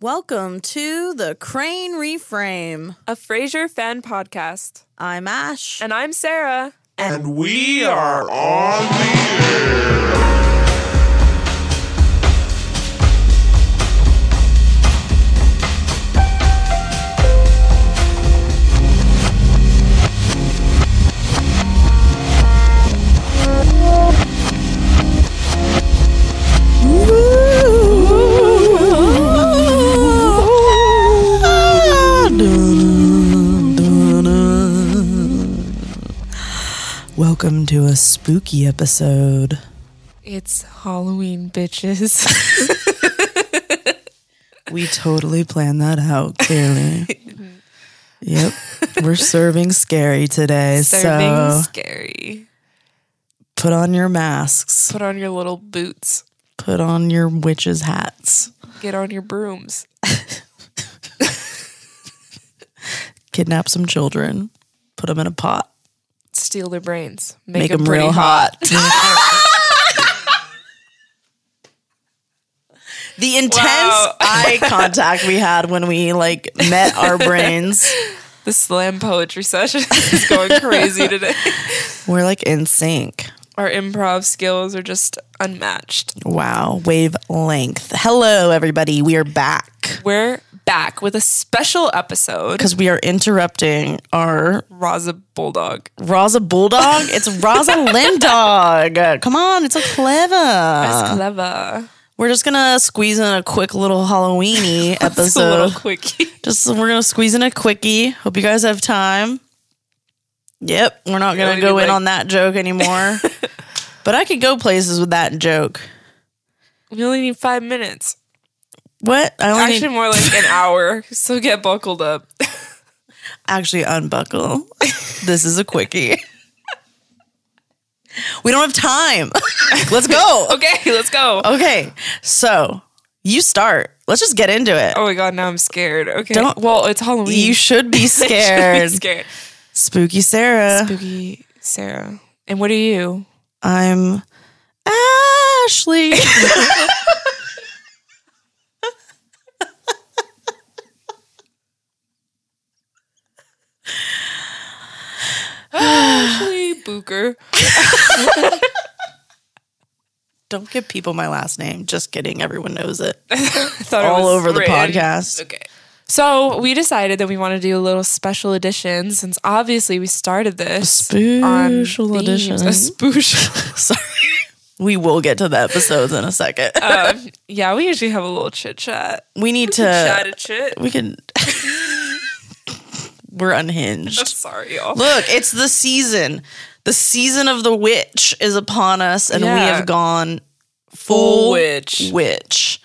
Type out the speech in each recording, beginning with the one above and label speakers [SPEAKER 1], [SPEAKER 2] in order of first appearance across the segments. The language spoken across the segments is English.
[SPEAKER 1] Welcome to the Crane Reframe.
[SPEAKER 2] a Frasier fan podcast.
[SPEAKER 1] I'm Ash.
[SPEAKER 2] And I'm Sarah.
[SPEAKER 3] And we are on the
[SPEAKER 1] Welcome to a spooky episode.
[SPEAKER 2] It's Halloween, bitches.
[SPEAKER 1] We totally planned that out clearly. yep. We're serving scary today.
[SPEAKER 2] Serving
[SPEAKER 1] so
[SPEAKER 2] scary.
[SPEAKER 1] put on your masks,
[SPEAKER 2] Put on your little boots.
[SPEAKER 1] put on your witches' hats,
[SPEAKER 2] Get on your brooms.
[SPEAKER 1] kidnap some children, put them in a pot,
[SPEAKER 2] Steal their brains.
[SPEAKER 1] make,
[SPEAKER 2] 'em
[SPEAKER 1] them
[SPEAKER 2] pretty
[SPEAKER 1] real hot. the intense
[SPEAKER 2] Wow.
[SPEAKER 1] eye contact we had when we like met our brains.
[SPEAKER 2] The slam poetry session is going crazy today.
[SPEAKER 1] We're like in sync.
[SPEAKER 2] Our improv skills are just unmatched.
[SPEAKER 1] Wow, wavelength. Hello, everybody. We are back
[SPEAKER 2] We're back with a special episode.
[SPEAKER 1] because we are interrupting our
[SPEAKER 2] Raza Bulldog.
[SPEAKER 1] Raza Bulldog. It's Raza Lindog. Come on, it's so clever.
[SPEAKER 2] That's clever.
[SPEAKER 1] We're just gonna squeeze in a quick little Halloweeny
[SPEAKER 2] It's a little
[SPEAKER 1] episode.
[SPEAKER 2] quickie.
[SPEAKER 1] Just we're gonna squeeze in a quickie. Hope you guys have time. Yep, we're not gonna
[SPEAKER 2] we
[SPEAKER 1] go
[SPEAKER 2] do
[SPEAKER 1] in
[SPEAKER 2] like-
[SPEAKER 1] on that joke anymore. but I could go places with that joke.
[SPEAKER 2] We only need five minutes.
[SPEAKER 1] What? I only
[SPEAKER 2] Actually, more like an hour. So get buckled up.
[SPEAKER 1] actually unbuckle. this is a quickie. we don't have time. Let's go.
[SPEAKER 2] Okay, let's go.
[SPEAKER 1] Okay, so you start. Let's just get into it.
[SPEAKER 2] Oh my god, now I'm scared. Okay.
[SPEAKER 1] Don't-
[SPEAKER 2] well, it's Halloween.
[SPEAKER 1] You should be scared.
[SPEAKER 2] Be scared. Uh.
[SPEAKER 1] Spooky Sarah.
[SPEAKER 2] Spooky Sarah. And what are you?
[SPEAKER 1] I'm Ashley.
[SPEAKER 2] Ashley Booker.
[SPEAKER 1] Don't give people my last name. Just kidding. Everyone knows it.
[SPEAKER 2] I thought it
[SPEAKER 1] All
[SPEAKER 2] was
[SPEAKER 1] over the
[SPEAKER 2] written.
[SPEAKER 1] podcast.
[SPEAKER 2] Okay. So we decided that we want to do a little special edition since obviously we started this on
[SPEAKER 1] Special
[SPEAKER 2] themes.
[SPEAKER 1] edition.
[SPEAKER 2] A special.
[SPEAKER 1] Sorry. We will get to the episodes in a second.
[SPEAKER 2] um, yeah, we usually have a little chit chat.
[SPEAKER 1] we need
[SPEAKER 2] Chat
[SPEAKER 1] to.
[SPEAKER 2] a chit.
[SPEAKER 1] We can. We're unhinged.
[SPEAKER 2] I'm sorry, y'all.
[SPEAKER 1] Look, it's the season. The season of the witch is upon us, and we
[SPEAKER 2] Yeah.
[SPEAKER 1] have gone
[SPEAKER 2] Full
[SPEAKER 1] full
[SPEAKER 2] witch.
[SPEAKER 1] witch.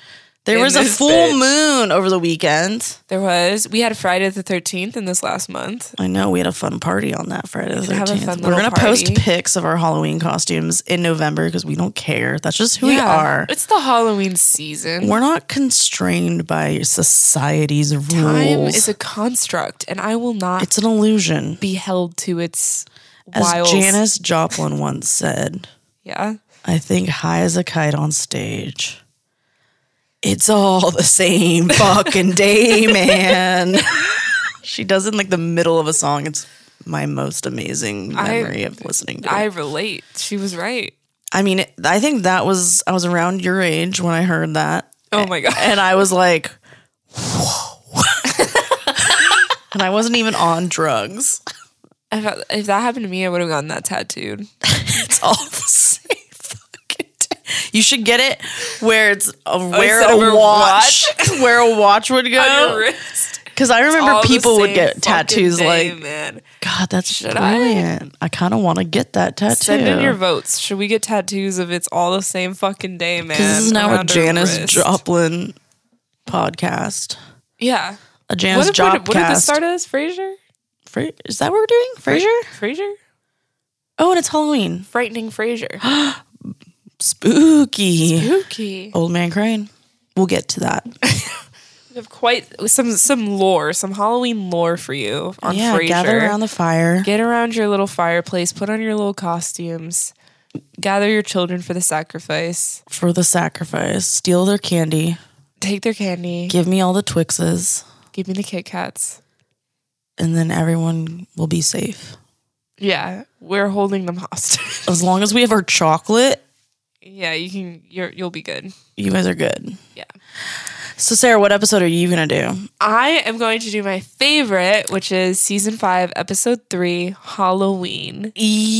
[SPEAKER 1] There
[SPEAKER 2] In
[SPEAKER 1] was a
[SPEAKER 2] this
[SPEAKER 1] full
[SPEAKER 2] bitch.
[SPEAKER 1] moon over the weekend.
[SPEAKER 2] There was. We had Friday the 13th in this last month.
[SPEAKER 1] I know we had a fun party on that Friday the
[SPEAKER 2] did have a
[SPEAKER 1] 13th.
[SPEAKER 2] fun
[SPEAKER 1] We're
[SPEAKER 2] little
[SPEAKER 1] going to
[SPEAKER 2] party.
[SPEAKER 1] post pics of our Halloween costumes in November because we don't care. That's just who we
[SPEAKER 2] Yeah.
[SPEAKER 1] are.
[SPEAKER 2] It's the Halloween season.
[SPEAKER 1] We're not constrained by society's rules.
[SPEAKER 2] Time is a construct, and I will not
[SPEAKER 1] it's an illusion.
[SPEAKER 2] be held to its
[SPEAKER 1] As
[SPEAKER 2] wiles.
[SPEAKER 1] Janis Joplin once said,
[SPEAKER 2] Yeah.
[SPEAKER 1] I think high as a kite on stage. It's all the same fucking day, man. she does it in like the middle of a song. It's my most amazing
[SPEAKER 2] I-
[SPEAKER 1] memory of listening to
[SPEAKER 2] I
[SPEAKER 1] it.
[SPEAKER 2] relate. She was right.
[SPEAKER 1] I mean, it- I think that was, I was around your age when I heard that.
[SPEAKER 2] Oh my god.
[SPEAKER 1] And I was like, whoa. and I wasn't even on drugs.
[SPEAKER 2] If, I- if that happened to me, I would have gotten that tattooed.
[SPEAKER 1] It's all the same fucking day. You should get it where it's a,
[SPEAKER 2] Oh,
[SPEAKER 1] where
[SPEAKER 2] instead of
[SPEAKER 1] a
[SPEAKER 2] a
[SPEAKER 1] watch, where a watch would
[SPEAKER 2] On your
[SPEAKER 1] go.
[SPEAKER 2] wrist.
[SPEAKER 1] Because I remember
[SPEAKER 2] All the
[SPEAKER 1] people would
[SPEAKER 2] same
[SPEAKER 1] get
[SPEAKER 2] fucking
[SPEAKER 1] tattoos
[SPEAKER 2] day,
[SPEAKER 1] like,
[SPEAKER 2] man.
[SPEAKER 1] God, that's
[SPEAKER 2] I?
[SPEAKER 1] brilliant. I, kind of want to get that tattoo.
[SPEAKER 2] Send in your votes. Should we get tattoos of it's all the same fucking day, man?
[SPEAKER 1] this is now a
[SPEAKER 2] around her
[SPEAKER 1] Janice
[SPEAKER 2] wrist?
[SPEAKER 1] Joplin podcast.
[SPEAKER 2] Yeah.
[SPEAKER 1] A
[SPEAKER 2] What
[SPEAKER 1] Janice
[SPEAKER 2] if, what,
[SPEAKER 1] Joplin
[SPEAKER 2] if- what if it started as Frasier?
[SPEAKER 1] Fra- is that what we're doing? Frasier?
[SPEAKER 2] Frasier?
[SPEAKER 1] Oh, and it's Halloween.
[SPEAKER 2] Frightening Frasier.
[SPEAKER 1] Spooky.
[SPEAKER 2] Spooky.
[SPEAKER 1] Old Man Crane. We'll get to that.
[SPEAKER 2] We have quite some some lore, some Halloween lore for you on
[SPEAKER 1] yeah,
[SPEAKER 2] Frasier.
[SPEAKER 1] gather around the fire.
[SPEAKER 2] Get around your little fireplace, put on your little costumes, gather your children for the sacrifice.
[SPEAKER 1] for the sacrifice, steal their candy,
[SPEAKER 2] Take their candy.
[SPEAKER 1] Give me all the Twixes,
[SPEAKER 2] Give me the Kit Kats.
[SPEAKER 1] and then everyone will be safe.
[SPEAKER 2] Yeah, we're holding them hostage.
[SPEAKER 1] As long as we have our chocolate,
[SPEAKER 2] yeah, you can. You're, you'll be good.
[SPEAKER 1] you guys are good.
[SPEAKER 2] Yeah.
[SPEAKER 1] So, Sarah, what episode are you gonna do?
[SPEAKER 2] I am going to do my favorite, which is season five, episode three, Halloween.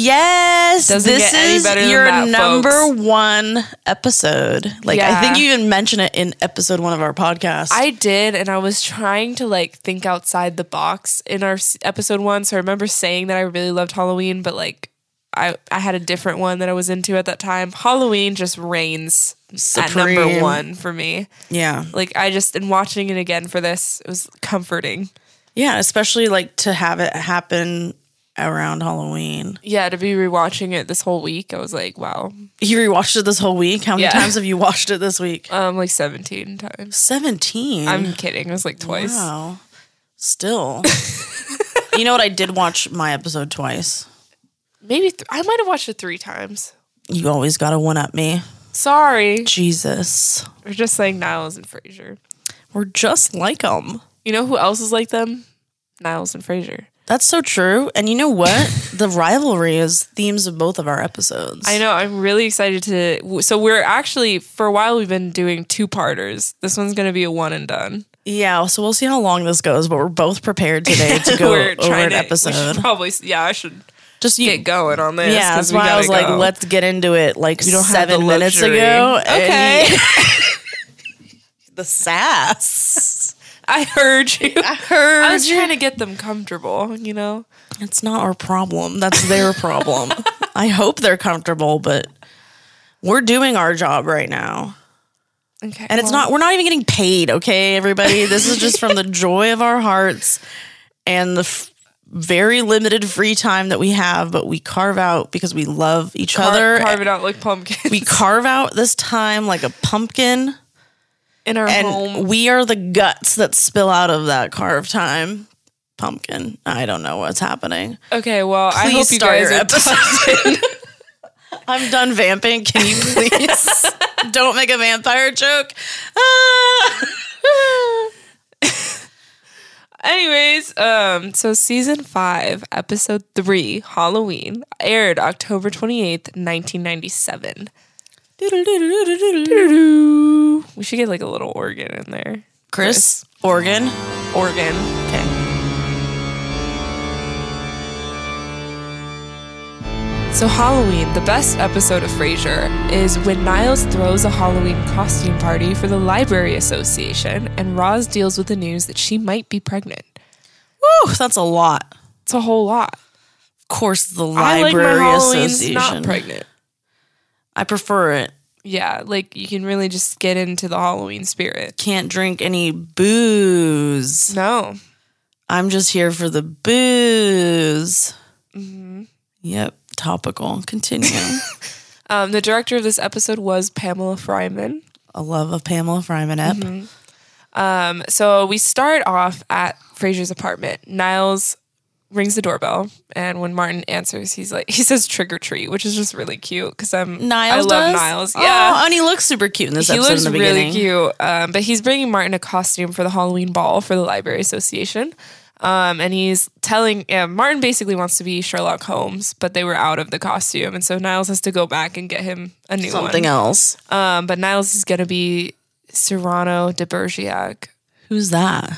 [SPEAKER 1] Yes,
[SPEAKER 2] Doesn't
[SPEAKER 1] this
[SPEAKER 2] get any
[SPEAKER 1] is
[SPEAKER 2] better than
[SPEAKER 1] your
[SPEAKER 2] that,
[SPEAKER 1] number
[SPEAKER 2] folks.
[SPEAKER 1] one episode. Like I think
[SPEAKER 2] Yeah.
[SPEAKER 1] you even mentioned it in episode one of our podcast.
[SPEAKER 2] I did, and I was trying to like think outside the box in our s- episode one. So I remember saying that I really loved Halloween, but like I I had a different one that I was into at that time. Halloween just reigns at number
[SPEAKER 1] Supreme.
[SPEAKER 2] one for me.
[SPEAKER 1] yeah,
[SPEAKER 2] Like I just in watching it again for this, it was comforting.
[SPEAKER 1] yeah, especially like to have it happen around Halloween.
[SPEAKER 2] Yeah, to be rewatching it this whole week, I was like, wow,
[SPEAKER 1] You rewatched it this whole week. How many
[SPEAKER 2] Yeah.
[SPEAKER 1] times have you watched it this week?
[SPEAKER 2] um, like seventeen times.
[SPEAKER 1] 17
[SPEAKER 2] I'm kidding. It was like twice.
[SPEAKER 1] wow. Still, you know what? I did watch my episode twice.
[SPEAKER 2] Maybe th- I might have watched it three times.
[SPEAKER 1] You always gotta one up me,
[SPEAKER 2] Sorry,
[SPEAKER 1] Jesus.
[SPEAKER 2] we're just saying Niles and Frasier.
[SPEAKER 1] We're just like them.
[SPEAKER 2] You know who else is like them? Niles and Frasier.
[SPEAKER 1] That's so true. And you know what? the rivalry is themes of both of our episodes.
[SPEAKER 2] I know. I'm really excited to. So we're actually for a while we've been doing two parters. This one's gonna be a one and done.
[SPEAKER 1] Yeah, so we'll see how long this goes, but we're both prepared today to go
[SPEAKER 2] we're
[SPEAKER 1] over an
[SPEAKER 2] to- We
[SPEAKER 1] episode.
[SPEAKER 2] should probably. Yeah, I should
[SPEAKER 1] Just you,
[SPEAKER 2] get going on this.
[SPEAKER 1] yeah, that's
[SPEAKER 2] 'cause we
[SPEAKER 1] why I
[SPEAKER 2] gotta
[SPEAKER 1] was like,
[SPEAKER 2] go.
[SPEAKER 1] let's get into it like
[SPEAKER 2] We don't have the
[SPEAKER 1] seven minutes
[SPEAKER 2] luxury.
[SPEAKER 1] ago.
[SPEAKER 2] Okay.
[SPEAKER 1] And- the sass.
[SPEAKER 2] I heard you. I
[SPEAKER 1] Heard.
[SPEAKER 2] was trying to get them comfortable. You know.
[SPEAKER 1] It's not our problem. That's their problem. I hope they're comfortable, but we're doing our job right now.
[SPEAKER 2] Okay.
[SPEAKER 1] And it's not, we're not even getting paid, okay, everybody? This is just from the joy of our hearts and the f- very limited free time that we have, but we carve out because we love each other. e-
[SPEAKER 2] Car- carve it out like pumpkins
[SPEAKER 1] we carve out this time like a pumpkin,
[SPEAKER 2] in our
[SPEAKER 1] and
[SPEAKER 2] home.
[SPEAKER 1] we are the guts that spill out of that carve time. Pumpkin. I don't know what's happening.
[SPEAKER 2] Okay, well, I
[SPEAKER 1] Please
[SPEAKER 2] hope you
[SPEAKER 1] start
[SPEAKER 2] guys
[SPEAKER 1] your
[SPEAKER 2] are
[SPEAKER 1] episode. I'm done vamping. Can you please don't make a vampire joke? Ah.
[SPEAKER 2] Anyways, um, so season five, episode three, Halloween, aired October twenty eighth, nineteen ninety seven. We should get like a little organ in there.
[SPEAKER 1] Chris, Oregon.
[SPEAKER 2] Organ.
[SPEAKER 1] Okay.
[SPEAKER 2] So Halloween, the best episode of Frasier, is when Niles throws a Halloween costume party for the Library Association, and Roz deals with the news that she might be pregnant.
[SPEAKER 1] Woo, that's a lot. Of
[SPEAKER 2] It's a whole lot.
[SPEAKER 1] course, the
[SPEAKER 2] I like
[SPEAKER 1] Library
[SPEAKER 2] my Halloween's
[SPEAKER 1] Association.
[SPEAKER 2] not pregnant.
[SPEAKER 1] I prefer it.
[SPEAKER 2] Yeah, like you can really just get into the Halloween spirit.
[SPEAKER 1] Can't drink any booze.
[SPEAKER 2] No,
[SPEAKER 1] I'm just here for the booze.
[SPEAKER 2] Mm-hmm.
[SPEAKER 1] Yep, topical. Continue.
[SPEAKER 2] Um, the director of this episode was Pamela Fryman.
[SPEAKER 1] a love of Pamela Fryman Epp.
[SPEAKER 2] Mm-hmm. Um, so we start off at Fraser's apartment. Niles rings the doorbell, and when Martin answers, he's like, he says "trick or treat," which is just really cute because I'm
[SPEAKER 1] Niles
[SPEAKER 2] I love
[SPEAKER 1] does?
[SPEAKER 2] Niles.
[SPEAKER 1] Oh,
[SPEAKER 2] Yeah,
[SPEAKER 1] and he looks super cute in this
[SPEAKER 2] he
[SPEAKER 1] episode
[SPEAKER 2] looks
[SPEAKER 1] in the
[SPEAKER 2] really
[SPEAKER 1] beginning.
[SPEAKER 2] cute. Um, but he's bringing Martin a costume for the Halloween ball for the Library Association. Um, and he's telling yeah, Martin basically wants to be Sherlock Holmes, but they were out of the costume, and so Niles has to go back and get him a new one.
[SPEAKER 1] Something else.
[SPEAKER 2] Um, but Niles is going to be Cyrano de Bergerac.
[SPEAKER 1] Who's that?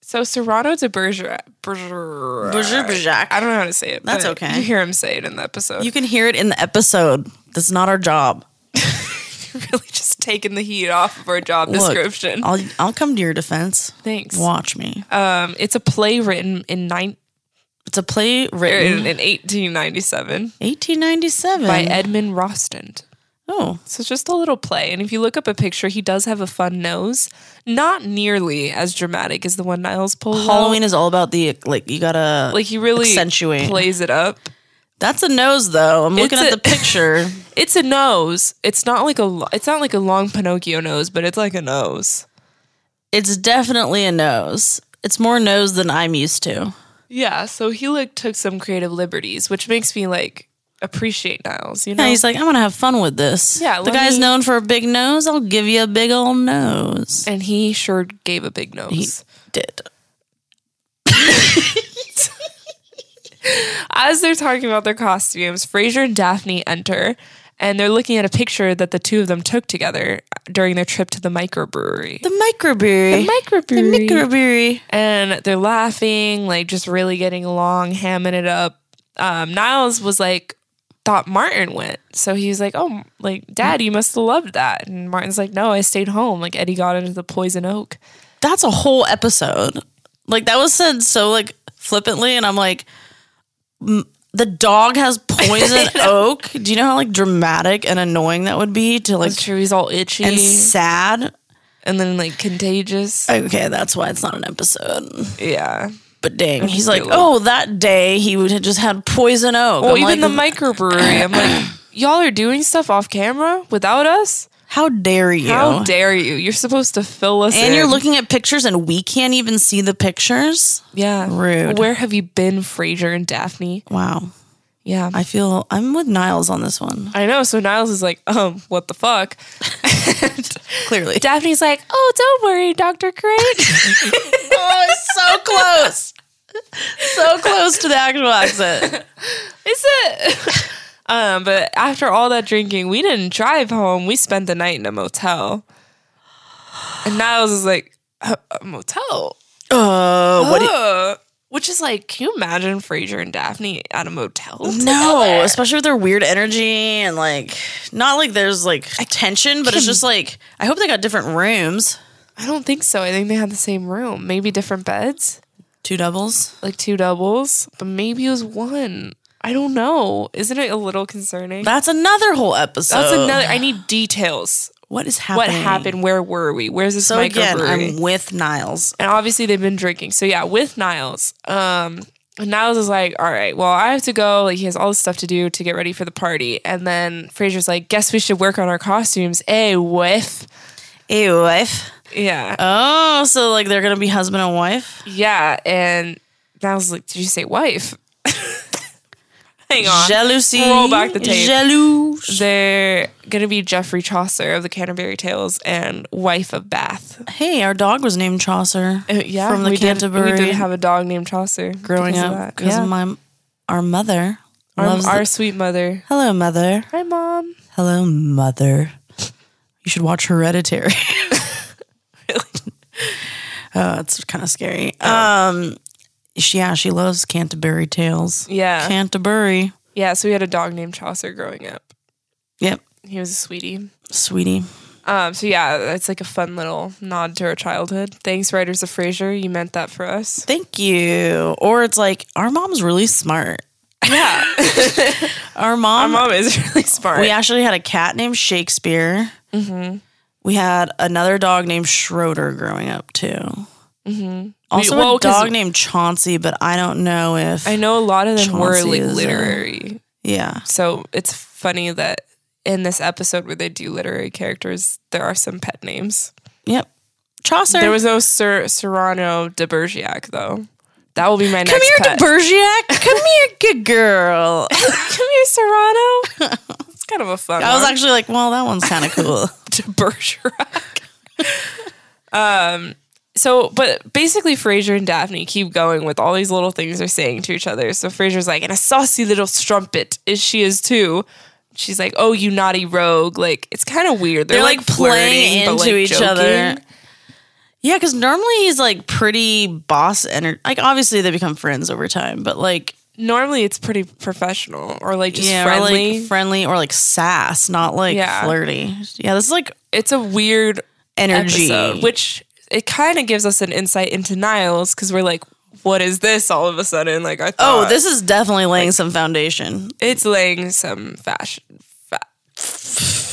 [SPEAKER 2] So Cyrano de Bergerac. Bergerac. I
[SPEAKER 1] Bergerac.
[SPEAKER 2] don't know how to say it.
[SPEAKER 1] That's
[SPEAKER 2] but
[SPEAKER 1] okay.
[SPEAKER 2] You hear him say it in the episode.
[SPEAKER 1] You
[SPEAKER 2] You
[SPEAKER 1] can hear it in the episode. That's not our job.
[SPEAKER 2] really just taking the heat off of our job
[SPEAKER 1] Look,
[SPEAKER 2] description.
[SPEAKER 1] I'll I'll come to your defense.
[SPEAKER 2] Thanks.
[SPEAKER 1] Watch me.
[SPEAKER 2] Um, it's a play written in, nine,
[SPEAKER 1] It's a play
[SPEAKER 2] in, in
[SPEAKER 1] written
[SPEAKER 2] 1897
[SPEAKER 1] 1897
[SPEAKER 2] by Edmund Rostand.
[SPEAKER 1] Oh,
[SPEAKER 2] So it's just a little play. And if you look up a picture, he does have a fun nose. Not nearly as dramatic as the one Niles pulled. out.
[SPEAKER 1] Halloween is all about the like. You gotta
[SPEAKER 2] Like he really
[SPEAKER 1] accentuate.
[SPEAKER 2] plays it up.
[SPEAKER 1] That's a nose though. I'm looking at
[SPEAKER 2] It's a-
[SPEAKER 1] the picture.
[SPEAKER 2] It's a nose. It's not like a lo- it's not like a long Pinocchio nose, but it's like a nose.
[SPEAKER 1] it's definitely a nose. It's more nose than I'm used to.
[SPEAKER 2] Yeah, so he like took some creative liberties, which makes me like appreciate Niles. You know,
[SPEAKER 1] Yeah, he's like, I'm gonna have fun with this.
[SPEAKER 2] Yeah,
[SPEAKER 1] the
[SPEAKER 2] let
[SPEAKER 1] guy's
[SPEAKER 2] me-
[SPEAKER 1] known for a big nose. I'll give you a big old nose.
[SPEAKER 2] and he sure gave a big nose.
[SPEAKER 1] He did.
[SPEAKER 2] As they're talking about their costumes, Fraser and Daphne enter, and they're looking at a picture that the two of them took together during their trip to the microbrewery.
[SPEAKER 1] The microbrewery.
[SPEAKER 2] microbrewery.
[SPEAKER 1] microbrewery.
[SPEAKER 2] and they're laughing, like just really getting along, hamming it up. Um, Niles was like, thought Martin went. So he was like, oh, like, dad, you must have loved that. And Martin's like, no, I stayed home. Like, Eddie got into the poison oak.
[SPEAKER 1] That's a whole episode. Like that was said so like flippantly, and I'm like, m- the dog has poison oak. Do you know how like dramatic and annoying that would be to like
[SPEAKER 2] It's true, he's all itchy
[SPEAKER 1] and
[SPEAKER 2] and,
[SPEAKER 1] sad?
[SPEAKER 2] then like contagious.
[SPEAKER 1] Okay, that's why it's not an episode.
[SPEAKER 2] yeah.
[SPEAKER 1] But dang, he's like,
[SPEAKER 2] Really?
[SPEAKER 1] oh, that day he would have just had poison oak.
[SPEAKER 2] Well,
[SPEAKER 1] I'm
[SPEAKER 2] even
[SPEAKER 1] like,
[SPEAKER 2] the microbrewery, I'm like, y'all are doing stuff off camera without us?
[SPEAKER 1] how dare you?
[SPEAKER 2] How dare you? You're supposed to fill us in.
[SPEAKER 1] and you're looking at pictures and we can't even see the pictures.
[SPEAKER 2] yeah.
[SPEAKER 1] Rude.
[SPEAKER 2] Where have you been, Frasier and Daphne?
[SPEAKER 1] Wow.
[SPEAKER 2] Yeah.
[SPEAKER 1] I feel I'm with Niles on this one.
[SPEAKER 2] I know. So Niles is like, um, what the fuck? And
[SPEAKER 1] Clearly.
[SPEAKER 2] Daphne's like, oh, don't worry, Dr. Crane.
[SPEAKER 1] oh, it's so close. so close to the actual accent.
[SPEAKER 2] Is it? um, but after all that drinking, we didn't drive home. We spent the night in a motel. And Niles is like, a, a motel?
[SPEAKER 1] Oh, what? do-
[SPEAKER 2] Uh, which is like, can you imagine Frasier and Daphne at a motel?
[SPEAKER 1] no, especially with their weird energy and like, not like there's like tension, but it's just like, I hope they got different rooms.
[SPEAKER 2] I don't think so. I think they had the same room, maybe different beds.
[SPEAKER 1] Two doubles.
[SPEAKER 2] like two doubles, but maybe it was one. I don't know. Isn't it a little concerning?
[SPEAKER 1] That's another whole episode.
[SPEAKER 2] That's another. I need details.
[SPEAKER 1] What is happening?
[SPEAKER 2] What happened? Where were we? Where's this
[SPEAKER 1] So again,
[SPEAKER 2] microbrewery?
[SPEAKER 1] I'm with Niles.
[SPEAKER 2] and obviously they've been drinking. So yeah, with Niles. Um, Niles is like, all right, well, I have to go. Like he has all this stuff to do to get ready for the party. And then Fraser's like, guess we should work on our costumes. Eh, whiff.
[SPEAKER 1] Hey, wife.
[SPEAKER 2] Yeah.
[SPEAKER 1] Oh, so like they're gonna be husband and wife?
[SPEAKER 2] yeah. And Niles is like, did you say wife? Hang on.
[SPEAKER 1] Jealousy.
[SPEAKER 2] Roll back the tape.
[SPEAKER 1] Jalouse.
[SPEAKER 2] They're going to be Jeffrey Chaucer of the Canterbury Tales and wife of Bath.
[SPEAKER 1] Hey, our dog was named Chaucer. from the
[SPEAKER 2] Uh, we did-
[SPEAKER 1] Canterbury.
[SPEAKER 2] we did have a dog named Chaucer
[SPEAKER 1] growing
[SPEAKER 2] because of
[SPEAKER 1] up
[SPEAKER 2] that.
[SPEAKER 1] because
[SPEAKER 2] Yeah.
[SPEAKER 1] of my our mother.
[SPEAKER 2] our,
[SPEAKER 1] loves
[SPEAKER 2] our
[SPEAKER 1] the-
[SPEAKER 2] sweet mother.
[SPEAKER 1] Hello, mother.
[SPEAKER 2] Hi, mom.
[SPEAKER 1] Hello, mother. You should watch Hereditary. Oh, it's kind of scary. Um, she, yeah, she loves Canterbury Tales.
[SPEAKER 2] Yeah.
[SPEAKER 1] Canterbury.
[SPEAKER 2] yeah. So we had a dog named Chaucer growing up.
[SPEAKER 1] Yep,
[SPEAKER 2] He was a sweetie.
[SPEAKER 1] sweetie.
[SPEAKER 2] Um, so yeah, it's like a fun little nod to our childhood. Thanks, writers of Frasier. You meant that for us.
[SPEAKER 1] Thank you. Or it's like our mom's really smart.
[SPEAKER 2] Yeah,
[SPEAKER 1] Our
[SPEAKER 2] our
[SPEAKER 1] mom.
[SPEAKER 2] mom is really smart. Mm-hmm.
[SPEAKER 1] we actually had a cat named Shakespeare. We had another dog named Schroeder growing up too. Also,
[SPEAKER 2] Mm-hmm. We- well,
[SPEAKER 1] a
[SPEAKER 2] 'cause-
[SPEAKER 1] dog named Chauncey, but I don't know if
[SPEAKER 2] I know a lot of them were
[SPEAKER 1] Chauncey
[SPEAKER 2] like
[SPEAKER 1] is a-
[SPEAKER 2] literary.
[SPEAKER 1] yeah.
[SPEAKER 2] So it's funny that in this episode where they do literary characters, there are some pet names.
[SPEAKER 1] Yep. Chaucer.
[SPEAKER 2] There was no Sir Serrano de Bergerac though. That will be my
[SPEAKER 1] Come
[SPEAKER 2] next
[SPEAKER 1] here,
[SPEAKER 2] pet.
[SPEAKER 1] De Bergerac. Come here, good girl.
[SPEAKER 2] Come here, Serrano. It's kind of a fun.
[SPEAKER 1] I was
[SPEAKER 2] one.
[SPEAKER 1] actually like, well, that one's kind of cool.
[SPEAKER 2] to Bergerac. um. So, but basically, Frasier and Daphne keep going with all these little things they're saying to each other. So Frasier's like, "And a saucy little strumpet is she is too." She's like, "Oh, you naughty rogue!" Like it's kind of weird. They're,
[SPEAKER 1] They're
[SPEAKER 2] like,
[SPEAKER 1] like playing
[SPEAKER 2] flirting, but,
[SPEAKER 1] into
[SPEAKER 2] like,
[SPEAKER 1] each other.
[SPEAKER 2] joking.
[SPEAKER 1] Yeah, because normally he's like pretty boss energy. Like obviously they become friends over time, but like
[SPEAKER 2] Normally, it's pretty professional or like just
[SPEAKER 1] yeah,
[SPEAKER 2] friendly.
[SPEAKER 1] or like friendly or like sass, not like
[SPEAKER 2] Yeah.
[SPEAKER 1] flirty. Yeah, this is like
[SPEAKER 2] it's a weird
[SPEAKER 1] energy.
[SPEAKER 2] episode, which it kind of gives us an insight into Niles because we're like, what is this all of a sudden? Like, I
[SPEAKER 1] oh,
[SPEAKER 2] thought
[SPEAKER 1] this is definitely laying some foundation.
[SPEAKER 2] it's laying some fashion fa-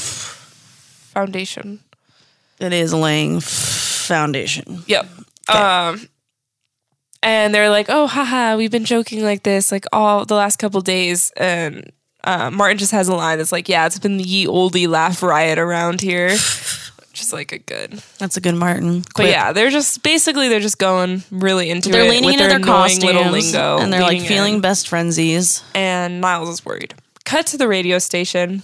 [SPEAKER 2] foundation.
[SPEAKER 1] It is laying f- foundation.
[SPEAKER 2] Yep. Um, and they're like, oh, haha, we've been joking like this like all the last couple days, and. Uh, Martin just has a line that's like, "Yeah, it's been the ye oldie laugh riot around here," which is like a good
[SPEAKER 1] That's a good Martin.
[SPEAKER 2] But yeah, they're just basically they're just going really into
[SPEAKER 1] they're
[SPEAKER 2] it.
[SPEAKER 1] leaning
[SPEAKER 2] with
[SPEAKER 1] into their
[SPEAKER 2] annoying
[SPEAKER 1] costumes
[SPEAKER 2] little lingo,
[SPEAKER 1] and they're like
[SPEAKER 2] leaning
[SPEAKER 1] feeling
[SPEAKER 2] in.
[SPEAKER 1] best frenzies.
[SPEAKER 2] And Niles is worried Cut to the radio station.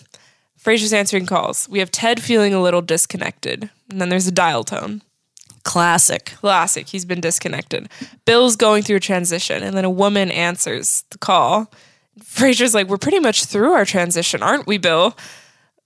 [SPEAKER 2] Fraser's answering calls. We have Ted feeling a little disconnected. And then there's a dial tone.
[SPEAKER 1] Classic.
[SPEAKER 2] Classic. He's been disconnected. Bill's going through a transition, and then a woman answers the call. Fraser's like, We're pretty much through our transition, aren't we, Bill?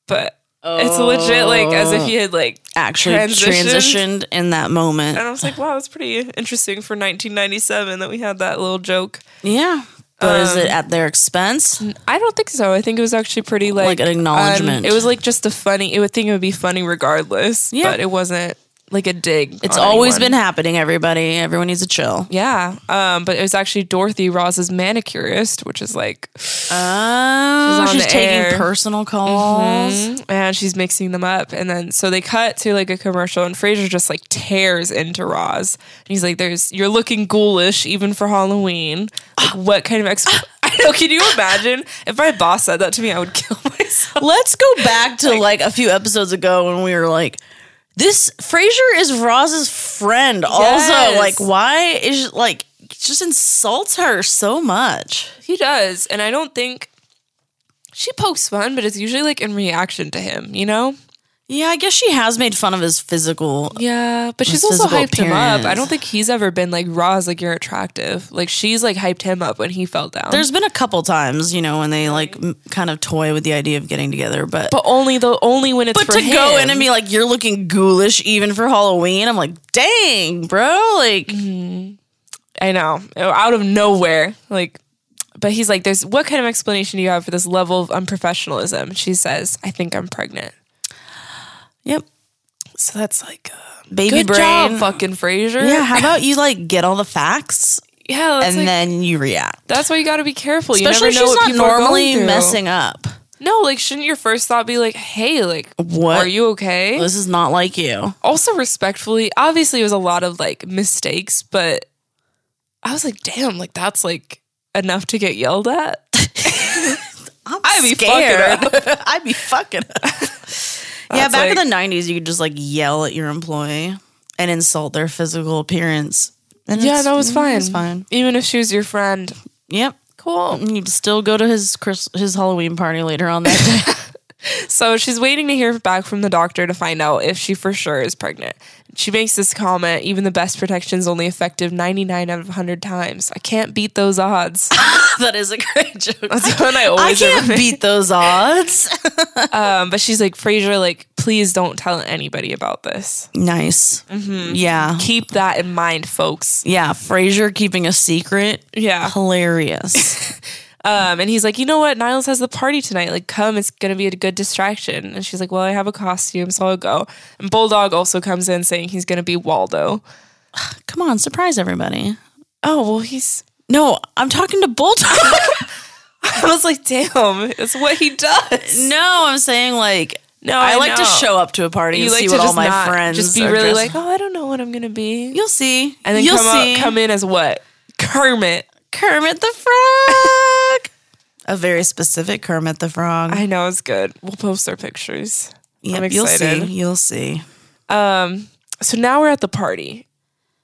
[SPEAKER 2] But it's legit like as if he had like
[SPEAKER 1] Actually
[SPEAKER 2] Transitioned.
[SPEAKER 1] transitioned, in that moment.
[SPEAKER 2] and I was like, wow, that's pretty interesting for 1997 that we had that little joke.
[SPEAKER 1] Yeah. Um, But is it at their expense?
[SPEAKER 2] I don't think so. I think it was actually pretty like,
[SPEAKER 1] Like an acknowledgement.
[SPEAKER 2] un- it was like just a funny. It would think it would be funny regardless.
[SPEAKER 1] Yeah.
[SPEAKER 2] but it wasn't like a dig.
[SPEAKER 1] It's
[SPEAKER 2] on
[SPEAKER 1] always
[SPEAKER 2] anyone.
[SPEAKER 1] been happening, everybody. Everyone needs to chill.
[SPEAKER 2] Yeah, um, but it was actually Dorothy Ross's manicurist, which is like,
[SPEAKER 1] Oh,
[SPEAKER 2] She's on
[SPEAKER 1] she's
[SPEAKER 2] the
[SPEAKER 1] taking
[SPEAKER 2] air.
[SPEAKER 1] personal calls.
[SPEAKER 2] and she's mixing them up, and then so they cut to like a commercial, and Fraser just like tears into Roz, and he's like, "There's you're looking ghoulish even for Halloween. Like, what kind of ex? I know. Can you imagine if my boss said that to me? I would kill myself.
[SPEAKER 1] Let's go back to like a few episodes ago when we were like, this Frasier is Roz's friend.
[SPEAKER 2] Yes.
[SPEAKER 1] Also, like, why is like he just insults her so much?
[SPEAKER 2] He does, and I don't think she pokes fun, but it's usually like in reaction to him, you know?
[SPEAKER 1] Yeah, I guess she has made fun of his physical.
[SPEAKER 2] Yeah, but she's also
[SPEAKER 1] physical
[SPEAKER 2] hyped him up.
[SPEAKER 1] appearance.
[SPEAKER 2] I don't think he's ever been like Roz, like you're attractive. Like she's like hyped him up when he fell down.
[SPEAKER 1] There's been a couple times, you know, when they like m- kind of toy with the idea of getting together, but
[SPEAKER 2] but only the only when it's
[SPEAKER 1] but
[SPEAKER 2] for
[SPEAKER 1] to go
[SPEAKER 2] him.
[SPEAKER 1] in and be like, you're looking ghoulish even for Halloween, I'm like, dang, bro, like
[SPEAKER 2] I know out of nowhere, like. But he's like, "There's what kind of explanation do you have for this level of unprofessionalism?" She says, "I think I'm pregnant."
[SPEAKER 1] Yep.
[SPEAKER 2] So that's like, uh,
[SPEAKER 1] Baby
[SPEAKER 2] good
[SPEAKER 1] brain.
[SPEAKER 2] job, fucking Fraser.
[SPEAKER 1] Yeah, how about you like get all the facts
[SPEAKER 2] yeah. That's,
[SPEAKER 1] and
[SPEAKER 2] like-
[SPEAKER 1] then you react?
[SPEAKER 2] that's why you got to be careful.
[SPEAKER 1] Especially
[SPEAKER 2] you
[SPEAKER 1] if
[SPEAKER 2] never know
[SPEAKER 1] she's
[SPEAKER 2] what
[SPEAKER 1] not
[SPEAKER 2] people are going
[SPEAKER 1] normally
[SPEAKER 2] through.
[SPEAKER 1] messing up.
[SPEAKER 2] No, like shouldn't your first thought be like, "Hey, like,
[SPEAKER 1] What?
[SPEAKER 2] are you okay?"
[SPEAKER 1] This is not like you.
[SPEAKER 2] also, respectfully, obviously, it was a lot of like mistakes, but I was like, "Damn, like that's like enough to get yelled at."
[SPEAKER 1] I'm
[SPEAKER 2] I'd be
[SPEAKER 1] Up. I'd be fucking up. yeah,
[SPEAKER 2] That's
[SPEAKER 1] back in
[SPEAKER 2] like-
[SPEAKER 1] the 90s, you could just like yell at your employee and insult their physical appearance. And
[SPEAKER 2] yeah,
[SPEAKER 1] it's- mm,
[SPEAKER 2] no, it's fine.
[SPEAKER 1] It's fine.
[SPEAKER 2] even if she was your friend.
[SPEAKER 1] Yep.
[SPEAKER 2] Cool.
[SPEAKER 1] And You'd still go to his Chris, his Halloween party later on that day.
[SPEAKER 2] So she's waiting to hear back from the doctor to find out if she for sure is pregnant. She makes this comment even the best protection is only effective 99 out of 100 times. I can't beat those odds.
[SPEAKER 1] that is a great joke.
[SPEAKER 2] That's one I
[SPEAKER 1] I
[SPEAKER 2] always
[SPEAKER 1] can't
[SPEAKER 2] remember.
[SPEAKER 1] beat those odds.
[SPEAKER 2] Um, but she's like, Fraser, like, please don't tell anybody about this.
[SPEAKER 1] nice. Yeah.
[SPEAKER 2] Keep that in mind, folks.
[SPEAKER 1] Yeah, Frasier keeping a secret.
[SPEAKER 2] Yeah.
[SPEAKER 1] Hilarious.
[SPEAKER 2] Um, and he's like, you know what? Niles has the party tonight. Like, come. It's going to be a good distraction. And she's like, well, I have a costume, so I'll go. And Bulldog also comes in saying he's going to be Waldo.
[SPEAKER 1] Come on, surprise everybody.
[SPEAKER 2] Oh, well, he's.
[SPEAKER 1] No, I'm talking to Bulldog.
[SPEAKER 2] I was like, damn, it's what he does.
[SPEAKER 1] no, I'm saying like
[SPEAKER 2] No,
[SPEAKER 1] I,
[SPEAKER 2] I
[SPEAKER 1] like to
[SPEAKER 2] know.
[SPEAKER 1] show up to a party
[SPEAKER 2] You
[SPEAKER 1] and
[SPEAKER 2] like
[SPEAKER 1] see
[SPEAKER 2] to
[SPEAKER 1] what all
[SPEAKER 2] just
[SPEAKER 1] my
[SPEAKER 2] not-
[SPEAKER 1] friends
[SPEAKER 2] just be
[SPEAKER 1] are
[SPEAKER 2] really
[SPEAKER 1] dressed-
[SPEAKER 2] like, oh, I don't know what I'm gonna be,
[SPEAKER 1] You'll see.
[SPEAKER 2] and then
[SPEAKER 1] You'll
[SPEAKER 2] come
[SPEAKER 1] see.
[SPEAKER 2] out, come in as what Kermit.
[SPEAKER 1] Kermit the Frog. a very specific Kermit the Frog.
[SPEAKER 2] I know it's good. We'll post our pictures.
[SPEAKER 1] Yep,
[SPEAKER 2] I'm
[SPEAKER 1] you'll
[SPEAKER 2] excited.
[SPEAKER 1] see. You'll see.
[SPEAKER 2] So now we're at the party.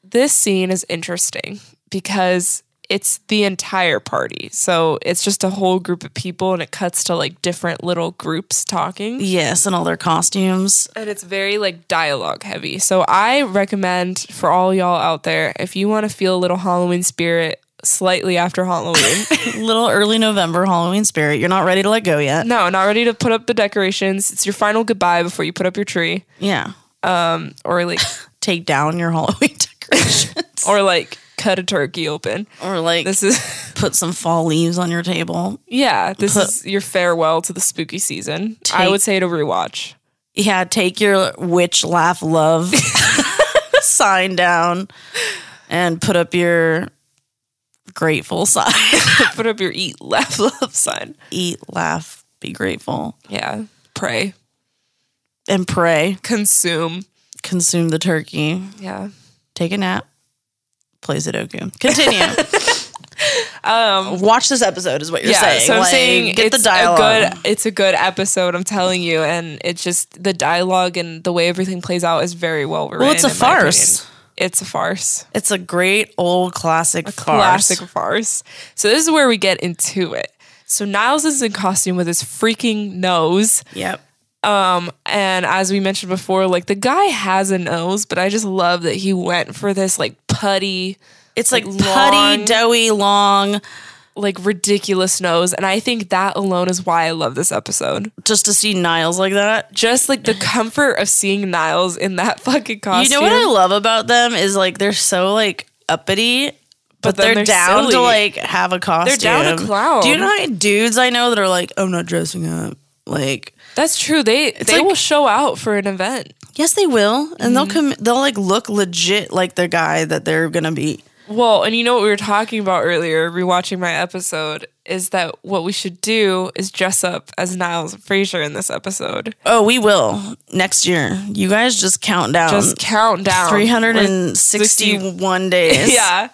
[SPEAKER 2] This scene is interesting because it's the entire party. So it's just a whole group of people, and it cuts to like different little groups talking.
[SPEAKER 1] Yes, and all their costumes.
[SPEAKER 2] and it's very like dialogue heavy. So I recommend for all y'all out there, if you want to feel a little Halloween spirit slightly after Halloween,
[SPEAKER 1] Little early November Halloween spirit. You're not ready to let go yet.
[SPEAKER 2] no, not ready to put up the decorations. It's your final goodbye before you put up your tree,
[SPEAKER 1] Yeah.
[SPEAKER 2] or like,
[SPEAKER 1] Take down your Halloween decorations.
[SPEAKER 2] or like cut a turkey open.
[SPEAKER 1] or like
[SPEAKER 2] This is
[SPEAKER 1] put some fall leaves on your table.
[SPEAKER 2] yeah, this is your farewell to the spooky season. I would say to rewatch.
[SPEAKER 1] Yeah, take your witch laugh love sign down and put up your grateful sign.
[SPEAKER 2] put up your eat, laugh, love sign.
[SPEAKER 1] Eat, laugh, be grateful,
[SPEAKER 2] Yeah, pray,
[SPEAKER 1] and pray.
[SPEAKER 2] consume.
[SPEAKER 1] Consume the turkey,
[SPEAKER 2] Yeah.
[SPEAKER 1] take a nap, play Sudoku. Continue. um, Watch this episode, is what you're saying.
[SPEAKER 2] So I'm
[SPEAKER 1] Like,
[SPEAKER 2] saying
[SPEAKER 1] get
[SPEAKER 2] it's
[SPEAKER 1] the dialogue.
[SPEAKER 2] A good, it's a good episode. I'm telling you, and it's just the dialogue and the way everything plays out is very well written.
[SPEAKER 1] it's a
[SPEAKER 2] in my
[SPEAKER 1] farce.
[SPEAKER 2] opinion. It's a farce.
[SPEAKER 1] it's a great old classic farce.
[SPEAKER 2] Classic farce. So this is where we get into it. So Niles is in costume with his freaking nose.
[SPEAKER 1] Yep.
[SPEAKER 2] And as we mentioned before, like the guy has a nose, but I just love that he went for this like putty,
[SPEAKER 1] It's like,
[SPEAKER 2] Like
[SPEAKER 1] putty,
[SPEAKER 2] long-
[SPEAKER 1] doughy, long,
[SPEAKER 2] like ridiculous nose. And I think that alone is why I love this episode.
[SPEAKER 1] just to see Niles like that.
[SPEAKER 2] Just like the comfort of seeing Niles in that fucking
[SPEAKER 1] You
[SPEAKER 2] costume.
[SPEAKER 1] know what I love about them is like they're so like uppity, but,
[SPEAKER 2] then
[SPEAKER 1] they're,
[SPEAKER 2] they're
[SPEAKER 1] down to
[SPEAKER 2] silly.
[SPEAKER 1] like have a costume.
[SPEAKER 2] down to clown.
[SPEAKER 1] Do you know how many dudes I know that are like, I'm not dressing up? Like,
[SPEAKER 2] That's true. They they
[SPEAKER 1] like-
[SPEAKER 2] will show out for an event.
[SPEAKER 1] yes, they will, and they'll
[SPEAKER 2] Mm-hmm.
[SPEAKER 1] come. They'll like look legit like the guy that they're gonna be.
[SPEAKER 2] Well, and you know what we were talking about earlier, rewatching my episode, is that what we should do is dress up as Niles and Fraser in this episode.
[SPEAKER 1] Oh, we will next year. You guys just count down.
[SPEAKER 2] Just count down.
[SPEAKER 1] 361 days.
[SPEAKER 2] Yeah.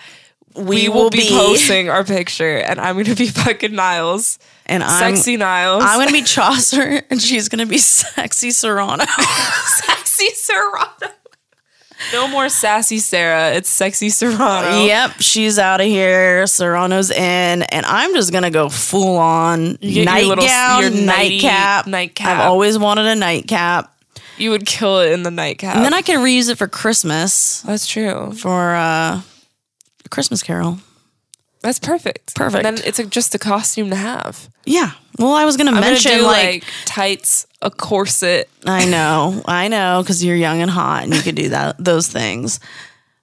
[SPEAKER 2] We, will be, posting our picture and I'm gonna be fucking Niles.
[SPEAKER 1] and I'm,
[SPEAKER 2] sexy Niles.
[SPEAKER 1] I'm gonna be Chaucer, and she's gonna be sexy Serrano.
[SPEAKER 2] sexy Serrano. No more sassy Sarah. It's sexy Serrano.
[SPEAKER 1] yep, she's out of here. Serrano's in, and I'm just gonna go full on
[SPEAKER 2] get your
[SPEAKER 1] nightgown,
[SPEAKER 2] little- your nighty-
[SPEAKER 1] nightcap,
[SPEAKER 2] nightcap.
[SPEAKER 1] I've always wanted a nightcap,
[SPEAKER 2] You would kill it in the nightcap.
[SPEAKER 1] and then I can reuse it for Christmas
[SPEAKER 2] That's true.
[SPEAKER 1] for uh, Christmas Carol.
[SPEAKER 2] That's perfect.
[SPEAKER 1] Perfect.
[SPEAKER 2] And then it's like just a costume to have.
[SPEAKER 1] Yeah. Well, I was gonna
[SPEAKER 2] I'm
[SPEAKER 1] mention
[SPEAKER 2] gonna do
[SPEAKER 1] like,
[SPEAKER 2] like tights, a corset,
[SPEAKER 1] I know, I know, because you're young and hot and you could do that those things.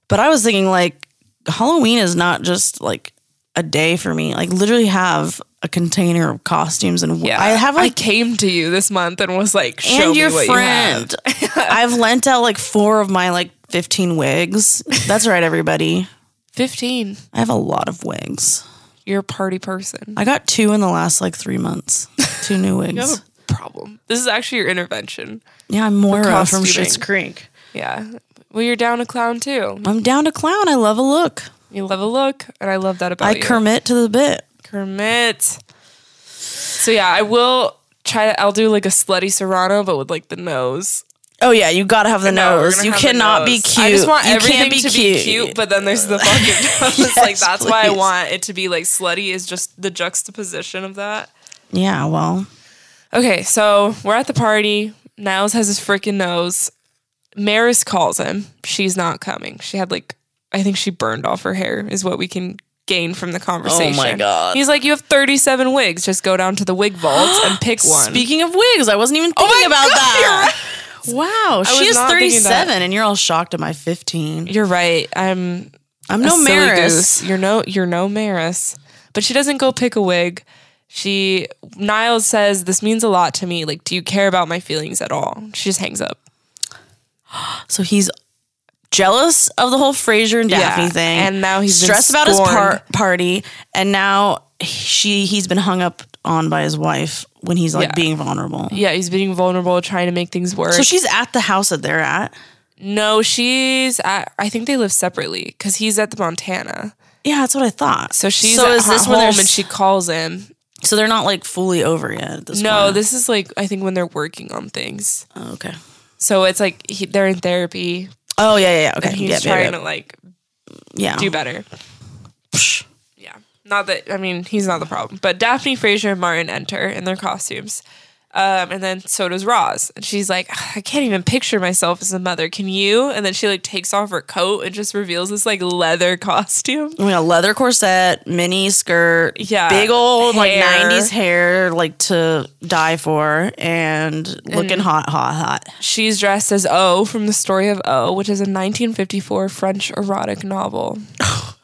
[SPEAKER 1] But I was thinking like Halloween is not just like a day for me. Like literally have a container of costumes and
[SPEAKER 2] Yeah,
[SPEAKER 1] I have
[SPEAKER 2] I
[SPEAKER 1] like
[SPEAKER 2] came to you this month and was like, "Show
[SPEAKER 1] and
[SPEAKER 2] me
[SPEAKER 1] your
[SPEAKER 2] what
[SPEAKER 1] friend. I've lent out like four of my like 15 wigs. That's right, everybody.
[SPEAKER 2] you have." Fifteen.
[SPEAKER 1] I have a lot of wigs.
[SPEAKER 2] You're a party person.
[SPEAKER 1] I got two in the last like three months. Two new
[SPEAKER 2] You
[SPEAKER 1] wigs.
[SPEAKER 2] have a problem. This is actually your intervention.
[SPEAKER 1] Yeah, I'm Moira from
[SPEAKER 2] costuming.
[SPEAKER 1] Schitt's Creek.
[SPEAKER 2] Yeah. Well, you're down a clown too.
[SPEAKER 1] I'm down to clown. I love a look.
[SPEAKER 2] You love a look, and I love that about
[SPEAKER 1] I
[SPEAKER 2] you.
[SPEAKER 1] Kermit to the bit.
[SPEAKER 2] Kermit. So yeah, I will try to. I'll do like a slutty Serrano, but with like the nose.
[SPEAKER 1] Oh yeah, you gotta have the
[SPEAKER 2] No, we're
[SPEAKER 1] nose.
[SPEAKER 2] gonna
[SPEAKER 1] You
[SPEAKER 2] have the
[SPEAKER 1] cannot be
[SPEAKER 2] nose.
[SPEAKER 1] cute.
[SPEAKER 2] I just want
[SPEAKER 1] you
[SPEAKER 2] everything
[SPEAKER 1] can't be
[SPEAKER 2] to
[SPEAKER 1] cute.
[SPEAKER 2] be cute, but then there's the fucking nose. like
[SPEAKER 1] Yes,
[SPEAKER 2] that's why I
[SPEAKER 1] please.
[SPEAKER 2] want it to be like slutty. Is just the juxtaposition of that.
[SPEAKER 1] yeah, well,
[SPEAKER 2] Okay, so we're at the party. Niles has his freaking nose. Maris calls him. She's not coming. She had like I think she burned off her hair is what we can gain from the conversation.
[SPEAKER 1] God.
[SPEAKER 2] He's like, you have 37 wigs. Just go down to the wig vault and pick one. Oh
[SPEAKER 1] speaking of wigs, I wasn't even thinking
[SPEAKER 2] my
[SPEAKER 1] about
[SPEAKER 2] God,
[SPEAKER 1] that. Wow, she is
[SPEAKER 2] not thinking that.
[SPEAKER 1] 37, and you're all shocked at my 15.
[SPEAKER 2] You're right. I'm
[SPEAKER 1] I'm
[SPEAKER 2] a
[SPEAKER 1] no
[SPEAKER 2] silly
[SPEAKER 1] Maris.
[SPEAKER 2] goose. You're no you're no Maris. But she doesn't go pick a wig. She Niles says, This means a lot to me. Like, do you care about my feelings at all? She just hangs up.
[SPEAKER 1] So he's jealous of the whole Frasier and Daphne
[SPEAKER 2] Yeah,
[SPEAKER 1] thing,
[SPEAKER 2] and now he's been
[SPEAKER 1] stressed about his
[SPEAKER 2] scorned.
[SPEAKER 1] par- party, and now she he's been hung up on by his wife when he's like
[SPEAKER 2] Yeah.
[SPEAKER 1] being vulnerable.
[SPEAKER 2] Yeah, he's being vulnerable, trying to make things work.
[SPEAKER 1] So she's at the house that they're at.
[SPEAKER 2] No, she's at, I think they live separately because he's at the Montana.
[SPEAKER 1] Yeah, that's what I thought.
[SPEAKER 2] So she's
[SPEAKER 1] so
[SPEAKER 2] at
[SPEAKER 1] is this
[SPEAKER 2] home
[SPEAKER 1] when they're
[SPEAKER 2] and she calls him.
[SPEAKER 1] So they're not like fully over yet at this
[SPEAKER 2] No,
[SPEAKER 1] point.
[SPEAKER 2] this is like, I think when they're working on things.
[SPEAKER 1] No. okay.
[SPEAKER 2] So it's like he, they're in therapy.
[SPEAKER 1] Oh yeah, yeah, yeah. Okay.
[SPEAKER 2] He's
[SPEAKER 1] yeah, yeah,
[SPEAKER 2] trying
[SPEAKER 1] yeah.
[SPEAKER 2] to like
[SPEAKER 1] yeah.
[SPEAKER 2] do better.
[SPEAKER 1] Psh.
[SPEAKER 2] Yeah. Not that, I mean, he's not the problem. But Daphne, Fraser, and Martin enter in their costumes. Um, and then so does Roz. And she's like, I can't even picture myself as a mother. Can you? And then she like takes off her coat and just reveals this like leather costume.
[SPEAKER 1] We got leather corset, mini skirt,
[SPEAKER 2] Yeah.
[SPEAKER 1] big old like
[SPEAKER 2] Hair.
[SPEAKER 1] '90s hair, like to die for, and looking hot, hot, hot.
[SPEAKER 2] She's dressed as O from the story of O, which is a 1954 French erotic novel.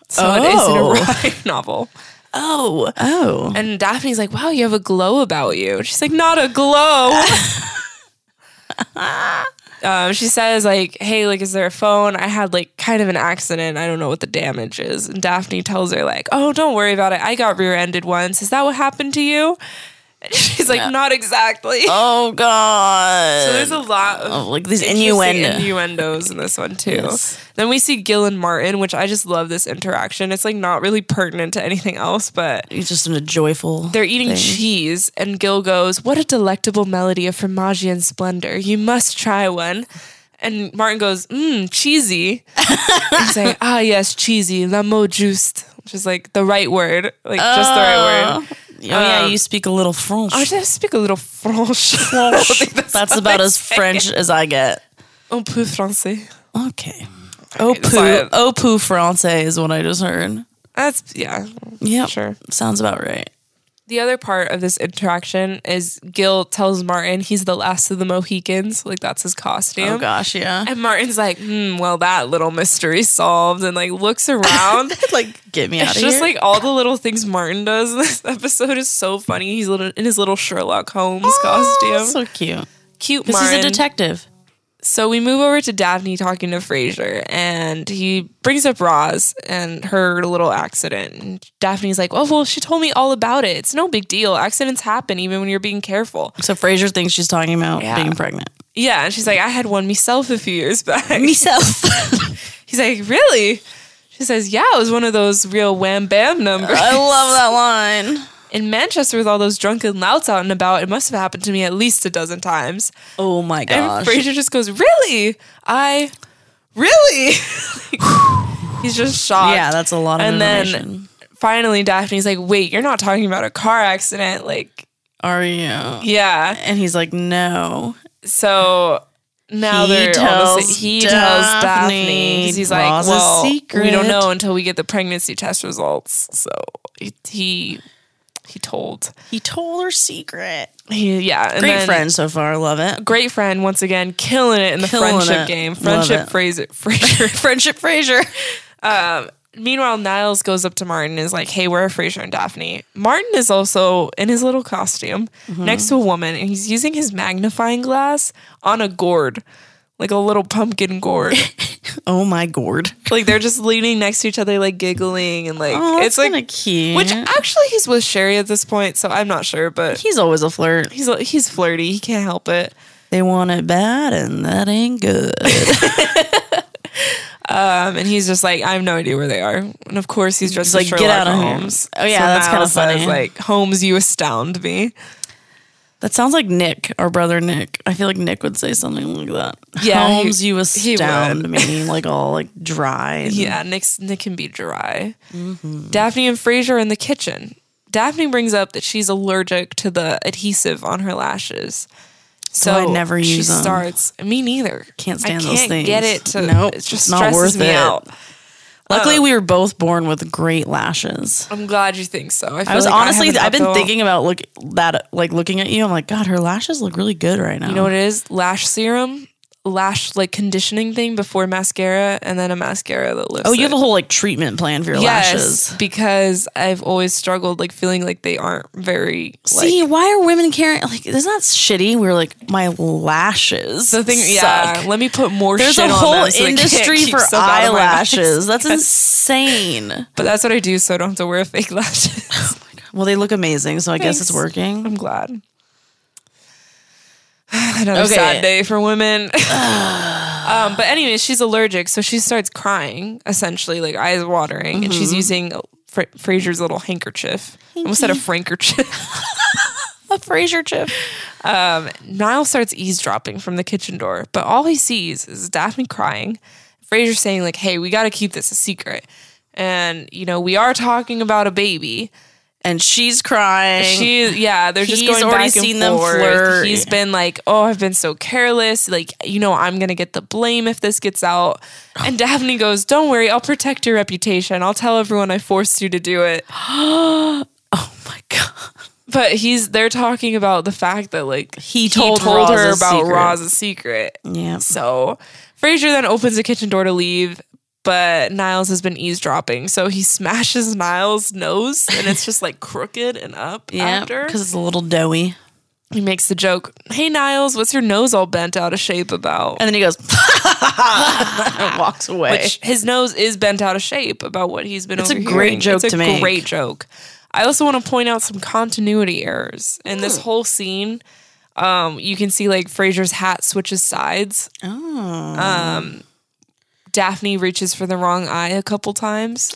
[SPEAKER 2] So it is an
[SPEAKER 1] Oh.
[SPEAKER 2] erotic novel.
[SPEAKER 1] Oh, oh.
[SPEAKER 2] And Daphne's like, wow, you have a glow about you. And she's like, not a glow. um, she says, like, hey, like, is there a phone? I had like kind of an accident. I don't know what the damage is. And Daphne tells her, like, oh, don't worry about it. I got rear-ended once. Is that what happened to you? And she's like, not exactly.
[SPEAKER 1] Oh God.
[SPEAKER 2] So there's a lot of
[SPEAKER 1] Oh, like these
[SPEAKER 2] interesting
[SPEAKER 1] innuendo.
[SPEAKER 2] innuendos in this one too.
[SPEAKER 1] Yes.
[SPEAKER 2] Then we see Gil and Martin, which I just love this interaction. It's like not really pertinent to anything else, but
[SPEAKER 1] It's just in a joyful.
[SPEAKER 2] they're eating
[SPEAKER 1] thing.
[SPEAKER 2] cheese, and Gil goes, "What a delectable melody of Formaggio splendor! You must try one." And Martin goes, "Mmm, cheesy." and he's like, "Ah, yes, cheesy, la mot juste," which is like the right word, like just the right word.
[SPEAKER 1] Oh, yeah, you speak a little French.
[SPEAKER 2] I just speak a little French.
[SPEAKER 1] that's about as French as I get.
[SPEAKER 2] Un peu français.
[SPEAKER 1] Okay. Oh
[SPEAKER 2] sorry.
[SPEAKER 1] poo, oh poo, français is what I just heard.
[SPEAKER 2] That's yeah.
[SPEAKER 1] Yeah,
[SPEAKER 2] Sure.
[SPEAKER 1] Sounds about right.
[SPEAKER 2] The other part of this interaction is Gil tells Martin he's the last of the Mohicans, like that's his costume.
[SPEAKER 1] Oh gosh, yeah.
[SPEAKER 2] And Martin's like, hmm, well, that little mystery solved, and like looks around.
[SPEAKER 1] like, get me out of
[SPEAKER 2] It's
[SPEAKER 1] here.
[SPEAKER 2] just like all the little things Martin does in this episode is so funny. He's little in his little Sherlock Holmes costume.
[SPEAKER 1] so cute.
[SPEAKER 2] Cute
[SPEAKER 1] Because
[SPEAKER 2] Martin.
[SPEAKER 1] he's a detective.
[SPEAKER 2] So we move over to Daphne talking to Fraser, and he brings up Roz and her little accident. And Daphne's like, "Oh well, she told me all about it. It's no big deal. Accidents happen even when you're being careful."
[SPEAKER 1] So Fraser thinks she's talking about
[SPEAKER 2] Yeah.
[SPEAKER 1] being pregnant.
[SPEAKER 2] Yeah, and she's like, "I had one myself a few years back."
[SPEAKER 1] Myself.
[SPEAKER 2] He's like, "Really?" She says, "Yeah, it was one of those real wham bam numbers."
[SPEAKER 1] I love that line.
[SPEAKER 2] In Manchester, with all those drunken louts out and about, it must have happened to me at least a dozen times.
[SPEAKER 1] Oh my
[SPEAKER 2] And
[SPEAKER 1] gosh.
[SPEAKER 2] Fraser just goes, "Really? I really?" He's just shocked.
[SPEAKER 1] yeah, that's a lot of
[SPEAKER 2] and
[SPEAKER 1] information.
[SPEAKER 2] then finally, Daphne's like, "Wait, you're not talking about a car accident, like."
[SPEAKER 1] Are you?
[SPEAKER 2] Yeah.
[SPEAKER 1] E And he's like, no.
[SPEAKER 2] So now
[SPEAKER 1] He
[SPEAKER 2] they're all the,
[SPEAKER 1] tells
[SPEAKER 2] sa- he tells Daphne
[SPEAKER 1] Daphne
[SPEAKER 2] 'cause he's
[SPEAKER 1] Ross's
[SPEAKER 2] like, "Well, we
[SPEAKER 1] secret."
[SPEAKER 2] don't know until we get the pregnancy test results." So he he, he told.
[SPEAKER 1] He told her secret.
[SPEAKER 2] He, yeah. And
[SPEAKER 1] Great
[SPEAKER 2] then-
[SPEAKER 1] friend so far. Love it.
[SPEAKER 2] Great friend once again, killing it in the
[SPEAKER 1] Killing
[SPEAKER 2] friendship
[SPEAKER 1] it.
[SPEAKER 2] game.
[SPEAKER 1] Love
[SPEAKER 2] Friendship
[SPEAKER 1] it.
[SPEAKER 2] Fraser Fraser. Um,
[SPEAKER 1] Friendship Fraser.
[SPEAKER 2] Meanwhile, Niles goes up to Martin and is like, hey, where are Fraser and Daphne? Martin is also in his little costume
[SPEAKER 1] Mm-hmm.
[SPEAKER 2] next to a woman and he's using his magnifying glass on a gourd, like a little pumpkin gourd.
[SPEAKER 1] Oh my gourd.
[SPEAKER 2] like they're just leaning next to each other, like giggling and like,
[SPEAKER 1] Oh,
[SPEAKER 2] it's like,
[SPEAKER 1] kind of cute.
[SPEAKER 2] which actually he's with Sherry at this point, so I'm not sure, but
[SPEAKER 1] he's always a flirt.
[SPEAKER 2] he's, he's flirty. He can't help it.
[SPEAKER 1] They want it bad, and that ain't good.
[SPEAKER 2] Um, and he's just like, I have no idea where they are. And of course, he's just
[SPEAKER 1] like, "Get
[SPEAKER 2] like,
[SPEAKER 1] out
[SPEAKER 2] Sherlock
[SPEAKER 1] of here."
[SPEAKER 2] Holmes.
[SPEAKER 1] Oh, yeah, that's kinda
[SPEAKER 2] Niles says,
[SPEAKER 1] funny. Mm-hmm.
[SPEAKER 2] Like, Holmes, you astound me.
[SPEAKER 1] that sounds like Nick, our brother Nick. I feel like Nick would say something like that.
[SPEAKER 2] Yeah, he-
[SPEAKER 1] Holmes, you
[SPEAKER 2] he
[SPEAKER 1] astound me, like all like dry. and-
[SPEAKER 2] Yeah, Nick's, Nick can be dry.
[SPEAKER 1] Mm-hmm.
[SPEAKER 2] Daphne and Fraser are in the kitchen. Daphne brings up that she's allergic to the adhesive on her lashes. So
[SPEAKER 1] I never
[SPEAKER 2] she
[SPEAKER 1] use 'em.
[SPEAKER 2] starts. Me neither.
[SPEAKER 1] Can't
[SPEAKER 2] I
[SPEAKER 1] stand
[SPEAKER 2] can't
[SPEAKER 1] those things.
[SPEAKER 2] Get it to
[SPEAKER 1] Nope,
[SPEAKER 2] It's just
[SPEAKER 1] not
[SPEAKER 2] stresses
[SPEAKER 1] worth
[SPEAKER 2] me
[SPEAKER 1] it.
[SPEAKER 2] out.
[SPEAKER 1] Luckily, we were both born with great lashes.
[SPEAKER 2] I'm glad you think so. I, feel
[SPEAKER 1] I was
[SPEAKER 2] like
[SPEAKER 1] honestly,
[SPEAKER 2] haven't
[SPEAKER 1] I've been
[SPEAKER 2] thought the-
[SPEAKER 1] thinking about look that like looking at you. I'm like, God, her lashes look really good right now.
[SPEAKER 2] You know what it is? Lash serum, lash like conditioning thing before mascara, and then a mascara that lifts.
[SPEAKER 1] oh, you have
[SPEAKER 2] it.
[SPEAKER 1] a whole like treatment plan for your
[SPEAKER 2] yes,
[SPEAKER 1] lashes.
[SPEAKER 2] because I've always struggled like feeling like they aren't very. Like,
[SPEAKER 1] See, why are women caring? Like, isn't that shitty? We were like, my lashes.
[SPEAKER 2] the thing.
[SPEAKER 1] suck."
[SPEAKER 2] Yeah, let me put more.
[SPEAKER 1] There's
[SPEAKER 2] shit
[SPEAKER 1] a
[SPEAKER 2] on
[SPEAKER 1] whole
[SPEAKER 2] them so they can't
[SPEAKER 1] industry
[SPEAKER 2] keep
[SPEAKER 1] for
[SPEAKER 2] soap out of my eyes.
[SPEAKER 1] eyelashes. That's insane.
[SPEAKER 2] But that's what I do, so I don't have to wear fake lashes.
[SPEAKER 1] Well, they look amazing, so I guess it's
[SPEAKER 2] Thanks.
[SPEAKER 1] working.
[SPEAKER 2] I'm glad. Another
[SPEAKER 1] Okay.
[SPEAKER 2] sad day for women. um, but anyway, she's allergic, so she starts crying, essentially, like eyes watering, and she's using Fra- Fraser's little handkerchief. Almost said a frankerchief.
[SPEAKER 1] A Fraser chip.
[SPEAKER 2] Niall starts eavesdropping from the kitchen door, but all he sees is Daphne crying, Fraser saying, like, hey, we gotta keep this a secret. And, you know, we are talking about a baby.
[SPEAKER 1] And she's crying.
[SPEAKER 2] She, yeah, they're just
[SPEAKER 1] He's
[SPEAKER 2] going
[SPEAKER 1] already
[SPEAKER 2] back and
[SPEAKER 1] seen them
[SPEAKER 2] forth.
[SPEAKER 1] flirt.
[SPEAKER 2] He's been like, "Oh, I've been so careless. Like, you know, I'm gonna get the blame if this gets out." And Daphne goes, "Don't worry, I'll protect your reputation. I'll tell everyone I forced you to do it."
[SPEAKER 1] oh my God.
[SPEAKER 2] But he's they're talking about the fact that like
[SPEAKER 1] He told Roz
[SPEAKER 2] her
[SPEAKER 1] a
[SPEAKER 2] about
[SPEAKER 1] secret.
[SPEAKER 2] Roz's secret.
[SPEAKER 1] Yeah.
[SPEAKER 2] So Fraser then opens the kitchen door to leave. But Niles has been eavesdropping, so he smashes Niles' nose, and it's just like crooked and up
[SPEAKER 1] Yeah.
[SPEAKER 2] after.
[SPEAKER 1] Because it's a little doughy.
[SPEAKER 2] he makes the joke, "Hey Niles, what's your nose all bent out of shape about?"
[SPEAKER 1] And then he goes and walks away.
[SPEAKER 2] Which his nose is bent out of shape about what he's been.
[SPEAKER 1] It's a
[SPEAKER 2] overhearing.
[SPEAKER 1] great joke
[SPEAKER 2] It's a
[SPEAKER 1] to make.
[SPEAKER 2] great joke. I also want to point out some continuity errors in this whole scene. Um, you can see like Fraser's hat switches sides. Oh. Um, Daphne reaches for the wrong eye a couple times,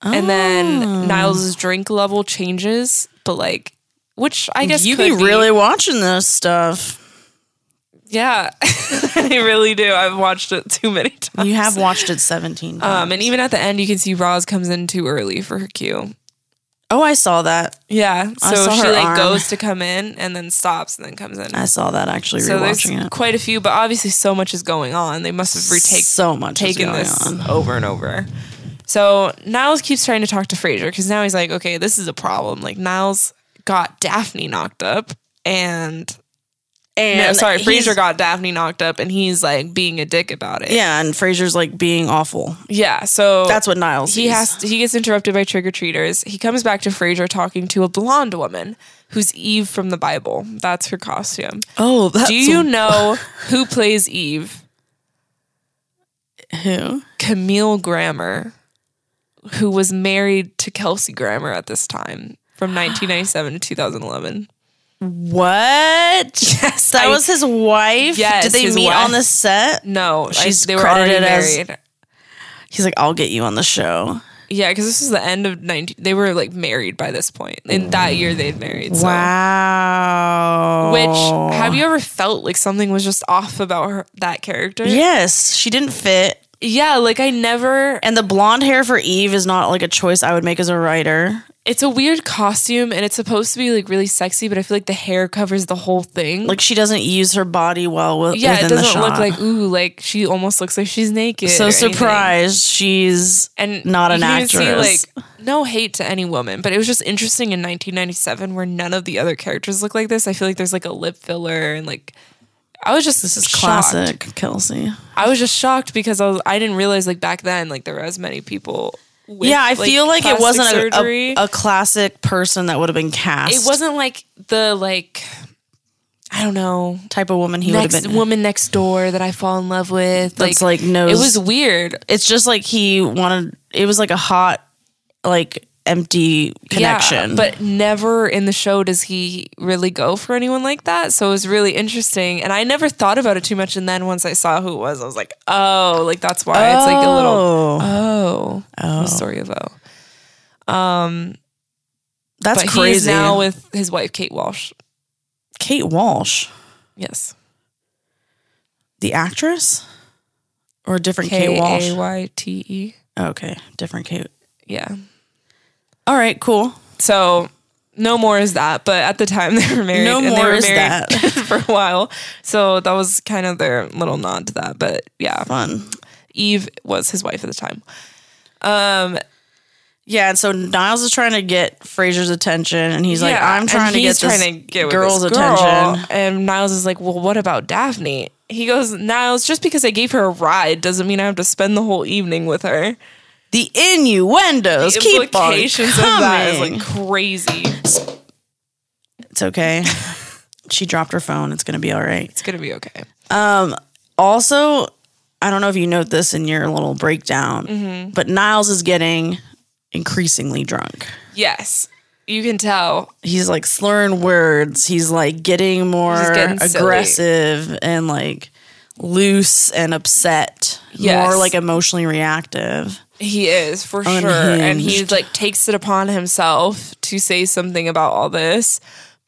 [SPEAKER 2] and
[SPEAKER 1] Oh.
[SPEAKER 2] then Niles' drink level changes. But like, which I guess
[SPEAKER 1] you be
[SPEAKER 2] could
[SPEAKER 1] really watching this stuff.
[SPEAKER 2] Yeah, I really do. I've watched it too many times.
[SPEAKER 1] You have watched it 17 times.
[SPEAKER 2] Um, and even at the end, you can see Roz comes in too early for her cue.
[SPEAKER 1] Oh, I saw that.
[SPEAKER 2] Yeah.
[SPEAKER 1] I
[SPEAKER 2] So
[SPEAKER 1] saw
[SPEAKER 2] she
[SPEAKER 1] her
[SPEAKER 2] like
[SPEAKER 1] arm.
[SPEAKER 2] goes to come in and then stops and then comes in.
[SPEAKER 1] I saw that actually
[SPEAKER 2] so there's
[SPEAKER 1] rewatching it.
[SPEAKER 2] quite a few, but obviously so much is going on. They must have retake
[SPEAKER 1] so much is
[SPEAKER 2] taken
[SPEAKER 1] going
[SPEAKER 2] this
[SPEAKER 1] on.
[SPEAKER 2] over and over. So Niles keeps trying to talk to Fraser because now he's like, okay, this is a problem. Like Niles got Daphne knocked up, and,
[SPEAKER 1] And
[SPEAKER 2] no, sorry,
[SPEAKER 1] he's-
[SPEAKER 2] Fraser got Daphne knocked up, and he's like being a dick about it.
[SPEAKER 1] Yeah, and Fraser's like being awful.
[SPEAKER 2] yeah. So
[SPEAKER 1] That's what Niles.
[SPEAKER 2] he
[SPEAKER 1] sees.
[SPEAKER 2] has to, he gets interrupted by trick or treaters. He comes back to Fraser talking to a blonde woman who's Eve from the Bible. That's her costume.
[SPEAKER 1] Oh, that's
[SPEAKER 2] Do you know who plays Eve?
[SPEAKER 1] who?
[SPEAKER 2] Camille Grammer, who was married to Kelsey Grammer at this time from 1997 to 2011.
[SPEAKER 1] What?
[SPEAKER 2] Yes,
[SPEAKER 1] that
[SPEAKER 2] I-
[SPEAKER 1] was his wife.
[SPEAKER 2] Yes,
[SPEAKER 1] Did they
[SPEAKER 2] his
[SPEAKER 1] meet
[SPEAKER 2] wife.
[SPEAKER 1] on the set?
[SPEAKER 2] No,
[SPEAKER 1] She's
[SPEAKER 2] she's they were
[SPEAKER 1] credited
[SPEAKER 2] already
[SPEAKER 1] as-
[SPEAKER 2] married.
[SPEAKER 1] He's like, I'll get you on the show.
[SPEAKER 2] yeah, because this was the end of 19. They were like married by this point. In that year, they'd married. so-
[SPEAKER 1] Wow.
[SPEAKER 2] Which have you ever felt like something was just off about her, that character?
[SPEAKER 1] Yes, she didn't fit.
[SPEAKER 2] Yeah, like I never.
[SPEAKER 1] And the blonde hair for Eve is not like a choice I would make as a writer.
[SPEAKER 2] It's a weird costume, and it's supposed to be like really sexy, but I feel like the hair covers the whole thing.
[SPEAKER 1] Like she doesn't use her body well with,
[SPEAKER 2] yeah,
[SPEAKER 1] within
[SPEAKER 2] it
[SPEAKER 1] the
[SPEAKER 2] doesn't
[SPEAKER 1] shot.
[SPEAKER 2] look like ooh, like she almost looks like she's naked.
[SPEAKER 1] so
[SPEAKER 2] or anything.
[SPEAKER 1] surprised she's
[SPEAKER 2] and
[SPEAKER 1] not an
[SPEAKER 2] you can even
[SPEAKER 1] actress.
[SPEAKER 2] like no hate to any woman, but it was just interesting in 1997 where none of the other characters look like this. I feel like there's like a lip filler and like. I was just this is
[SPEAKER 1] classic Kelsey.
[SPEAKER 2] I was just shocked because I was I didn't realize like back then like there were as many people. With,
[SPEAKER 1] yeah, I feel like it
[SPEAKER 2] plastic
[SPEAKER 1] wasn't a-
[SPEAKER 2] surgery.
[SPEAKER 1] a, a, classic person that would have been cast.
[SPEAKER 2] it wasn't like the like I don't know
[SPEAKER 1] type of woman he would have
[SPEAKER 2] next
[SPEAKER 1] been.
[SPEAKER 2] woman next door that I fall in love with.
[SPEAKER 1] That's, like, knows-
[SPEAKER 2] It was weird.
[SPEAKER 1] It's just like he wanted. It was like a hot, like empty
[SPEAKER 2] Yeah,
[SPEAKER 1] connection.
[SPEAKER 2] but never in the show does he really go for anyone like that. So it was really interesting. And I never thought about it too much. And then once I saw who it was, I was like, oh, like that's why
[SPEAKER 1] uh,
[SPEAKER 2] it's like a little
[SPEAKER 1] oh,
[SPEAKER 2] oh, oh. story of oh.
[SPEAKER 1] that's
[SPEAKER 2] but
[SPEAKER 1] crazy.
[SPEAKER 2] he's now with his wife Kate Walsh.
[SPEAKER 1] Kate Walsh,
[SPEAKER 2] Yes,
[SPEAKER 1] the actress, or a different
[SPEAKER 2] K
[SPEAKER 1] Kate
[SPEAKER 2] A
[SPEAKER 1] Walsh.
[SPEAKER 2] Y T E.
[SPEAKER 1] okay, different Kate.
[SPEAKER 2] Yeah.
[SPEAKER 1] All right, cool.
[SPEAKER 2] So no more is that. But at the time they were married.
[SPEAKER 1] No
[SPEAKER 2] and they
[SPEAKER 1] more
[SPEAKER 2] were
[SPEAKER 1] is
[SPEAKER 2] married
[SPEAKER 1] that.
[SPEAKER 2] for a while. So that was kind of their little nod to that. But yeah,
[SPEAKER 1] Fun.
[SPEAKER 2] Eve was his wife at the time. Um,
[SPEAKER 1] Yeah, and so Niles is trying to get Fraser's attention, and he's like,
[SPEAKER 2] yeah,
[SPEAKER 1] "I'm
[SPEAKER 2] and
[SPEAKER 1] trying to
[SPEAKER 2] he's
[SPEAKER 1] get this
[SPEAKER 2] trying to get with
[SPEAKER 1] girl's
[SPEAKER 2] this girl.
[SPEAKER 1] attention."
[SPEAKER 2] And Niles is like, well, what about Daphne? He goes, Niles, just because I gave her a ride doesn't mean I have to spend the whole evening with her.
[SPEAKER 1] The innuendos keep on
[SPEAKER 2] implications of that is
[SPEAKER 1] coming.
[SPEAKER 2] like crazy.
[SPEAKER 1] It's okay. she dropped her phone. It's gonna be all right.
[SPEAKER 2] It's gonna be okay.
[SPEAKER 1] Also, I don't know if you note this in your little breakdown,
[SPEAKER 2] Mm-hmm.
[SPEAKER 1] but Niles is getting increasingly drunk.
[SPEAKER 2] Yes, you can tell.
[SPEAKER 1] He's like slurring words. He's like getting more
[SPEAKER 2] He's getting silly.
[SPEAKER 1] aggressive and like loose and upset.
[SPEAKER 2] Yes.
[SPEAKER 1] More like emotionally reactive.
[SPEAKER 2] He is for sure, and he
[SPEAKER 1] Unhinged.
[SPEAKER 2] like takes it upon himself to say something about all this.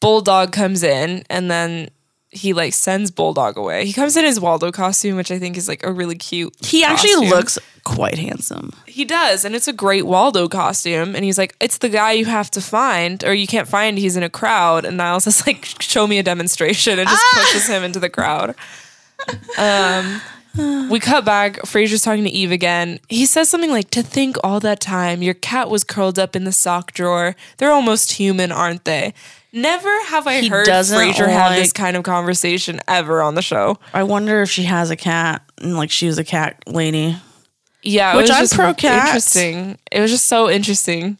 [SPEAKER 2] Bulldog comes in, and then he like sends Bulldog away. He comes in his Waldo costume, which I think is like a really cute.
[SPEAKER 1] He actually
[SPEAKER 2] costume.
[SPEAKER 1] looks quite handsome.
[SPEAKER 2] He does, and it's a great Waldo costume. And he's like, "It's the guy you have to find, or you can't find. He's in a crowd." And Niles is like, "Show me a demonstration," and
[SPEAKER 1] Ah!
[SPEAKER 2] just pushes him into the crowd. Um, we cut back. Fraser's talking to Eve again. He says something like, "To think all that time, your cat was curled up in the sock drawer. They're almost human, aren't they?" Never have I
[SPEAKER 1] He
[SPEAKER 2] heard
[SPEAKER 1] doesn't
[SPEAKER 2] Fraser have this
[SPEAKER 1] like-
[SPEAKER 2] kind of conversation ever on the show.
[SPEAKER 1] I wonder if she has a cat and like she was a cat lady.
[SPEAKER 2] Yeah, it
[SPEAKER 1] Which
[SPEAKER 2] was
[SPEAKER 1] I'm
[SPEAKER 2] just
[SPEAKER 1] pro cats.
[SPEAKER 2] Interesting. It was just so interesting.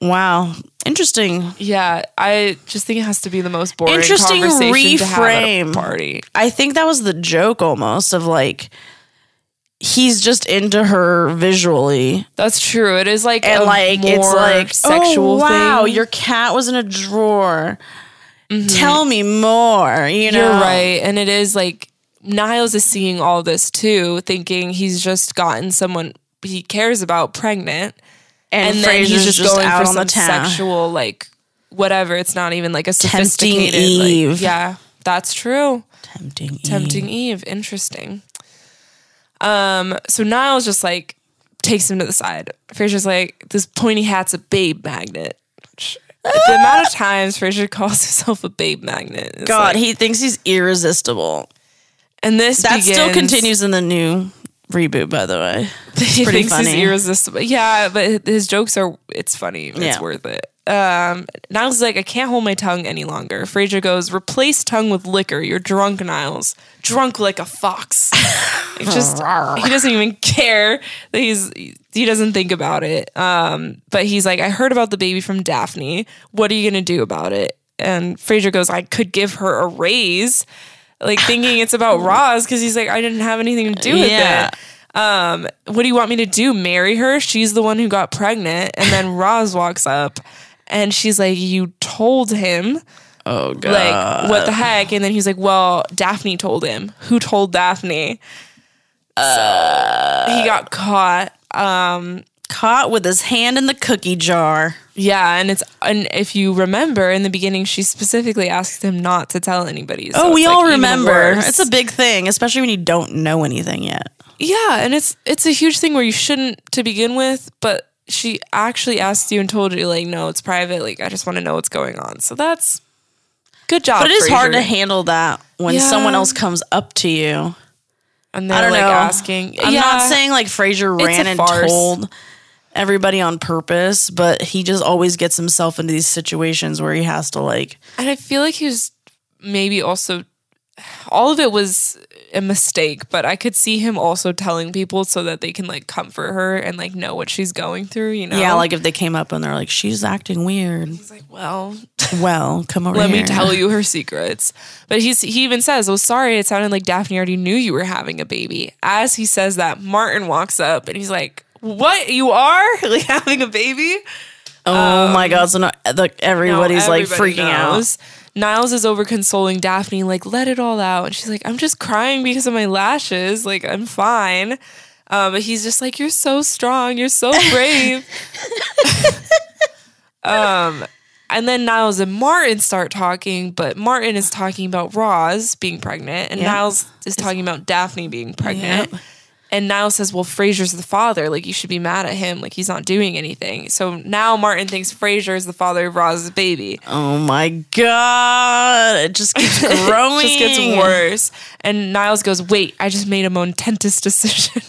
[SPEAKER 1] Wow. Interesting.
[SPEAKER 2] Yeah, I just think it has to be the most boring
[SPEAKER 1] Interesting
[SPEAKER 2] conversation to have at a
[SPEAKER 1] reframe.
[SPEAKER 2] party.
[SPEAKER 1] I think that was the joke almost of like he's just into her visually
[SPEAKER 2] That's true. It is like
[SPEAKER 1] and
[SPEAKER 2] a
[SPEAKER 1] like it's
[SPEAKER 2] more
[SPEAKER 1] like
[SPEAKER 2] sexual.
[SPEAKER 1] Oh, wow,
[SPEAKER 2] thing.
[SPEAKER 1] your cat was in a drawer. Tell me more. You know,
[SPEAKER 2] You're right, and it is like Niles is seeing all this too, thinking he's just gotten someone he cares about pregnant,
[SPEAKER 1] And,
[SPEAKER 2] and then
[SPEAKER 1] Fraser's
[SPEAKER 2] he's just, going
[SPEAKER 1] out
[SPEAKER 2] for
[SPEAKER 1] on
[SPEAKER 2] some
[SPEAKER 1] the town.
[SPEAKER 2] sexual like whatever. It's not even like a sophisticated.
[SPEAKER 1] Eve.
[SPEAKER 2] Like, yeah, that's true.
[SPEAKER 1] tempting.
[SPEAKER 2] Tempting Eve. Interesting. Um, so Niles just like takes him to the side. Fraser's like, this pointy hat's a babe magnet. much. the amount of times Frasier calls himself a babe magnet. is
[SPEAKER 1] God,
[SPEAKER 2] like-
[SPEAKER 1] he thinks he's irresistible.
[SPEAKER 2] and this
[SPEAKER 1] That still
[SPEAKER 2] begins-
[SPEAKER 1] continues in the new reboot, by the way. It's
[SPEAKER 2] he
[SPEAKER 1] pretty
[SPEAKER 2] thinks he's
[SPEAKER 1] funny.
[SPEAKER 2] irresistible. Yeah, but his jokes are it's funny. It's
[SPEAKER 1] Yeah.
[SPEAKER 2] worth it. Um, Niles is like, I can't hold my tongue any longer. Frasier goes, replace tongue with liquor. You're drunk, Niles. Drunk like a fox. It's just he doesn't even care that he's he doesn't think about it. Um, but he's like, I heard about the baby from Daphne. What are you gonna do about it? And Frasier goes, I could give her a raise. Like thinking it's about Roz because he's like, I didn't have anything to do with
[SPEAKER 1] Yeah.
[SPEAKER 2] it Um, what do you want me to do? Marry her? She's the one who got pregnant. And then Roz walks up and she's like, You told him.
[SPEAKER 1] oh, God.
[SPEAKER 2] Like, what the heck? And then he's like, Well, Daphne told him. Who told Daphne? So he got caught.
[SPEAKER 1] Caught with his hand in the cookie jar.
[SPEAKER 2] Yeah, and it's and if you remember in the beginning, she specifically asked him not to tell anybody. so
[SPEAKER 1] Oh, we
[SPEAKER 2] it's, like,
[SPEAKER 1] all
[SPEAKER 2] even
[SPEAKER 1] remember.
[SPEAKER 2] worse.
[SPEAKER 1] It's a big thing, especially when you don't know anything yet.
[SPEAKER 2] Yeah, and it's it's a huge thing where you shouldn't to begin with, but she actually asked you and told you like, no, it's private. Like, I just want to know what's going on. So that's good job.
[SPEAKER 1] But it is hard to
[SPEAKER 2] Frasier.
[SPEAKER 1] handle that when
[SPEAKER 2] Yeah.
[SPEAKER 1] someone else comes up to you.
[SPEAKER 2] And they're
[SPEAKER 1] I don't
[SPEAKER 2] like
[SPEAKER 1] know.
[SPEAKER 2] asking.
[SPEAKER 1] I'm
[SPEAKER 2] yeah,
[SPEAKER 1] not saying like Frasier
[SPEAKER 2] It's
[SPEAKER 1] ran
[SPEAKER 2] a
[SPEAKER 1] and
[SPEAKER 2] farce.
[SPEAKER 1] told everybody on purpose, but he just always gets himself into these situations where he has to like
[SPEAKER 2] and I feel like he was maybe also all of it was a mistake, but I could see him also telling people so that they can like comfort her and like know what she's going through. You know,
[SPEAKER 1] yeah, like if they came up and they're like she's acting weird.
[SPEAKER 2] It's like well,
[SPEAKER 1] Well, come over
[SPEAKER 2] Let
[SPEAKER 1] here.
[SPEAKER 2] me tell you her secrets. But he's he even says, "Well, sorry, it sounded like Daphne already knew you were having a baby." As he says that, Martin walks up and he's like, "What? You are like having a baby?"
[SPEAKER 1] Oh my god! So no, the,
[SPEAKER 2] Now
[SPEAKER 1] everybody's like
[SPEAKER 2] um, everybody
[SPEAKER 1] freaking out.
[SPEAKER 2] knows. Niles is over consoling Daphne, like, "Let it all out." And she's like, "I'm just crying because of my lashes. Like, I'm fine." Um, but he's just like, "You're so strong. You're so brave." Um, And then Niles and Martin start talking, but Martin is talking about Roz being pregnant, and
[SPEAKER 1] Yeah.
[SPEAKER 2] Niles is talking about Daphne being pregnant. And Niles says, "Well, Fraser's the father. Like you should be mad at him. Like he's not doing anything." So now Martin thinks Fraser is the father of Roz's baby.
[SPEAKER 1] Oh my god! It just keeps growing.
[SPEAKER 2] It just gets worse. And Niles goes, "Wait, I just made a momentous decision.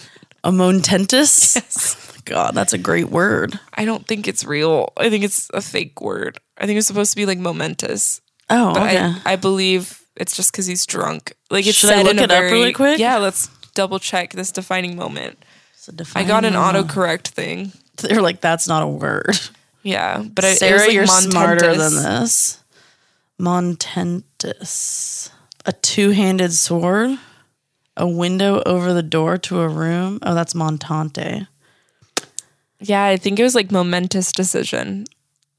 [SPEAKER 1] A momentous. Oh my god, that's a great word.
[SPEAKER 2] I don't think it's real. I think it's a fake word. I think it's supposed to be like momentous."
[SPEAKER 1] Oh,
[SPEAKER 2] but
[SPEAKER 1] okay.
[SPEAKER 2] I, I believe it's just because he's drunk. Like it's
[SPEAKER 1] Should I
[SPEAKER 2] said
[SPEAKER 1] look
[SPEAKER 2] in a
[SPEAKER 1] it up
[SPEAKER 2] very-
[SPEAKER 1] really quick?
[SPEAKER 2] Yeah, let's double check this defining moment.
[SPEAKER 1] It's a
[SPEAKER 2] I got an
[SPEAKER 1] defining-
[SPEAKER 2] autocorrect thing.
[SPEAKER 1] They're like, that's not a word.
[SPEAKER 2] Yeah, but it, it
[SPEAKER 1] Sarah,
[SPEAKER 2] was like
[SPEAKER 1] you're
[SPEAKER 2] momentous.
[SPEAKER 1] smarter than this. Montentous. A two handed sword. A window over the door to a room. Oh, that's Montante.
[SPEAKER 2] Yeah, I think it was like momentous decision.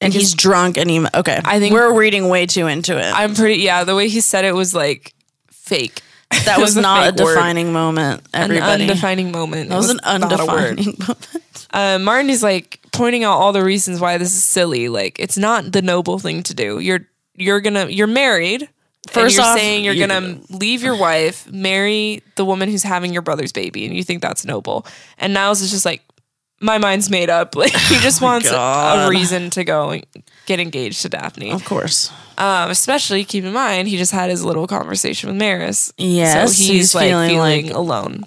[SPEAKER 1] And he's drunk and he. Okay. I
[SPEAKER 2] think-
[SPEAKER 1] we're reading way too into it.
[SPEAKER 2] I'm pretty. Yeah, the way he said it was like fake.
[SPEAKER 1] that
[SPEAKER 2] it
[SPEAKER 1] was
[SPEAKER 2] was a
[SPEAKER 1] not a
[SPEAKER 2] fake word.
[SPEAKER 1] defining moment, everybody.
[SPEAKER 2] An undefining moment.
[SPEAKER 1] that was an undefining moment.
[SPEAKER 2] Uh, Martin is like pointing out all the reasons why this is silly. Like it's not the noble thing to do. You're you're gonna you're married.
[SPEAKER 1] First
[SPEAKER 2] First, you're
[SPEAKER 1] off,
[SPEAKER 2] saying you're
[SPEAKER 1] you-
[SPEAKER 2] gonna leave your wife, marry the woman who's having your brother's baby, and you think that's noble. And Niles is just like, my mind's made up. Like he just wants a
[SPEAKER 1] Oh God.
[SPEAKER 2] reason to go and get engaged to Daphne.
[SPEAKER 1] Of course.
[SPEAKER 2] Um, especially keep in mind he just had his little conversation with Maris.
[SPEAKER 1] Yes,
[SPEAKER 2] so he's,
[SPEAKER 1] he's
[SPEAKER 2] like feeling,
[SPEAKER 1] feeling like-
[SPEAKER 2] alone.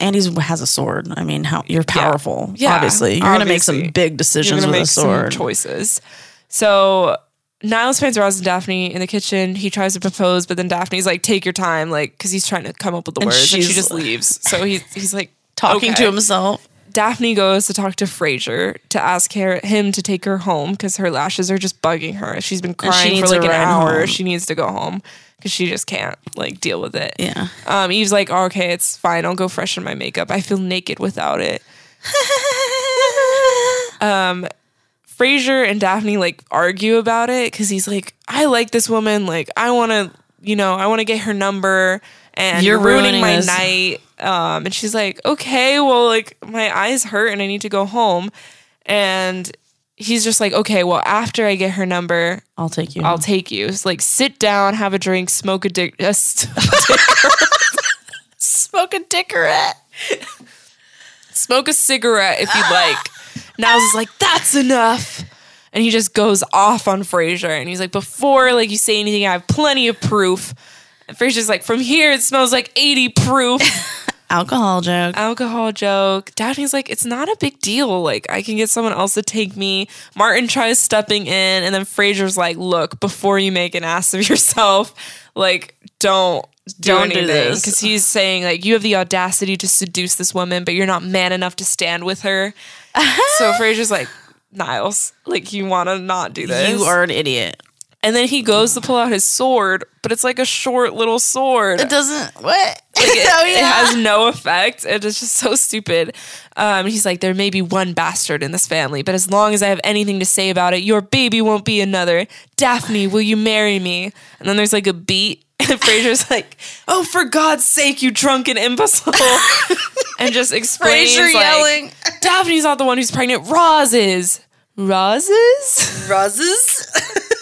[SPEAKER 1] And he has a sword. I mean, how you're powerful.
[SPEAKER 2] Yeah,
[SPEAKER 1] obviously, you're going to make some
[SPEAKER 2] obviously.
[SPEAKER 1] big decisions with a sword.
[SPEAKER 2] some choices. So Niles finds Roz and Daphne in the kitchen. He tries to propose, but then Daphne's like, "Take your time," like because he's trying to come up with the words, and she
[SPEAKER 1] she's-
[SPEAKER 2] just leaves. So he's he's like
[SPEAKER 1] Talking
[SPEAKER 2] okay.
[SPEAKER 1] to himself.
[SPEAKER 2] Daphne goes to talk to Fraser to ask her, him to take her home because her lashes are just bugging her. She's been crying for
[SPEAKER 1] needs
[SPEAKER 2] like
[SPEAKER 1] a
[SPEAKER 2] an
[SPEAKER 1] ride
[SPEAKER 2] hour.
[SPEAKER 1] home.
[SPEAKER 2] She needs to go home because she just can't like deal with it.
[SPEAKER 1] Yeah.
[SPEAKER 2] Um, Eve's like, oh, okay, it's fine. I'll go freshen my makeup. I feel naked without it. Frasier and Daphne like argue about it because he's like, I like this woman. Like, I want to, you know, I want to get her number, and you're,
[SPEAKER 1] You're
[SPEAKER 2] ruining,
[SPEAKER 1] ruining
[SPEAKER 2] my
[SPEAKER 1] this.
[SPEAKER 2] night. Um, and she's like, okay, well, like my eyes hurt and I need to go home. And he's just like, okay, well, after I get her number,
[SPEAKER 1] I'll take you.
[SPEAKER 2] I'll take you. So, like, sit down, have a drink, smoke a dick. a s-
[SPEAKER 1] smoke a dickerette.
[SPEAKER 2] smoke a cigarette if you'd like. Niles is like, that's enough. and he just goes off on Frasier, and he's like, "Before like you say anything, I have plenty of proof." And Frasier's like, "From here, it smells like eighty proof."
[SPEAKER 1] Alcohol joke.
[SPEAKER 2] alcohol joke. Daphne's like, it's not a big deal. Like, I can get someone else to take me. Martin tries stepping in, and then Fraser's like, look, before you make an ass of yourself, like, don't do
[SPEAKER 1] Don't do
[SPEAKER 2] anything.
[SPEAKER 1] this.
[SPEAKER 2] Because he's saying, like, you have the audacity to seduce this woman, but you're not man enough to stand with her. so Fraser's like, Niles, like, you want to not do this.
[SPEAKER 1] you are an idiot.
[SPEAKER 2] And then he goes to pull out his sword, but it's like a short little sword
[SPEAKER 1] It doesn't. What?
[SPEAKER 2] it,
[SPEAKER 1] oh
[SPEAKER 2] it
[SPEAKER 1] yeah.
[SPEAKER 2] has no effect. It is just so stupid. Um, he's like, there may be one bastard in this family, but as long as I have anything to say about it, your baby won't be another. Daphne, will you marry me? And then there's like a beat. And Fraser's like, "Oh, for God's sake, you drunken imbecile!" and just explains,
[SPEAKER 1] Frasier
[SPEAKER 2] like,
[SPEAKER 1] yelling.
[SPEAKER 2] "Daphne's not the one who's pregnant. Roz is. Roz is."
[SPEAKER 1] Ruzzes.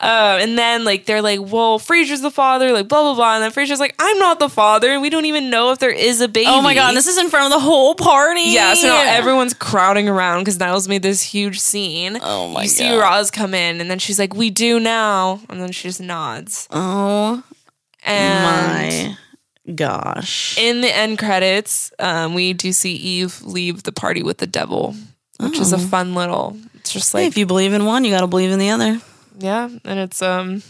[SPEAKER 2] Uh, and then like they're like, well, Frasier's the father, like blah blah blah. And then Frasier's like, I'm not the father, and we don't even know if there is a baby.
[SPEAKER 1] Oh my god, and this is in front of the whole party.
[SPEAKER 2] yeah, so now everyone's crowding around because Niles made this huge scene.
[SPEAKER 1] Oh my
[SPEAKER 2] You see
[SPEAKER 1] God.
[SPEAKER 2] Roz come in, and then she's like, "We do now," and then she just nods.
[SPEAKER 1] Oh
[SPEAKER 2] And
[SPEAKER 1] my gosh.
[SPEAKER 2] in the end credits, um, we do see Eve leave the party with the devil, which
[SPEAKER 1] Oh.
[SPEAKER 2] is a fun little. It's just
[SPEAKER 1] Hey,
[SPEAKER 2] like
[SPEAKER 1] if you believe in one, you got to believe in the other.
[SPEAKER 2] yeah, and it's um,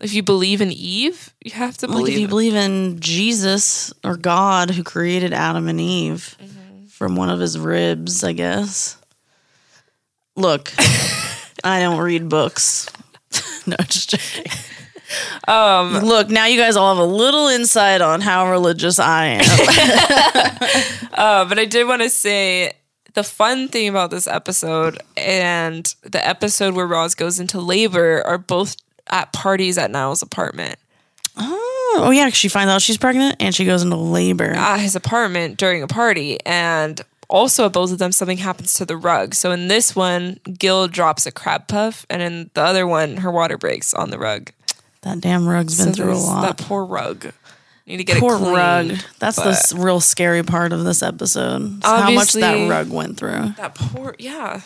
[SPEAKER 2] if you believe in Eve, you have to
[SPEAKER 1] Like if
[SPEAKER 2] believe
[SPEAKER 1] you believe in Jesus or God who created Adam and Eve
[SPEAKER 2] Mm-hmm.
[SPEAKER 1] from one of his ribs, I guess. Look, I don't read books. no, just joking. Um, Look, now you guys all have a little insight on how religious I am.
[SPEAKER 2] but I did want to say the fun thing about this episode and the episode where Roz goes into labor are both at parties at Niles' apartment.
[SPEAKER 1] oh, oh, yeah, she finds out she's pregnant and she goes into labor.
[SPEAKER 2] At his apartment during a party. And also at both of them, something happens to the rug. So in this one, Gil drops a crab puff, and in the other one, her water breaks on the rug.
[SPEAKER 1] that damn rug's been
[SPEAKER 2] So
[SPEAKER 1] through a
[SPEAKER 2] there's
[SPEAKER 1] lot.
[SPEAKER 2] That poor rug. Need to get
[SPEAKER 1] Poor
[SPEAKER 2] it cleaned.
[SPEAKER 1] rug. That's the
[SPEAKER 2] but-
[SPEAKER 1] s- real scary part of this episode. is How much that
[SPEAKER 2] Obviously-
[SPEAKER 1] rug went through.
[SPEAKER 2] That poor, yeah.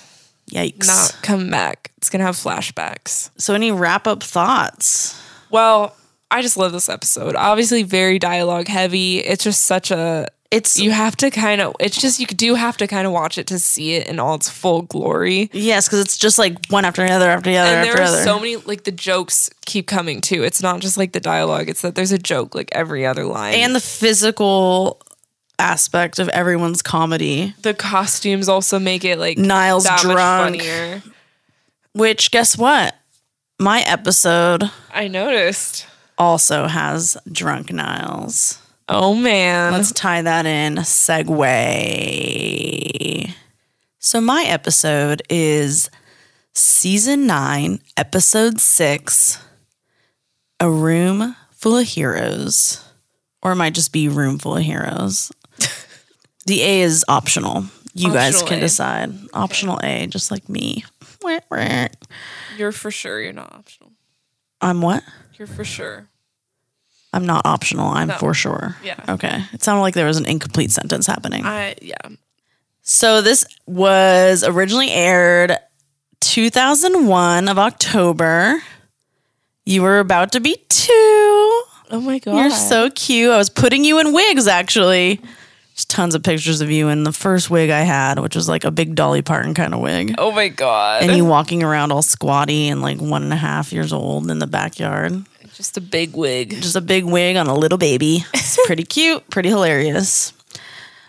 [SPEAKER 1] Yikes.
[SPEAKER 2] Not come back. It's gonna have flashbacks.
[SPEAKER 1] So, any wrap up thoughts?
[SPEAKER 2] Well, I just love this episode. Obviously, very dialogue heavy. It's just such a.
[SPEAKER 1] It's
[SPEAKER 2] You have to kind of. It's just you do have to kind of watch it to see it in all its full glory.
[SPEAKER 1] yes, because it's just like one after another after the other
[SPEAKER 2] And
[SPEAKER 1] after
[SPEAKER 2] there are
[SPEAKER 1] other.
[SPEAKER 2] so many like the jokes keep coming too. It's not just like the dialogue. It's that there's a joke like every other line.
[SPEAKER 1] and the physical aspect of everyone's comedy,
[SPEAKER 2] the costumes also make it like
[SPEAKER 1] Niles
[SPEAKER 2] that much
[SPEAKER 1] drunk.
[SPEAKER 2] funnier.
[SPEAKER 1] which guess what? My episode
[SPEAKER 2] I noticed.
[SPEAKER 1] also has drunk Niles.
[SPEAKER 2] Oh man.
[SPEAKER 1] Let's tie that in. Segue. So, my episode is season nine, episode six A Room Full of Heroes. Or it might just be Room Full of Heroes. the A is optional. You guys
[SPEAKER 2] Optional
[SPEAKER 1] can
[SPEAKER 2] A.
[SPEAKER 1] decide. Optional A, just like me. Wah, wah.
[SPEAKER 2] you're for sure. You're not optional.
[SPEAKER 1] I'm what?
[SPEAKER 2] You're for sure.
[SPEAKER 1] I'm not optional. I'm for sure.
[SPEAKER 2] Yeah.
[SPEAKER 1] Okay. It sounded like there was an incomplete sentence happening.
[SPEAKER 2] I yeah.
[SPEAKER 1] So this was originally aired 2001 of October. You were about to be 2
[SPEAKER 2] Oh my god.
[SPEAKER 1] You're so cute. I was putting you in wigs actually. There's tons of pictures of you in the first wig I had, which was like a big Dolly Parton kind of wig.
[SPEAKER 2] Oh my god.
[SPEAKER 1] And you walking around all squatty and like one and a half years old in the backyard.
[SPEAKER 2] Just a big wig.
[SPEAKER 1] Just a big wig on a little baby. It's pretty cute, pretty hilarious.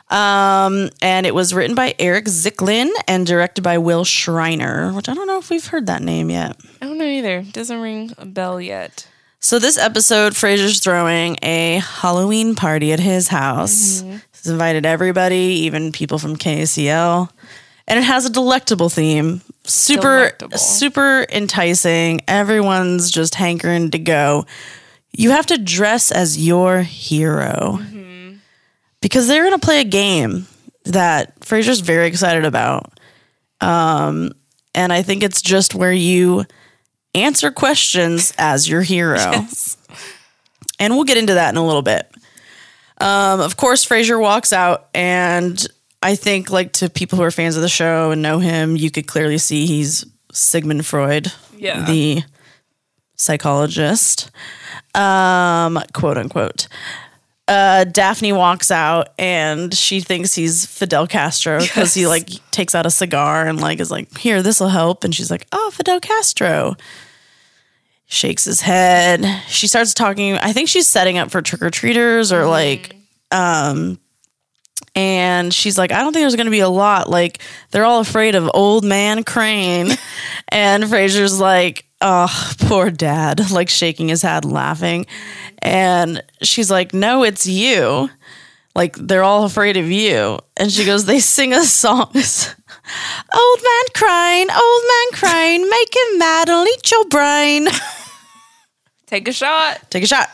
[SPEAKER 1] Um, and it was written by Eric Zicklin and directed by Will Schreiner, which I don't know if we've heard that name yet.
[SPEAKER 2] I don't know either. Doesn't ring a bell yet.
[SPEAKER 1] So this episode, Fraser's throwing a Halloween party at his house. He's invited everybody, even people from KCL. And it has a delectable theme. Super
[SPEAKER 2] Delectable.
[SPEAKER 1] super enticing. Everyone's just hankering to go. You have to dress as your hero. Because they're gonna play a game that Fraser's very excited about. Um, and I think it's just where you answer questions as your hero. And we'll get into that in a little bit. Um, of course, Fraser walks out and I think, like, to people who are fans of the show and know him, you could clearly see he's Sigmund Freud,
[SPEAKER 2] Yeah.
[SPEAKER 1] the psychologist, um, quote unquote. Uh, Daphne walks out and she thinks he's Fidel Castro because he
[SPEAKER 2] Yes.
[SPEAKER 1] like takes out a cigar and like is like, here, this will help. And she's like, oh, Fidel Castro. Shakes his head. She starts talking. I think she's setting up for trick or treaters or like and she's like, I don't think there's going to be a lot. Like, they're all afraid of old man Crane. and Fraser's like, oh, poor dad, like shaking his head, laughing. And she's like, no, it's you. Like, they're all afraid of you. And she goes, they sing us songs. Old man Crane, old man Crane, make him mad, I'll eat your brain
[SPEAKER 2] Take a shot.
[SPEAKER 1] take a shot.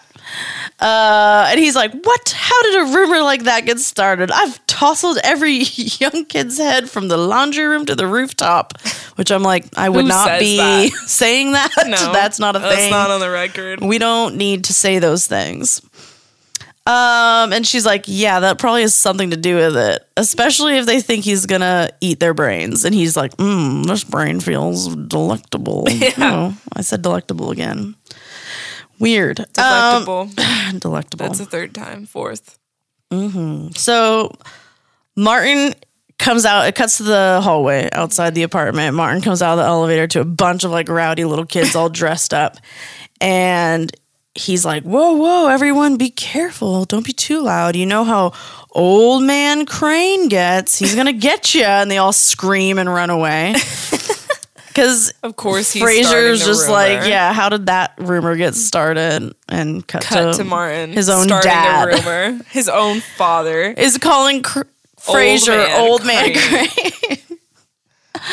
[SPEAKER 1] Uh, and he's like, What? How did a rumor like that get started? I've tousled every young kid's head from the laundry room to the rooftop, which I'm like, I would
[SPEAKER 2] Who
[SPEAKER 1] not
[SPEAKER 2] says
[SPEAKER 1] be
[SPEAKER 2] that?
[SPEAKER 1] saying that.
[SPEAKER 2] No,
[SPEAKER 1] That's not a thing.
[SPEAKER 2] That's not on the record.
[SPEAKER 1] we don't need to say those things. Um, and she's like, Yeah, that probably has something to do with it, especially if they think he's gonna eat their brains. And he's like, Mmm, this brain feels delectable. Oh, I said delectable again. Weird. Um,
[SPEAKER 2] Delectable.
[SPEAKER 1] delectable.
[SPEAKER 2] That's the third time. Fourth.
[SPEAKER 1] so Martin comes out, it cuts to the hallway outside the apartment. Martin comes out of the elevator to a bunch of like rowdy little kids all dressed up. And he's like, Whoa, whoa, everyone be careful. Don't be too loud. You know how old man Crane gets. He's going to get you. And they all scream and run away. Because
[SPEAKER 2] Of course, he's
[SPEAKER 1] Fraser's just
[SPEAKER 2] starting the
[SPEAKER 1] like,
[SPEAKER 2] rumor.
[SPEAKER 1] yeah, how did that rumor get started? And cut,
[SPEAKER 2] Cut to Martin.
[SPEAKER 1] his own
[SPEAKER 2] starting
[SPEAKER 1] dad.
[SPEAKER 2] The rumor. His own father.
[SPEAKER 1] is calling Cr- Fraser
[SPEAKER 2] man
[SPEAKER 1] old man
[SPEAKER 2] Crane.
[SPEAKER 1] Crane.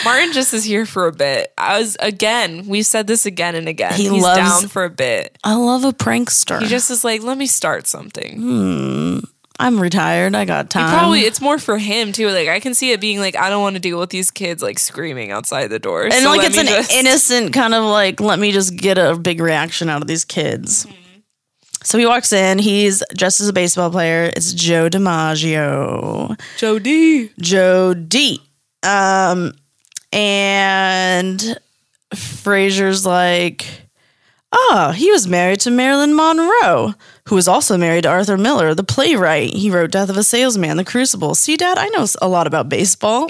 [SPEAKER 2] Martin just is here for a bit. I was again. We've said this again and again.
[SPEAKER 1] He
[SPEAKER 2] he's
[SPEAKER 1] loves-
[SPEAKER 2] down for a bit.
[SPEAKER 1] I love a prankster.
[SPEAKER 2] He just is like, let me start something.
[SPEAKER 1] Hmm. I'm retired. I got time.
[SPEAKER 2] Probably it's more for him too. Like I can see it being like, I don't want to deal with these kids like screaming outside the door.
[SPEAKER 1] and
[SPEAKER 2] So
[SPEAKER 1] like
[SPEAKER 2] let
[SPEAKER 1] it's
[SPEAKER 2] me
[SPEAKER 1] an
[SPEAKER 2] just-
[SPEAKER 1] innocent kind of like let me just get a big reaction out of these kids.
[SPEAKER 2] Mm-hmm.
[SPEAKER 1] So he walks in. He's dressed as a baseball player. It's Joe DiMaggio.
[SPEAKER 2] Jody.
[SPEAKER 1] Joe D. Um, and Frasier's like, ah, he was married to Marilyn Monroe, who was also married to Arthur Miller, the playwright. He wrote Death of a Salesman, The Crucible. See, Dad, I know a lot about baseball.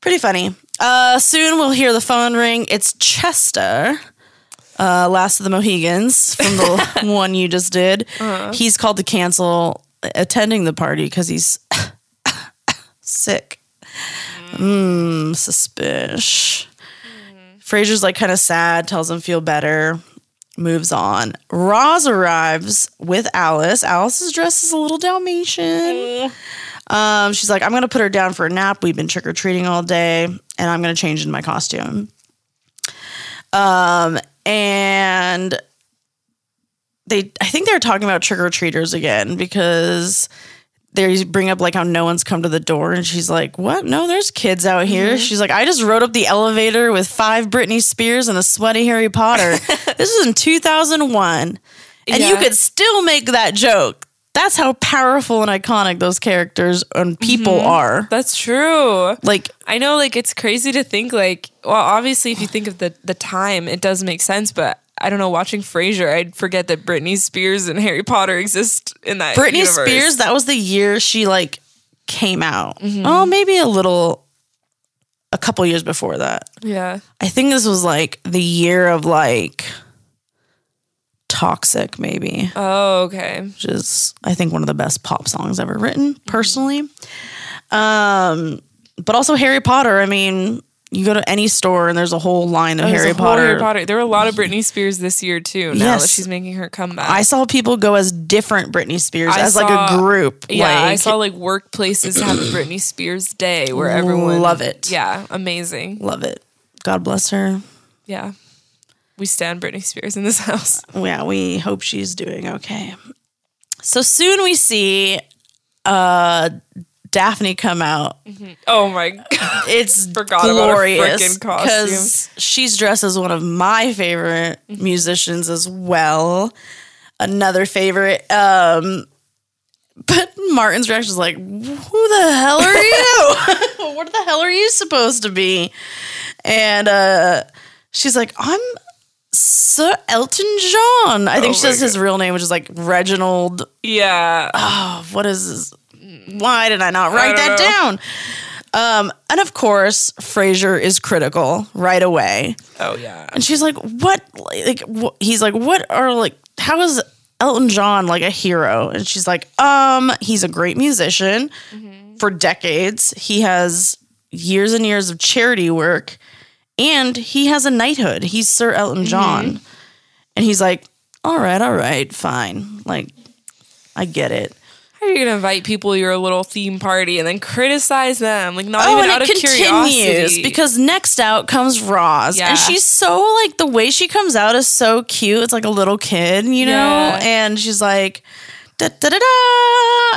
[SPEAKER 1] Pretty funny. Uh, soon we'll hear the phone ring. It's Chester, uh, Last of the Mohegans from the one you just did. He's called to cancel attending the party because he's sick. Mmm, suspish. Fraser's like kind of sad, tells him feel better, moves on. Roz arrives with Alice. Alice is dressed as a little Dalmatian. Um, she's like, I'm gonna put her down for a nap. We've been trick or treating all day, and I'm gonna change into my costume. Um, and they, I think they're talking about trick or treaters again because they bring up like how no one's come to the door and she's like what no there's kids out here she's like i just rode up the elevator with five britney spears and a sweaty harry potter this was in 2001 and you
[SPEAKER 2] Yeah.
[SPEAKER 1] could still make that joke that's how powerful and iconic those characters and people are
[SPEAKER 2] That's true.
[SPEAKER 1] like
[SPEAKER 2] I know, like it's crazy to think, like, well, obviously, if you think of the the time, it does make sense. But I don't know, watching Frasier, I'd forget that Britney Spears and Harry Potter exist in that.
[SPEAKER 1] Britney
[SPEAKER 2] universe.
[SPEAKER 1] Spears, that was the year she like came out.
[SPEAKER 2] Mm-hmm.
[SPEAKER 1] Oh, maybe a little, a couple years before that.
[SPEAKER 2] Yeah,
[SPEAKER 1] I think this was like the year of like Toxic, maybe,
[SPEAKER 2] Oh, okay.
[SPEAKER 1] which is, I think, one of the best pop songs ever written,
[SPEAKER 2] Mm-hmm.
[SPEAKER 1] personally. Um, but also Harry Potter. I mean, you go to any store and there's a whole line of
[SPEAKER 2] There's
[SPEAKER 1] Harry
[SPEAKER 2] a whole
[SPEAKER 1] Potter.
[SPEAKER 2] Harry Potter. There were a lot of Britney Spears this year too. Now that
[SPEAKER 1] Yes.
[SPEAKER 2] she's making her comeback,
[SPEAKER 1] I saw people go as different Britney Spears
[SPEAKER 2] I
[SPEAKER 1] as like a
[SPEAKER 2] saw-
[SPEAKER 1] group.
[SPEAKER 2] yeah,
[SPEAKER 1] like,
[SPEAKER 2] I saw like workplaces have a Britney Spears day where everyone
[SPEAKER 1] Love it.
[SPEAKER 2] Yeah, amazing.
[SPEAKER 1] love it. God bless her.
[SPEAKER 2] Yeah, we stand Britney Spears in this house.
[SPEAKER 1] yeah, we hope she's doing okay. So soon we see uh Daphne come out.
[SPEAKER 2] Oh my god.
[SPEAKER 1] It's
[SPEAKER 2] Forgot about her
[SPEAKER 1] glorious
[SPEAKER 2] frickin' costume.
[SPEAKER 1] because she's dressed as one of my favorite
[SPEAKER 2] Mm-hmm.
[SPEAKER 1] musicians as well. Another favorite, um, But Martin's reaction is like, "Who the hell are you? what the hell are you supposed to be?" And uh, she's like, "I'm Sir Elton John." I think she
[SPEAKER 2] Oh my
[SPEAKER 1] says his real name, which is like Reginald.
[SPEAKER 2] Yeah.
[SPEAKER 1] Oh, what is this? Why did I not write
[SPEAKER 2] don't
[SPEAKER 1] that
[SPEAKER 2] know.
[SPEAKER 1] down? Um, and of course, Frasier is critical right away.
[SPEAKER 2] Oh yeah.
[SPEAKER 1] And she's like, "What?" Like wh- he's like, "What are like? How is Elton John like a hero?" And she's like, "Um, he's a great musician.
[SPEAKER 2] Mm-hmm.
[SPEAKER 1] For decades, he has years and years of charity work, and he has a knighthood. He's Sir
[SPEAKER 2] Mm-hmm.
[SPEAKER 1] Elton John." And he's like, "All right, all right, fine. Like, I get it."
[SPEAKER 2] How are you gonna invite people to your little theme party and then criticize them? Like
[SPEAKER 1] Oh,
[SPEAKER 2] not even out of curiosity.
[SPEAKER 1] because next out comes Roz,
[SPEAKER 2] Yeah.
[SPEAKER 1] and she's so like the way she comes out is so cute. It's like a little kid, you know,
[SPEAKER 2] Yeah.
[SPEAKER 1] and she's like. Da, da, da, da,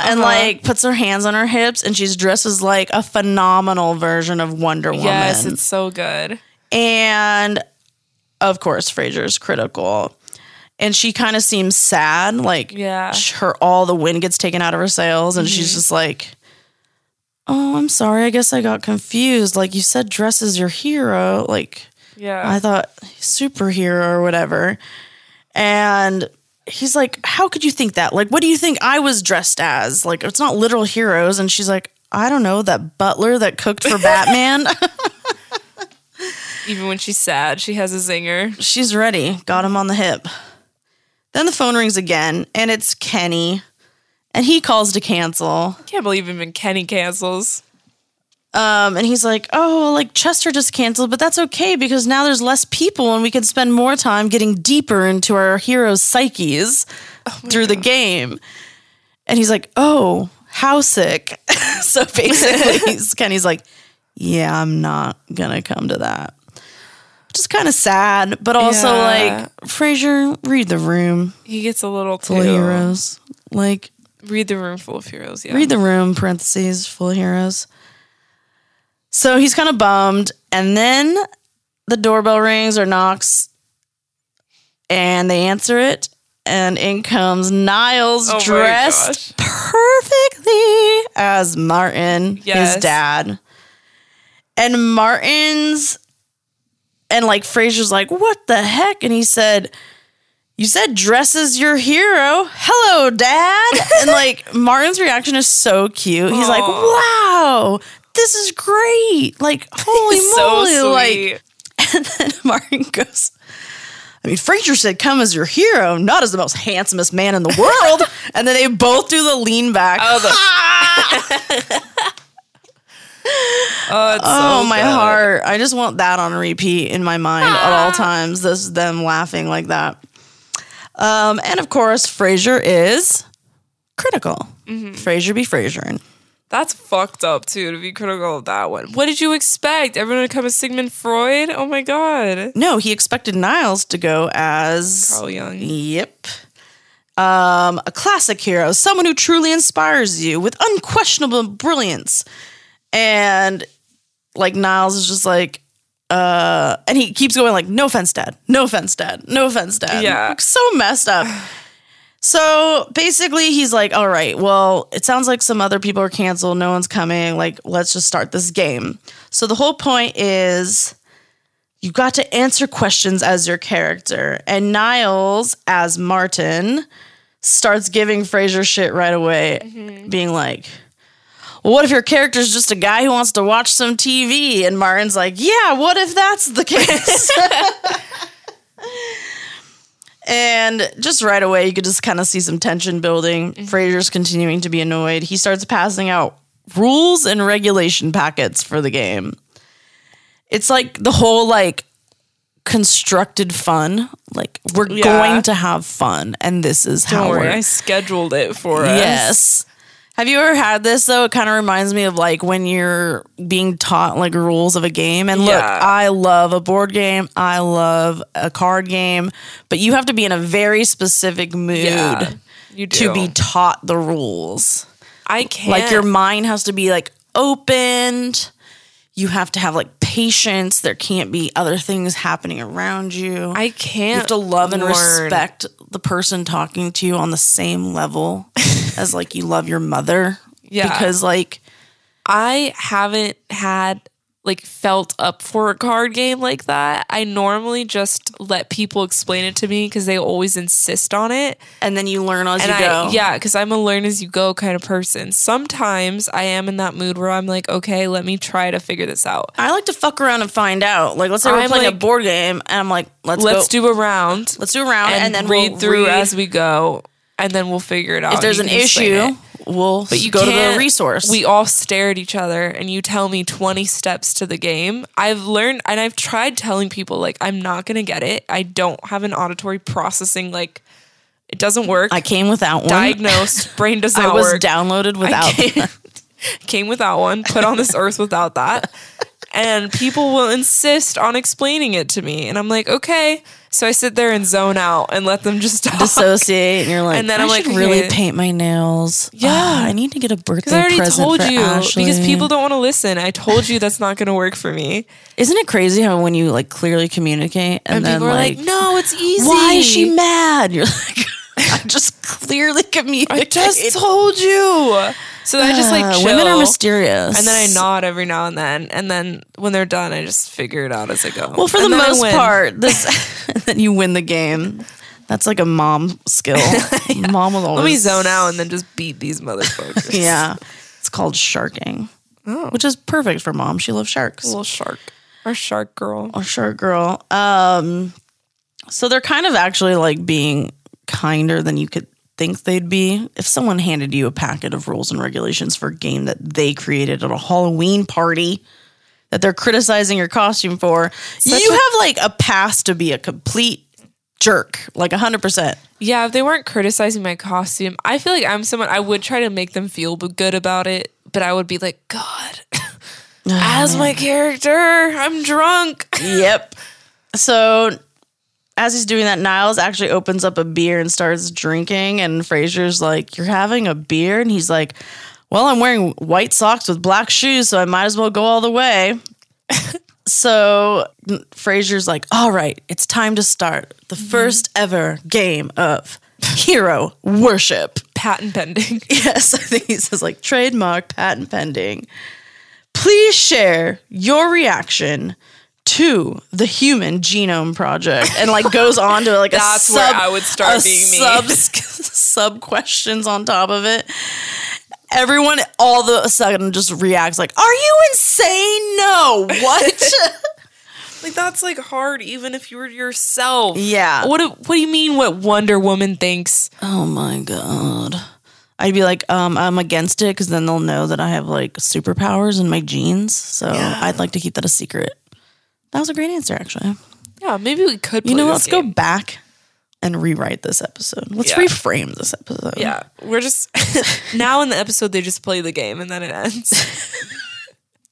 [SPEAKER 1] And
[SPEAKER 2] Uh-huh.
[SPEAKER 1] like puts her hands on her hips, and she's dressed as like a phenomenal version of Wonder Woman.
[SPEAKER 2] yes, it's so good.
[SPEAKER 1] and of course, Frasier's critical, and she kind of seems sad. Like
[SPEAKER 2] Yeah.
[SPEAKER 1] sh- her all the wind gets taken out of her sails, and she's just like, "Oh, I'm sorry. I guess I got confused. Like you said, dress as your hero. Like
[SPEAKER 2] Yeah.
[SPEAKER 1] I thought superhero or whatever." And he's like, "How could you think that? Like, what do you think I was dressed as? Like, it's not literal heroes." And she's like, "I don't know. That butler that cooked for Batman."
[SPEAKER 2] even when she's sad, she has a zinger.
[SPEAKER 1] She's ready. Got him on the hip. Then the phone rings again, and it's Kenny. And he calls to cancel.
[SPEAKER 2] I can't believe even Kenny cancels.
[SPEAKER 1] Um, and he's like, Oh, like Chester just canceled, but that's okay because now there's less people and we can spend more time getting deeper into our heroes' psyches through the game. And he's like, Oh, how sick. so basically, he's, Kenny's like, Yeah, I'm not going to come to that. Which is kind of sad, but also
[SPEAKER 2] Yeah.
[SPEAKER 1] like, Frasier, read the room,
[SPEAKER 2] He gets a little too.
[SPEAKER 1] full of heroes. Like,
[SPEAKER 2] Read the room full of heroes. Yeah.
[SPEAKER 1] Read the room, parentheses, full of heroes. So he's kind of bummed. And then the doorbell rings or knocks, and they answer it. And in comes Niles,
[SPEAKER 2] Oh my
[SPEAKER 1] dressed perfectly as Martin,
[SPEAKER 2] Yes.
[SPEAKER 1] his dad. And Martin's, and like Fraser's like, what the heck? And he said, you said dress as your hero. Hello, dad. and like Martin's reaction is so cute. He's like,
[SPEAKER 2] Aw.
[SPEAKER 1] wow, this is great. Like, holy
[SPEAKER 2] so
[SPEAKER 1] moly.
[SPEAKER 2] sweet.
[SPEAKER 1] Like, and then Martin goes, I mean, Frazier said, come as your hero, not as the most handsomest man in the world. and then they both do the lean back.
[SPEAKER 2] oh, the- oh, it's
[SPEAKER 1] Oh,
[SPEAKER 2] so
[SPEAKER 1] my
[SPEAKER 2] good.
[SPEAKER 1] heart. I just want that on repeat in my mind at all times. This them laughing like that. Um, and of course, Frasier is critical. Frasier be Frasier.
[SPEAKER 2] That's fucked up too to be critical of that one. What did you expect? Everyone to come as Sigmund Freud? Oh my god.
[SPEAKER 1] No, he expected Niles to go as
[SPEAKER 2] Carl Young.
[SPEAKER 1] Yep. Um, a classic hero, someone who truly inspires you with unquestionable brilliance. And like Niles is just like, uh, and he keeps going like, no offense, dad, no offense, dad, no offense, dad.
[SPEAKER 2] Yeah.
[SPEAKER 1] So messed up. So basically he's like, all right, well, it sounds like some other people are canceled. No one's coming. Like, let's just start this game. So the whole point is you got to answer questions as your character. And Niles, as Martin, starts giving Frasier shit right away, being like, well, what if your character's just a guy who wants to watch some TV? And Martin's like, yeah, what if that's the case? and just right away, you could just kind of see some tension building.
[SPEAKER 2] Mm-hmm.
[SPEAKER 1] Frasier's continuing to be annoyed. He starts passing out rules and regulation packets for the game. It's like the whole like constructed fun. Like we're
[SPEAKER 2] Yeah.
[SPEAKER 1] going to have fun, and this is
[SPEAKER 2] Don't
[SPEAKER 1] how
[SPEAKER 2] worry,
[SPEAKER 1] we're
[SPEAKER 2] I scheduled it for us.
[SPEAKER 1] Yes. Have you ever had this though? It kind of reminds me of like when you're being taught like rules of a game. And look,
[SPEAKER 2] Yeah.
[SPEAKER 1] I love a board game. I love a card game, but you have to be in a very specific mood
[SPEAKER 2] Yeah, you do.
[SPEAKER 1] to be taught the rules.
[SPEAKER 2] I can't.
[SPEAKER 1] Like your mind has to be like opened. You have to have like patience. There can't be other things happening around you.
[SPEAKER 2] I can't.
[SPEAKER 1] You have to love and
[SPEAKER 2] learn.
[SPEAKER 1] respect the person talking to you on the same level. as like you love your mother.
[SPEAKER 2] Yeah.
[SPEAKER 1] Because like
[SPEAKER 2] I haven't had like felt up for a card game like that. I normally just let people explain it to me because they always insist on it.
[SPEAKER 1] and then you learn as
[SPEAKER 2] And
[SPEAKER 1] you
[SPEAKER 2] I,
[SPEAKER 1] go.
[SPEAKER 2] yeah, because I'm a learn as you go kind of person. Sometimes I am in that mood where I'm like, okay, let me try to figure this out.
[SPEAKER 1] I like to fuck around and find out. Like let's say we're
[SPEAKER 2] I'm
[SPEAKER 1] playing a
[SPEAKER 2] like-
[SPEAKER 1] board game and I'm like, let's
[SPEAKER 2] Let's
[SPEAKER 1] go-
[SPEAKER 2] do a round
[SPEAKER 1] let's do a round
[SPEAKER 2] and,
[SPEAKER 1] and, then
[SPEAKER 2] read
[SPEAKER 1] we'll
[SPEAKER 2] through
[SPEAKER 1] read.
[SPEAKER 2] as we go, and then we'll figure it out.
[SPEAKER 1] if there's
[SPEAKER 2] You
[SPEAKER 1] an
[SPEAKER 2] can explain
[SPEAKER 1] issue,
[SPEAKER 2] it.
[SPEAKER 1] we'll
[SPEAKER 2] But you
[SPEAKER 1] go to the
[SPEAKER 2] can't-
[SPEAKER 1] resource.
[SPEAKER 2] We all stare at each other, and you tell me 20 steps to the game. I've learned, and I've tried telling people, like, I'm not going to get it. I don't have an auditory processing, like, it doesn't work.
[SPEAKER 1] I came without one.
[SPEAKER 2] Diagnosed, brain does
[SPEAKER 1] I
[SPEAKER 2] not
[SPEAKER 1] was
[SPEAKER 2] work.
[SPEAKER 1] downloaded without.
[SPEAKER 2] came, came without one, put on this earth without that. And people will insist on explaining it to me. And I'm like, okay. So I sit there and zone out and let them just talk.
[SPEAKER 1] Associate, and you're like,
[SPEAKER 2] And then
[SPEAKER 1] I
[SPEAKER 2] I'm like,
[SPEAKER 1] should really
[SPEAKER 2] okay.
[SPEAKER 1] paint my nails. Yeah, I need to get a birthday
[SPEAKER 2] Because I already
[SPEAKER 1] present
[SPEAKER 2] told
[SPEAKER 1] for
[SPEAKER 2] you.
[SPEAKER 1] Ashley.
[SPEAKER 2] Because people don't want to listen. I told you that's not going to work for me.
[SPEAKER 1] Isn't it crazy how when you like clearly communicate and,
[SPEAKER 2] And
[SPEAKER 1] then
[SPEAKER 2] people are like, no, it's easy.
[SPEAKER 1] why is she mad? You're like, I just clearly communicate.
[SPEAKER 2] I just told you. So I just like
[SPEAKER 1] Uh,
[SPEAKER 2] chill.
[SPEAKER 1] women are mysterious,
[SPEAKER 2] And then I nod every now and then. And then when they're done, I just figure it out as I go.
[SPEAKER 1] Well, for
[SPEAKER 2] And
[SPEAKER 1] the
[SPEAKER 2] then I
[SPEAKER 1] most
[SPEAKER 2] win.
[SPEAKER 1] part, this then you win the game. That's like a mom skill. Mom will always
[SPEAKER 2] Let me zone out and then just beat these motherfuckers.
[SPEAKER 1] Yeah, it's called sharking,
[SPEAKER 2] Oh.
[SPEAKER 1] which is perfect for mom. She loves sharks.
[SPEAKER 2] Little shark. Our shark girl.
[SPEAKER 1] Oh, sure, girl. Um, so they're kind of actually like being kinder than you could think they'd be. If someone handed you a packet of rules and regulations for a game that they created at a Halloween party that they're criticizing your costume for, you
[SPEAKER 2] a-
[SPEAKER 1] have like a pass to be a complete jerk, like 100%.
[SPEAKER 2] Yeah, if they weren't criticizing my costume, I feel like I'm someone I would try to make them feel b- good about it, but I would be like, God,
[SPEAKER 1] Ah,
[SPEAKER 2] as my character, I'm drunk.
[SPEAKER 1] yep. So as he's doing that, Niles actually opens up a beer and starts drinking. And Fraser's like, You're having a beer? And he's like, Well, I'm wearing white socks with black shoes, so I might as well go all the way. so Fraser's like, All right, it's time to start the first ever game of hero worship.
[SPEAKER 2] Patent pending.
[SPEAKER 1] Yes, I think he says like trademark, patent pending. Please share your reaction to the Human Genome Project, and like goes on to like
[SPEAKER 2] That's
[SPEAKER 1] a
[SPEAKER 2] where
[SPEAKER 1] sub,
[SPEAKER 2] I would start
[SPEAKER 1] a
[SPEAKER 2] being me.
[SPEAKER 1] sub sub questions on top of it. Everyone all of a sudden just reacts like, "Are you insane? No, what?"
[SPEAKER 2] Like that's like hard, even if you were yourself.
[SPEAKER 1] Yeah.
[SPEAKER 2] What do, What do you mean? What Wonder Woman thinks?
[SPEAKER 1] oh my god. I'd be like, um, I'm against it because then they'll know that I have like superpowers in my genes. So I'd like to keep that a secret. That was a great answer, actually.
[SPEAKER 2] Yeah, maybe we could. Play
[SPEAKER 1] You know,
[SPEAKER 2] this
[SPEAKER 1] let's go
[SPEAKER 2] game.
[SPEAKER 1] back and rewrite this episode. Let's
[SPEAKER 2] Yeah.
[SPEAKER 1] reframe this episode.
[SPEAKER 2] Yeah, we're just now in the episode. They just play the game and then it ends.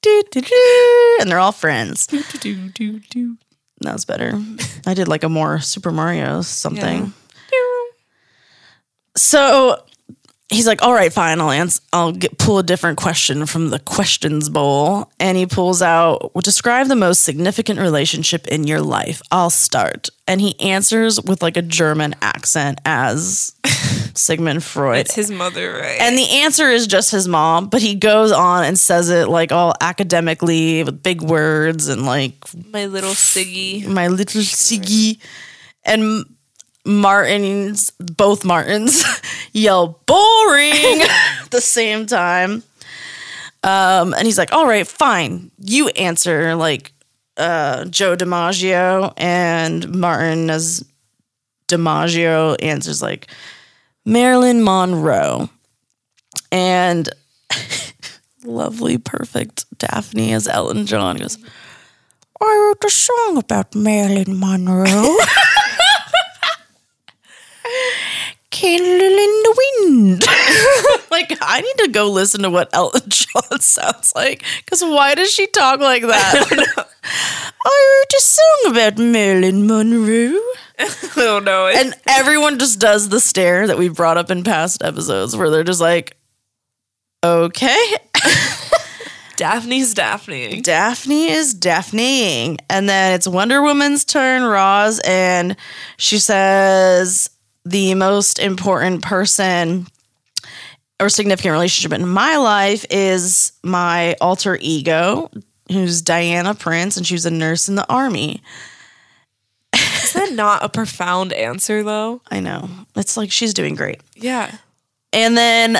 [SPEAKER 1] Do, do, do. And they're all friends.
[SPEAKER 2] do, do, do, do, do.
[SPEAKER 1] That was better. I did like a more Super Mario something. So he's like, "All right, fine. I'll ans- I'll get, pull a different question from the questions bowl." And he pulls out, well, "Describe the most significant relationship in your life." I'll start, and he answers with like a German accent as Sigmund Freud.
[SPEAKER 2] It's his mother, right?
[SPEAKER 1] And the answer is just his mom, but he goes on and says it like all academically with big words and like
[SPEAKER 2] my little Siggy.
[SPEAKER 1] my little Siggy and Martins, both Martins, yell boring at the same time. Um, and he's like, all right, fine. You answer like uh, Joe DiMaggio. And Martin as DiMaggio answers like Marilyn Monroe. And lovely, perfect Daphne as Ellen John goes, I wrote a song about Marilyn Monroe. Candle in the wind. like, I need to go listen to what Elton John sounds like. Because why does she talk like that? I, wrote a song about Marilyn Monroe.
[SPEAKER 2] Oh no!
[SPEAKER 1] And everyone just does the stare that we brought up in past episodes where they're just like, okay.
[SPEAKER 2] Daphne's Daphne.
[SPEAKER 1] Daphne is Daphneing. And then it's Wonder Woman's turn, Roz, and she says the most important person or significant relationship in my life is my alter ego, who's Diana Prince, and she was a nurse in the army.
[SPEAKER 2] Is that not a profound answer though?
[SPEAKER 1] I know. It's like she's doing great.
[SPEAKER 2] Yeah.
[SPEAKER 1] And then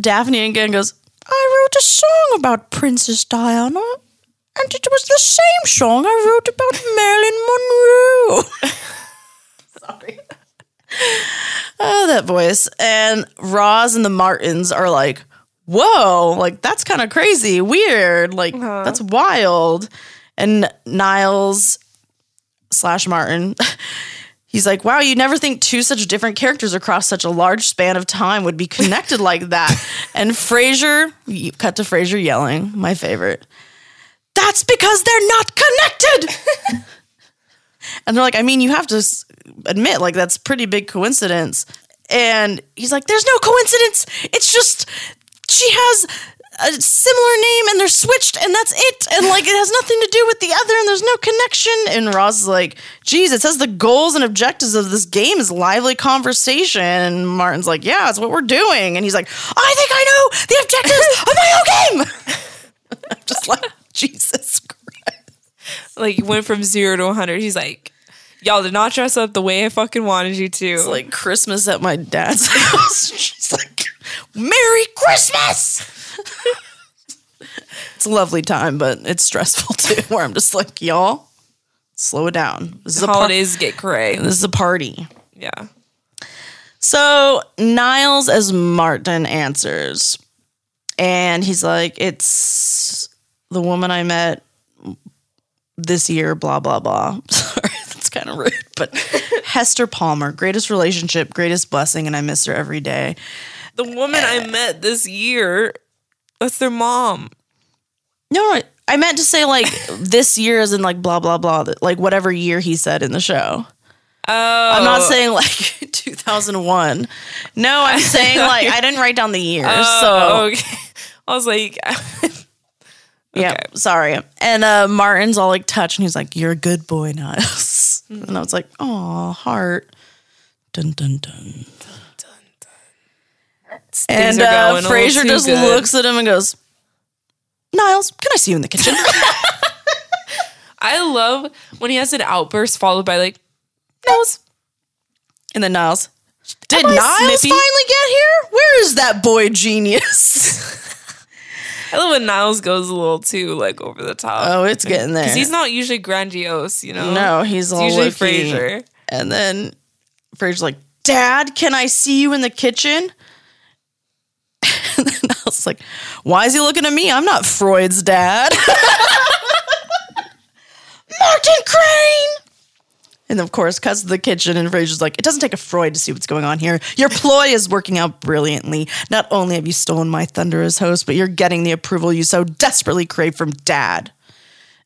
[SPEAKER 1] Daphne again goes, I wrote a song about Princess Diana. And it was the same song I wrote about Marilyn Monroe. Sorry. Oh, that voice. And Roz and the Martins are like, whoa, like that's kind of crazy, weird, like that's wild. And Niles slash Martin He's like, wow, you never think two such different characters across such a large span of time would be connected like that. And Frasier, you- cut to Frasier yelling, my favorite. That's because they're not connected. and they're like, I mean, you have to s- admit, like, that's pretty big coincidence. And he's like, there's no coincidence. It's just she has a similar name and they're switched and that's it. And like it has nothing to do with the other and there's no connection. And Ross is like, geez, it says the goals and objectives of this game is lively conversation. And Martin's like, yeah, it's what we're doing. And he's like, I think I know the objectives of my own game. I'm just like, Jesus Christ.
[SPEAKER 2] Like you went from zero to 100. He's like, y'all did not dress up the way I fucking wanted you to.
[SPEAKER 1] It's like Christmas at my dad's house. She's like, Merry Christmas! it's a lovely time, but it's stressful too, where I'm just like, y'all, slow it down. This is a party.
[SPEAKER 2] holidays get gray.
[SPEAKER 1] This is a party.
[SPEAKER 2] Yeah.
[SPEAKER 1] So Niles as Martin answers, and he's like, "It's the woman I met this year." Blah blah blah. Sorry, that's kind of rude, but Hester Palmer, greatest relationship, greatest blessing, and I miss her every day.
[SPEAKER 2] The woman I met this year, that's their mom.
[SPEAKER 1] No, no, I meant to say like this year, as in like blah blah blah, that- like whatever year he said in the show.
[SPEAKER 2] Oh,
[SPEAKER 1] I'm not saying like 2001. No, I'm saying like I didn't write down the year, so
[SPEAKER 2] Oh, okay. I was like,
[SPEAKER 1] Yeah, sorry. And uh, Martin's all like touched, and he's like, "You're a good boy, Niles."
[SPEAKER 2] Mm-hmm.
[SPEAKER 1] And I was like, "Aw, heart." Dun dun dun. And
[SPEAKER 2] are
[SPEAKER 1] uh,
[SPEAKER 2] going a little
[SPEAKER 1] Fraser
[SPEAKER 2] too
[SPEAKER 1] just
[SPEAKER 2] good.
[SPEAKER 1] looks at him and goes, "Niles, can I see you in the kitchen?"
[SPEAKER 2] I love when he has an outburst followed by like, nose.
[SPEAKER 1] and then Niles, did
[SPEAKER 2] I
[SPEAKER 1] Niles
[SPEAKER 2] snippy?"
[SPEAKER 1] finally get here? Where is that boy genius?
[SPEAKER 2] I love when Niles goes a little too like over the top.
[SPEAKER 1] oh, it's getting there.
[SPEAKER 2] Because he's not usually grandiose, you know?
[SPEAKER 1] no, he's
[SPEAKER 2] It's
[SPEAKER 1] all
[SPEAKER 2] usually
[SPEAKER 1] usually
[SPEAKER 2] Fraser.
[SPEAKER 1] And then Fraser's like, Dad, can I see you in the kitchen? And then I was like, Why is he looking at me? I'm not Freud's dad. Martin Crane! And of course, cuts to the kitchen, and Fraser's like, It doesn't take a Freud to see what's going on here. Your ploy is working out brilliantly. Not only have you stolen my thunderous host, but you're getting the approval you so desperately crave from Dad.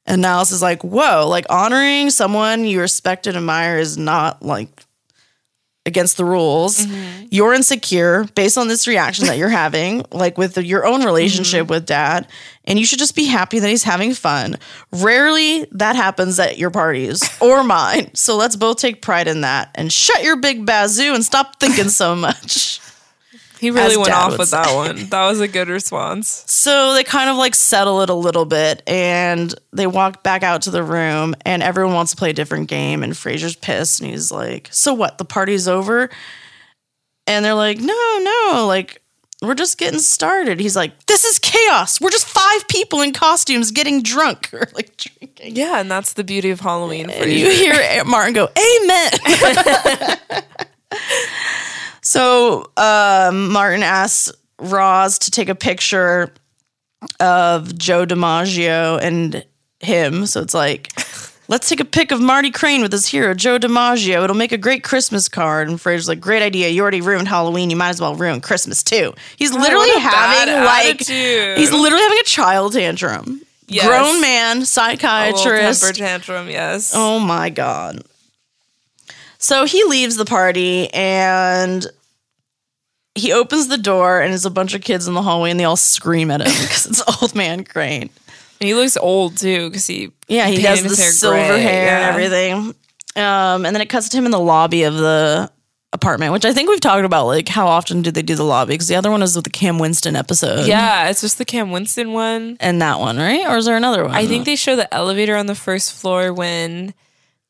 [SPEAKER 1] And Niles is like, whoa, like honoring someone you respect and admire is not like against the rules. You're insecure based on this reaction that you're having, like with your own relationship with dad. And you should just be happy that he's having fun. Rarely that happens at your parties or mine. So let's both take pride in that and shut your big bazoo and stop thinking so much.
[SPEAKER 2] He really
[SPEAKER 1] As
[SPEAKER 2] went
[SPEAKER 1] Dad
[SPEAKER 2] off
[SPEAKER 1] would
[SPEAKER 2] with that one. That was a good response.
[SPEAKER 1] So they kind of like settle it a little bit and they walk back out to the room and everyone wants to play a different game and Fraser's pissed and he's like, "So what? The party's over?" And they're like, "No, no, like we're just getting started." He's like, "This is chaos. We're just five people in costumes getting drunk or like drinking."
[SPEAKER 2] Yeah, and that's the beauty of Halloween for
[SPEAKER 1] And
[SPEAKER 2] you.
[SPEAKER 1] you hear Aunt Martin go, Amen. so um, Martin asks Roz to take a picture of Joe DiMaggio and him. So it's like, let's take a pic of Marty Crane with his hero, Joe DiMaggio. It'll make a great Christmas card. And Fraser's like, great idea. You already ruined Halloween. You might as well ruin Christmas too. He's literally
[SPEAKER 2] what a bad
[SPEAKER 1] having like,
[SPEAKER 2] attitude.
[SPEAKER 1] he's literally having a child tantrum.
[SPEAKER 2] Yes.
[SPEAKER 1] Grown man,
[SPEAKER 2] A little
[SPEAKER 1] psychiatrist,
[SPEAKER 2] temper tantrum, yes.
[SPEAKER 1] Oh my god. So he leaves the party and he opens the door and there's a bunch of kids in the hallway and they all scream at him because it's old man Crane.
[SPEAKER 2] And he looks old too because he
[SPEAKER 1] Yeah, he
[SPEAKER 2] painted
[SPEAKER 1] has the
[SPEAKER 2] his hair
[SPEAKER 1] silver
[SPEAKER 2] gray,
[SPEAKER 1] hair
[SPEAKER 2] yeah.
[SPEAKER 1] and everything. Um, and then it cuts to him in the lobby of the apartment, which I think we've talked about. Like, how often do they do the lobby? Because the other one is with the Cam Winston episode.
[SPEAKER 2] Yeah, it's just the Cam Winston one.
[SPEAKER 1] And that one, right? Or is there another one?
[SPEAKER 2] I think they show the elevator on the first floor when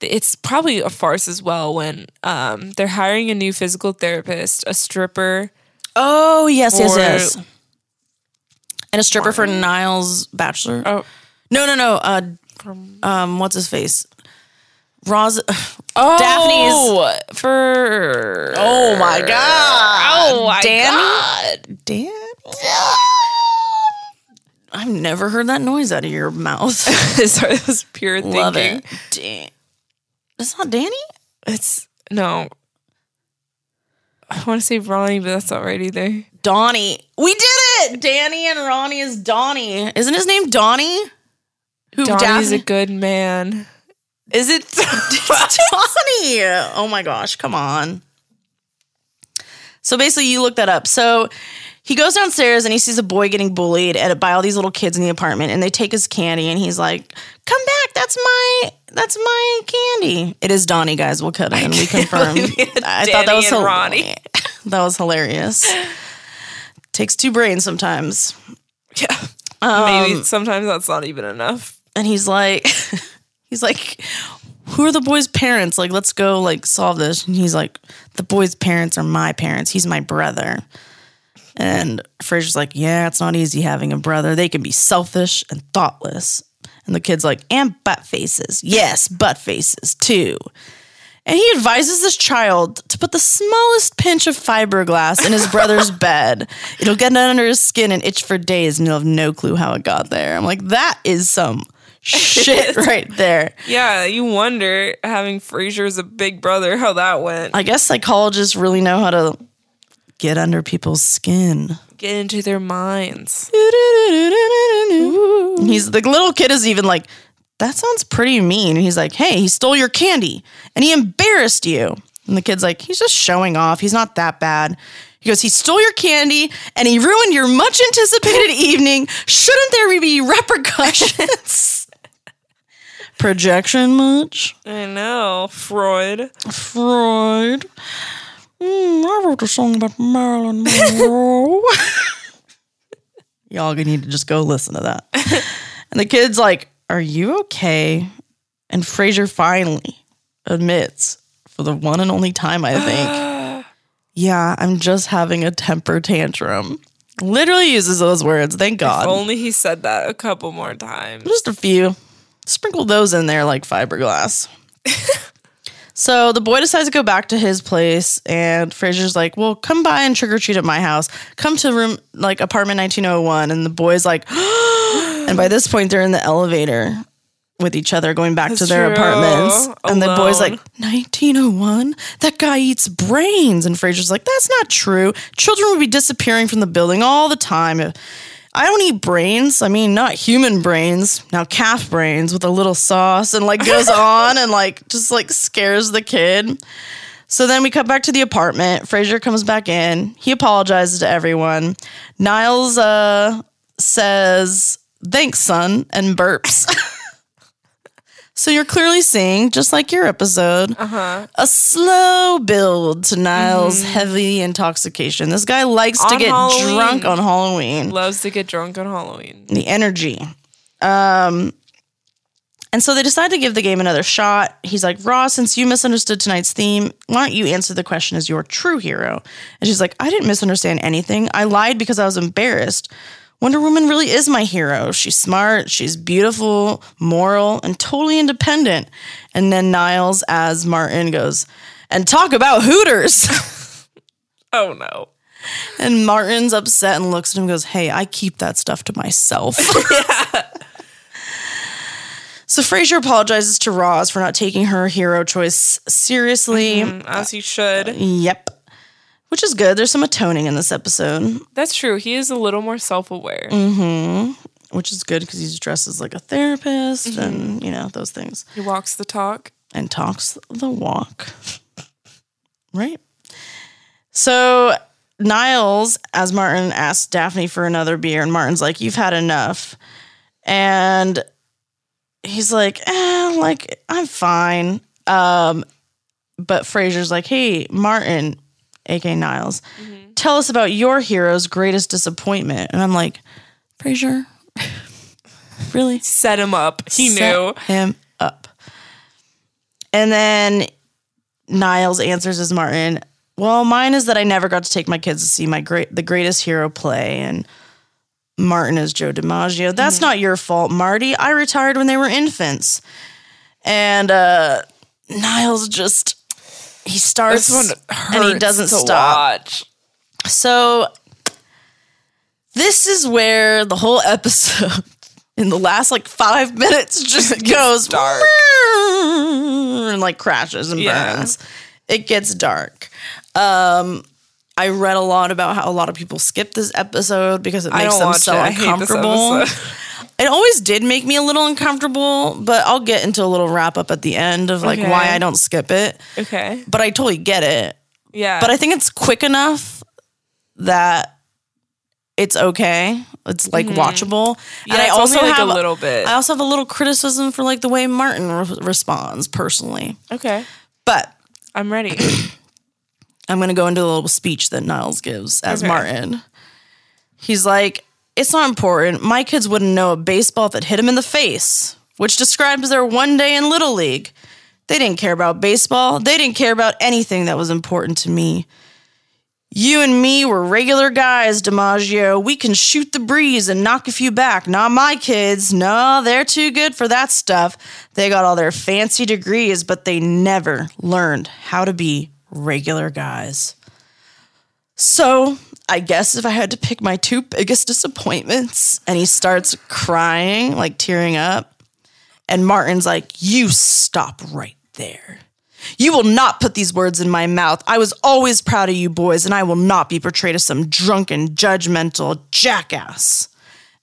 [SPEAKER 2] it's probably a farce as well when um, they're hiring a new physical therapist, a stripper.
[SPEAKER 1] Oh, yes, yes,
[SPEAKER 2] Or-
[SPEAKER 1] yes. And a stripper for Niles Bachelor.
[SPEAKER 2] Oh,
[SPEAKER 1] No, no, no. Uh, um, what's his face? Ros. Daphne's.
[SPEAKER 2] Oh! for
[SPEAKER 1] Oh my god.
[SPEAKER 2] oh my
[SPEAKER 1] Danny?
[SPEAKER 2] god.
[SPEAKER 1] Dan. I've never heard that noise out of your mouth.
[SPEAKER 2] Sorry, that was pure thinking.
[SPEAKER 1] Love it. Dan- That's not Danny.
[SPEAKER 2] It's no. I want to say Ronnie, but that's not right either.
[SPEAKER 1] Donnie. We did it. Danny and Ronnie is Donnie. Isn't his name Donnie? Who
[SPEAKER 2] Donnie's
[SPEAKER 1] Daphne-
[SPEAKER 2] a good man.
[SPEAKER 1] Is it Donnie? Oh my gosh, come on. So basically, you look that up. So he goes downstairs and he sees a boy getting bullied at, by all these little kids in the apartment, and they take his candy, and he's like, "Come back, that's my that's my candy." It is Donnie, guys. We'll cut in. We confirm. I
[SPEAKER 2] Danny and Ronnie.
[SPEAKER 1] that was hilarious. Takes two brains sometimes.
[SPEAKER 2] Yeah.
[SPEAKER 1] Um,
[SPEAKER 2] Maybe sometimes that's not even enough.
[SPEAKER 1] and he's like he's like who are the boy's parents like let's go like solve this and he's like the boy's parents are my parents he's my brother and Fraser's like yeah it's not easy having a brother they can be selfish and thoughtless and the kid's like and butt faces yes butt faces too and he advises this child to put the smallest pinch of fiberglass in his brother's bed. It'll get under his skin and itch for days, and he'll have no clue how it got there. I'm like, that is some shit right there.
[SPEAKER 2] Yeah, you wonder having Frasier as a big brother how that went.
[SPEAKER 1] I guess psychologists really know how to get under people's skin.
[SPEAKER 2] Get into their minds.
[SPEAKER 1] And he's the little kid is even like, that sounds pretty mean. And he's like, hey, he stole your candy and he embarrassed you. And the kid's like, he's just showing off. He's not that bad. He goes, he stole your candy and he ruined your much anticipated evening. Shouldn't there be repercussions? Projection much?
[SPEAKER 2] I know, Freud.
[SPEAKER 1] Freud. Mm, I wrote a song about Marilyn Monroe. Y'all gonna need to just go listen to that. And the kid's like, Are you okay? And Fraser finally admits, for the one and only time, I think, Yeah, I'm just having a temper tantrum. Literally uses those words, thank God.
[SPEAKER 2] Only he said that a couple more times.
[SPEAKER 1] Just a few. Sprinkle those in there like fiberglass. so the boy decides to go back to his place, and Fraser's like, "Well, come by and trick or treat at my house. Come to room like apartment 1901." And the boy's like, and by this point they're in the elevator with each other going back to their
[SPEAKER 2] true.
[SPEAKER 1] apartments. And the boy's
[SPEAKER 2] Alone.
[SPEAKER 1] like, 1901? That guy eats brains. And Fraser's like, that's not true. Children would be disappearing from the building all the time. I don't eat brains. I mean, not human brains. Now calf brains with a little sauce and like goes on and like just like scares the kid. So then we cut back to the apartment. Fraser comes back in. He apologizes to everyone. Niles uh, says, "Thanks, son," and burps. So you're clearly seeing, just like your episode,
[SPEAKER 2] Uh-huh.
[SPEAKER 1] a slow build to Niles' heavy intoxication. This guy likes to
[SPEAKER 2] Mm-hmm. On
[SPEAKER 1] get
[SPEAKER 2] Halloween.
[SPEAKER 1] drunk on Halloween.
[SPEAKER 2] Loves to get drunk on Halloween.
[SPEAKER 1] The energy. Um, and so they decide to give the game another shot. He's like, Ross, since you misunderstood tonight's theme, why don't you answer the question as your true hero? And she's like, I didn't misunderstand anything. I lied because I was embarrassed. Wonder Woman really is my hero. She's smart, she's beautiful, moral, and totally independent. And then Niles, as Martin, goes, and talk about Hooters.
[SPEAKER 2] Oh no.
[SPEAKER 1] and Martin's upset and looks at him and goes, Hey, I keep that stuff to myself. So Fraser apologizes to Roz for not taking her hero choice seriously.
[SPEAKER 2] Mm, As he
[SPEAKER 1] Uh,
[SPEAKER 2] should.
[SPEAKER 1] Yep. Which is good. There's some atoning in this episode,
[SPEAKER 2] That's true. He is a little more self aware.
[SPEAKER 1] mm. which is good because he's dressed as like a therapist and, you know, those things.
[SPEAKER 2] He walks the talk.
[SPEAKER 1] and talks the walk. Right? So Niles, as Martin asks Daphne for another beer, and Martin's like, You've had enough. And he's like, eh, like, I'm fine. Um, but Fraser's like, "Hey, Martin, aka Niles, tell us about your hero's greatest disappointment." And I'm like, "Fraser, really?
[SPEAKER 2] Set him up. He
[SPEAKER 1] Set
[SPEAKER 2] knew.
[SPEAKER 1] him up." And then Niles answers as Martin, "Well, mine is that I never got to take my kids to see my great the greatest hero play and." Martin is Joe DiMaggio. That's
[SPEAKER 2] Mm-hmm.
[SPEAKER 1] not your fault, Marty. I retired when they were infants. And uh Niles just he starts
[SPEAKER 2] This one hurts
[SPEAKER 1] and he doesn't
[SPEAKER 2] to
[SPEAKER 1] stop.
[SPEAKER 2] watch.
[SPEAKER 1] So this is where the whole episode in the last like five minutes just goes
[SPEAKER 2] dark.
[SPEAKER 1] and like crashes and
[SPEAKER 2] Yeah.
[SPEAKER 1] burns. It gets dark. Um I read a lot about how a lot of people skip this episode because it
[SPEAKER 2] I
[SPEAKER 1] makes
[SPEAKER 2] don't
[SPEAKER 1] them
[SPEAKER 2] watch
[SPEAKER 1] so
[SPEAKER 2] it. I hate this
[SPEAKER 1] uncomfortable.
[SPEAKER 2] episode.
[SPEAKER 1] It always did make me a little uncomfortable, but I'll get into a little wrap up at the end of like
[SPEAKER 2] Okay.
[SPEAKER 1] why I don't skip it.
[SPEAKER 2] Okay.
[SPEAKER 1] But I totally get it.
[SPEAKER 2] Yeah.
[SPEAKER 1] But I think it's quick enough that it's okay. It's like watchable.
[SPEAKER 2] Mm-hmm. Yeah, it's only, like, a little bit.
[SPEAKER 1] I also have a little criticism for like the way Martin re- responds personally.
[SPEAKER 2] okay.
[SPEAKER 1] But
[SPEAKER 2] I'm ready.
[SPEAKER 1] I'm going to go into a little speech that Niles gives as
[SPEAKER 2] Okay.
[SPEAKER 1] Martin. He's like, It's not important. My kids wouldn't know a baseball that hit him in the face, which describes their one day in Little League. They didn't care about baseball, they didn't care about anything that was important to me. You and me were regular guys, DiMaggio. We can shoot the breeze and knock a few back. Not my kids. No, they're too good for that stuff. They got all their fancy degrees, but they never learned how to be regular guys. So, I guess if I had to pick my two biggest disappointments, and he starts crying, like tearing up, and Martin's like, You stop right there. You will not put these words in my mouth. I was always proud of you boys, and I will not be portrayed as some drunken, judgmental jackass.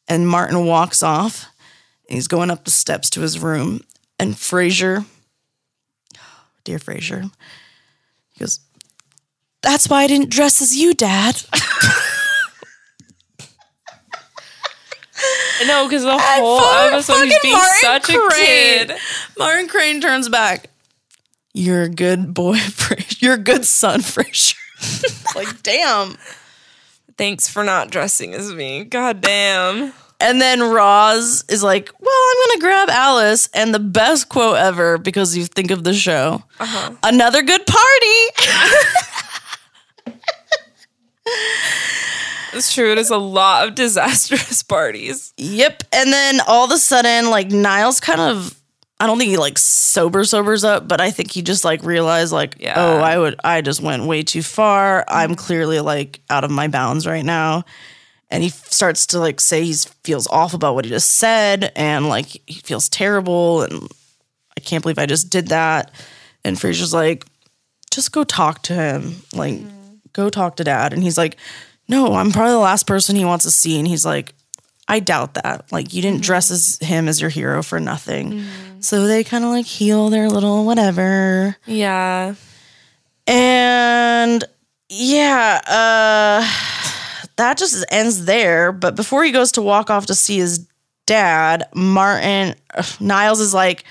[SPEAKER 1] And Martin walks off, and he's going up the steps to his room. And Frazier, dear Frazier, he goes, That's why I didn't dress as you, Dad.
[SPEAKER 2] no, because the whole
[SPEAKER 1] fuck-
[SPEAKER 2] episode he's
[SPEAKER 1] fucking
[SPEAKER 2] being
[SPEAKER 1] Martin
[SPEAKER 2] such a
[SPEAKER 1] Crane.
[SPEAKER 2] kid.
[SPEAKER 1] Martin Crane turns back. You're a good boy, Frazier. You're a good son, Frazier. like, damn.
[SPEAKER 2] Thanks for not dressing as me. God damn.
[SPEAKER 1] And then Roz is like, Well, I'm going to grab Alice. And the best quote ever, because you think of the show another good party.
[SPEAKER 2] It's true. It is a lot of disastrous parties.
[SPEAKER 1] yep. And then all of a sudden, like, Niles kind of. I don't think he like sober sobers up, but I think he just like realized like,
[SPEAKER 2] Yeah.
[SPEAKER 1] oh, I would I just went way too far. I'm clearly like out of my bounds right now. And he f- starts to like say he feels awful about what he just said and like he feels terrible and I can't believe I just did that. And Fraser's like, just go talk to him. Like, go talk to dad. And he's like, no, I'm probably the last person he wants to see. And he's like, I doubt that. Like, you didn't dress as him as your hero for nothing. So they kind of like heal their little whatever.
[SPEAKER 2] Yeah.
[SPEAKER 1] And yeah, uh that just ends there. But before he goes to walk off to see his dad, Martin ugh, Niles is like,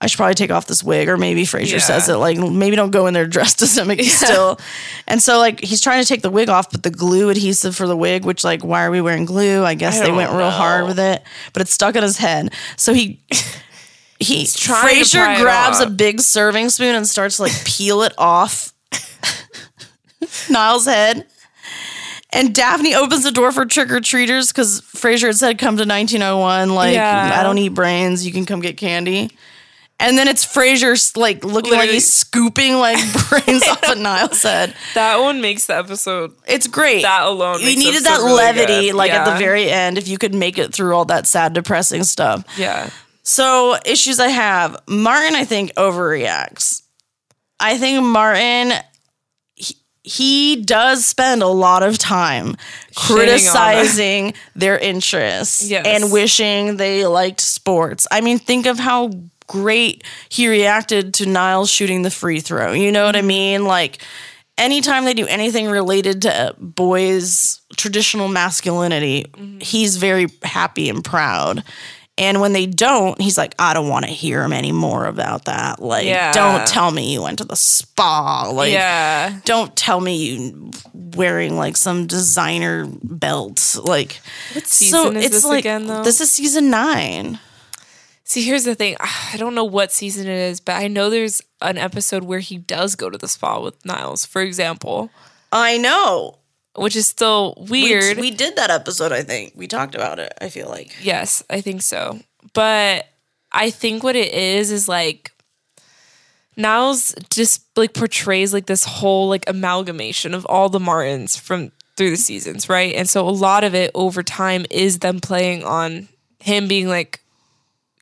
[SPEAKER 1] I should probably take off this wig, or maybe Fraser
[SPEAKER 2] Yeah.
[SPEAKER 1] says it, like maybe don't go in there dressed as him again still. And so like he's trying to take the wig off, but the glue adhesive for the wig, which like why are we wearing glue? I guess
[SPEAKER 2] I
[SPEAKER 1] they
[SPEAKER 2] don't
[SPEAKER 1] went real
[SPEAKER 2] know.
[SPEAKER 1] hard with it, but it's stuck in his head. So he he
[SPEAKER 2] trying to
[SPEAKER 1] Fraser
[SPEAKER 2] pry it
[SPEAKER 1] grabs a
[SPEAKER 2] off.
[SPEAKER 1] big serving spoon and starts to, like peel it off Niles' head. And Daphne opens the door for trick or treaters because Fraser had said, "Come to 1901. Like
[SPEAKER 2] Yeah.
[SPEAKER 1] I don't eat brains. You can come get candy." And then it's Fraser like looking like
[SPEAKER 2] Literally.
[SPEAKER 1] he's scooping like brains off of Niles' head.
[SPEAKER 2] That one makes the episode.
[SPEAKER 1] It's great.
[SPEAKER 2] That alone
[SPEAKER 1] We
[SPEAKER 2] makes it
[SPEAKER 1] needed
[SPEAKER 2] so
[SPEAKER 1] that
[SPEAKER 2] really
[SPEAKER 1] levity,
[SPEAKER 2] good.
[SPEAKER 1] like at the
[SPEAKER 2] Yeah.
[SPEAKER 1] very end. If you could make it through all that sad, depressing stuff.
[SPEAKER 2] Yeah.
[SPEAKER 1] So issues I have. Martin, I think, overreacts. I think Martin he, he does spend a lot of time criticizing their interests
[SPEAKER 2] Yes.
[SPEAKER 1] and wishing they liked sports. I mean, think of how great he reacted to Niles shooting the free throw. You know what I
[SPEAKER 2] Mm-hmm.
[SPEAKER 1] mean? Like anytime they do anything related to uh,
[SPEAKER 2] Mm-hmm.
[SPEAKER 1] boys traditional masculinity he's very happy and proud And when they don't, he's like, I don't want to hear him anymore about that. Like,
[SPEAKER 2] Yeah.
[SPEAKER 1] don't tell me you went to the spa. Like,
[SPEAKER 2] yeah.
[SPEAKER 1] don't tell me you wearing like some designer belt. Like,
[SPEAKER 2] What season is this again, though?
[SPEAKER 1] This is season nine.
[SPEAKER 2] See, here's the thing. I don't know what season it is, but I know there's an episode where he does go to the spa with Niles, for example,
[SPEAKER 1] I know.
[SPEAKER 2] which is still weird.
[SPEAKER 1] We, we did that episode, I think. We talked about it, I feel like.
[SPEAKER 2] Yes, I think so. But I think what it is is like Niles just like portrays like this whole like amalgamation of all the Martins from through the seasons, right? And so a lot of it over time is them playing on him being like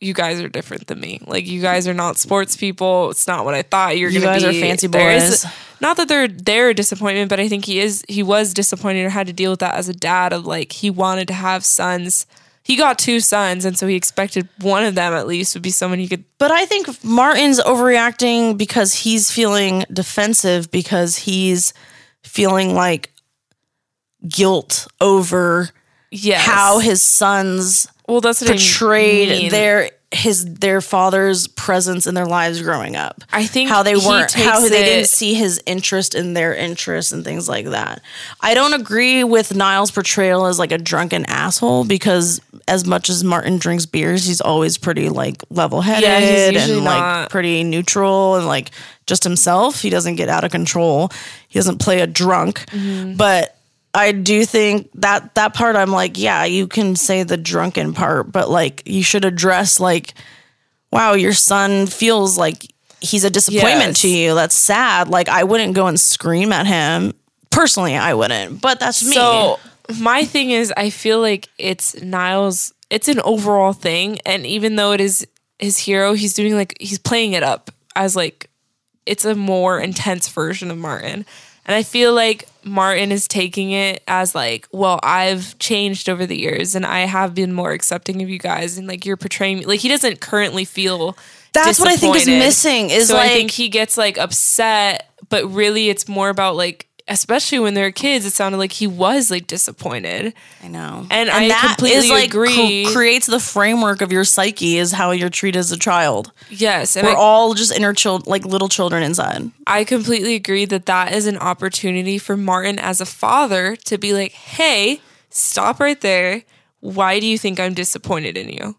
[SPEAKER 2] you guys are different than me. Like you guys are not sports people. It's not what I thought you're
[SPEAKER 1] You
[SPEAKER 2] going to
[SPEAKER 1] guys
[SPEAKER 2] be.
[SPEAKER 1] are fancy
[SPEAKER 2] There
[SPEAKER 1] boys.
[SPEAKER 2] not that they're they're a disappointment, but I think he is he was disappointed or had to deal with that as a dad of like he wanted to have sons. He got two sons, and so he expected one of them at least would be someone he could.
[SPEAKER 1] But I think Martin's overreacting because he's feeling defensive because he's feeling like guilt over
[SPEAKER 2] Yes.
[SPEAKER 1] how his sons
[SPEAKER 2] well that's what I
[SPEAKER 1] portrayed
[SPEAKER 2] mean.
[SPEAKER 1] their his their father's presence in their lives growing up.
[SPEAKER 2] I think
[SPEAKER 1] how they
[SPEAKER 2] he
[SPEAKER 1] weren't how
[SPEAKER 2] takes
[SPEAKER 1] they didn't
[SPEAKER 2] it-
[SPEAKER 1] see his interest in their interests and things like that. I don't agree with Niles' portrayal as like a drunken asshole because as much as Martin drinks beers, he's always pretty like level headed
[SPEAKER 2] Yeah, he's
[SPEAKER 1] and
[SPEAKER 2] usually
[SPEAKER 1] like
[SPEAKER 2] not-
[SPEAKER 1] pretty neutral and like just himself. He doesn't get out of control. He doesn't play a drunk.
[SPEAKER 2] Mm-hmm.
[SPEAKER 1] But I do think that that part I'm like, yeah, you can say the drunken part, but like you should address like wow, your son feels like he's a disappointment
[SPEAKER 2] Yes.
[SPEAKER 1] to you. That's sad. Like I wouldn't go and scream at him. Personally, I wouldn't, but that's me.
[SPEAKER 2] So my thing is, I feel like it's Niles. It's an overall thing, and even though it is his hero, he's doing like he's playing it up as like it's a more intense version of Martin. And I feel like Martin is taking it as like, well, I've changed over the years, and I have been more accepting of you guys, and like you're portraying me. Like he doesn't currently feel.
[SPEAKER 1] That's what I think is
[SPEAKER 2] disappointed.
[SPEAKER 1] missing, is,
[SPEAKER 2] so I
[SPEAKER 1] like-
[SPEAKER 2] think he gets like upset, but really it's more about like, especially when they're kids, it sounded like he was like disappointed.
[SPEAKER 1] I know.
[SPEAKER 2] And I completely agree.
[SPEAKER 1] cr- creates the framework of your psyche is how you're treated as a child.
[SPEAKER 2] Yes, and
[SPEAKER 1] We're
[SPEAKER 2] I,
[SPEAKER 1] all just inner child like little children inside.
[SPEAKER 2] I completely agree that that is an opportunity for Martin as a father to be like, hey, stop right there. Why do you think I'm disappointed in you?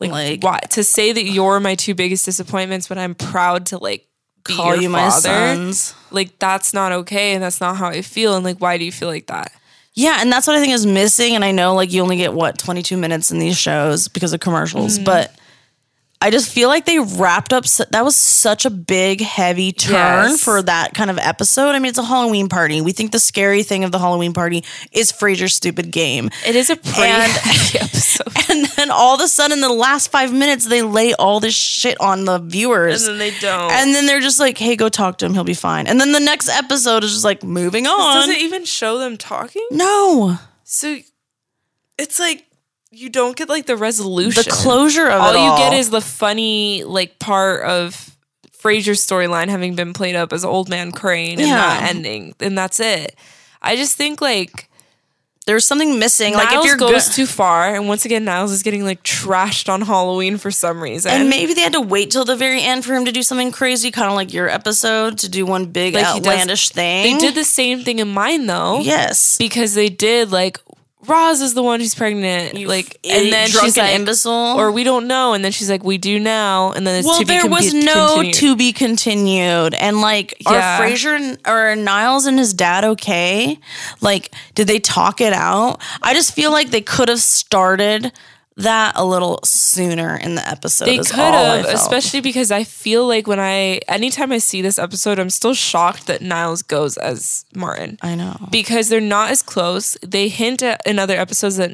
[SPEAKER 1] Like, like
[SPEAKER 2] Why to say that you're my two biggest disappointments when I'm proud to like be
[SPEAKER 1] call
[SPEAKER 2] your
[SPEAKER 1] you my
[SPEAKER 2] father?
[SPEAKER 1] sons.
[SPEAKER 2] Like that's not okay, and that's not how I feel. And like, why do you feel like that?
[SPEAKER 1] Yeah, and that's what I think is missing. And I know like you only get what 22 minutes in these shows because of
[SPEAKER 2] Mm-hmm.
[SPEAKER 1] commercials, but I just feel like they wrapped up. su- That was such a big, heavy turn
[SPEAKER 2] Yes.
[SPEAKER 1] for that kind of episode. I mean, it's a Halloween party. We think the scary thing of the Halloween party is Frasier's stupid game.
[SPEAKER 2] It is a pretty
[SPEAKER 1] And-
[SPEAKER 2] heavy episode.
[SPEAKER 1] And then all of a sudden, the last five minutes, they lay all this shit on the viewers.
[SPEAKER 2] And then they don't.
[SPEAKER 1] And then they're just like, hey, go talk to him. He'll be fine. And then the next episode is just like, moving
[SPEAKER 2] Does
[SPEAKER 1] on.
[SPEAKER 2] it even show them talking?
[SPEAKER 1] no.
[SPEAKER 2] So it's like you don't get like the resolution.
[SPEAKER 1] The closure of
[SPEAKER 2] Oh, all
[SPEAKER 1] it
[SPEAKER 2] you
[SPEAKER 1] all.
[SPEAKER 2] get is the funny like part of Frasier's storyline having been played up as old man Crane and
[SPEAKER 1] Yeah.
[SPEAKER 2] not ending, and that's it. I just think like
[SPEAKER 1] there's something missing.
[SPEAKER 2] Niles
[SPEAKER 1] like if you're
[SPEAKER 2] goes
[SPEAKER 1] go-
[SPEAKER 2] too far, and once again Niles is getting like trashed on Halloween for some reason.
[SPEAKER 1] and maybe they had to wait till the very end for him to do something crazy, kind of like your episode, to do one big
[SPEAKER 2] Like he does-
[SPEAKER 1] outlandish thing.
[SPEAKER 2] they did the same thing in mine though.
[SPEAKER 1] yes,
[SPEAKER 2] because they did like Roz is the one who's pregnant, like, and then
[SPEAKER 1] drunken
[SPEAKER 2] she's like,
[SPEAKER 1] imbecile.
[SPEAKER 2] or we don't know, and then she's like, we do now, and then it's
[SPEAKER 1] well,
[SPEAKER 2] to be
[SPEAKER 1] there
[SPEAKER 2] con-
[SPEAKER 1] was no
[SPEAKER 2] continued.
[SPEAKER 1] to be continued, and like,
[SPEAKER 2] Yeah.
[SPEAKER 1] are Fraser and, or Niles and his dad okay? Like, did they talk it out? I just feel like they could have started that a little sooner in the episode.
[SPEAKER 2] They
[SPEAKER 1] is
[SPEAKER 2] could
[SPEAKER 1] all I
[SPEAKER 2] have,
[SPEAKER 1] felt.
[SPEAKER 2] especially because I feel like when I, anytime I see this episode, I'm still shocked that Niles goes as Martin
[SPEAKER 1] I know.
[SPEAKER 2] because they're not as close. They hint at, in other episodes that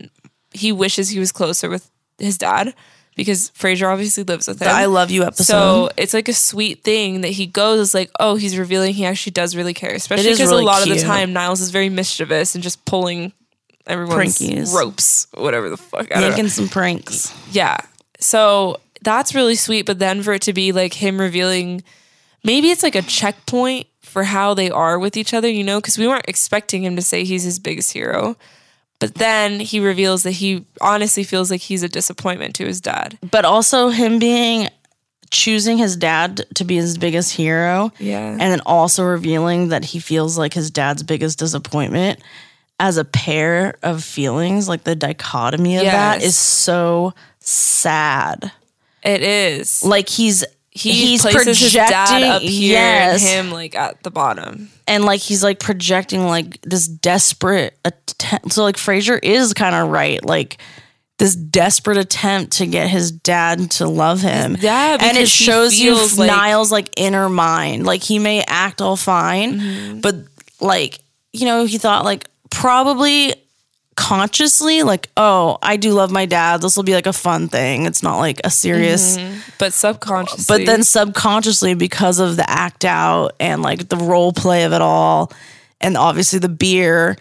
[SPEAKER 2] he wishes he was closer with his dad because Fraser obviously lives with him.
[SPEAKER 1] The I love you episode.
[SPEAKER 2] So it's like a sweet thing that he goes is like, oh, he's revealing he actually does really care, especially
[SPEAKER 1] is
[SPEAKER 2] because
[SPEAKER 1] really
[SPEAKER 2] a lot of the
[SPEAKER 1] cute.
[SPEAKER 2] time Niles is very mischievous and just pulling everyone's
[SPEAKER 1] Prankies.
[SPEAKER 2] ropes, whatever the fuck. I don't know.
[SPEAKER 1] making some pranks.
[SPEAKER 2] Yeah. So that's really sweet. But then for it to be like him revealing, maybe it's like a checkpoint for how they are with each other, you know, because we weren't expecting him to say he's his biggest hero. But then he reveals that he honestly feels like he's a disappointment to his dad.
[SPEAKER 1] But also him being choosing his dad to be his biggest hero.
[SPEAKER 2] Yeah.
[SPEAKER 1] And then also revealing that he feels like his dad's biggest disappointment as a pair of feelings, like the dichotomy of that
[SPEAKER 2] Yes.
[SPEAKER 1] is so sad.
[SPEAKER 2] It is.
[SPEAKER 1] Like he's
[SPEAKER 2] he
[SPEAKER 1] he's
[SPEAKER 2] places his dad
[SPEAKER 1] projecting-
[SPEAKER 2] up here
[SPEAKER 1] yes,
[SPEAKER 2] and him like at the bottom.
[SPEAKER 1] and like he's like projecting like this desperate attempt. So like Frasier is kind of right, like this desperate attempt to get his dad to love him.
[SPEAKER 2] Yeah,
[SPEAKER 1] and it
[SPEAKER 2] because he
[SPEAKER 1] shows you
[SPEAKER 2] feels like-
[SPEAKER 1] Niles like inner mind. Like he may act all fine,
[SPEAKER 2] Mm-hmm.
[SPEAKER 1] but like you know he thought like probably consciously like oh I do love my dad. This will be like a fun thing. It's not like a
[SPEAKER 2] Mm-hmm.
[SPEAKER 1] serious
[SPEAKER 2] But subconsciously.
[SPEAKER 1] but then subconsciously because of the act out and like the role play of it all and obviously the beer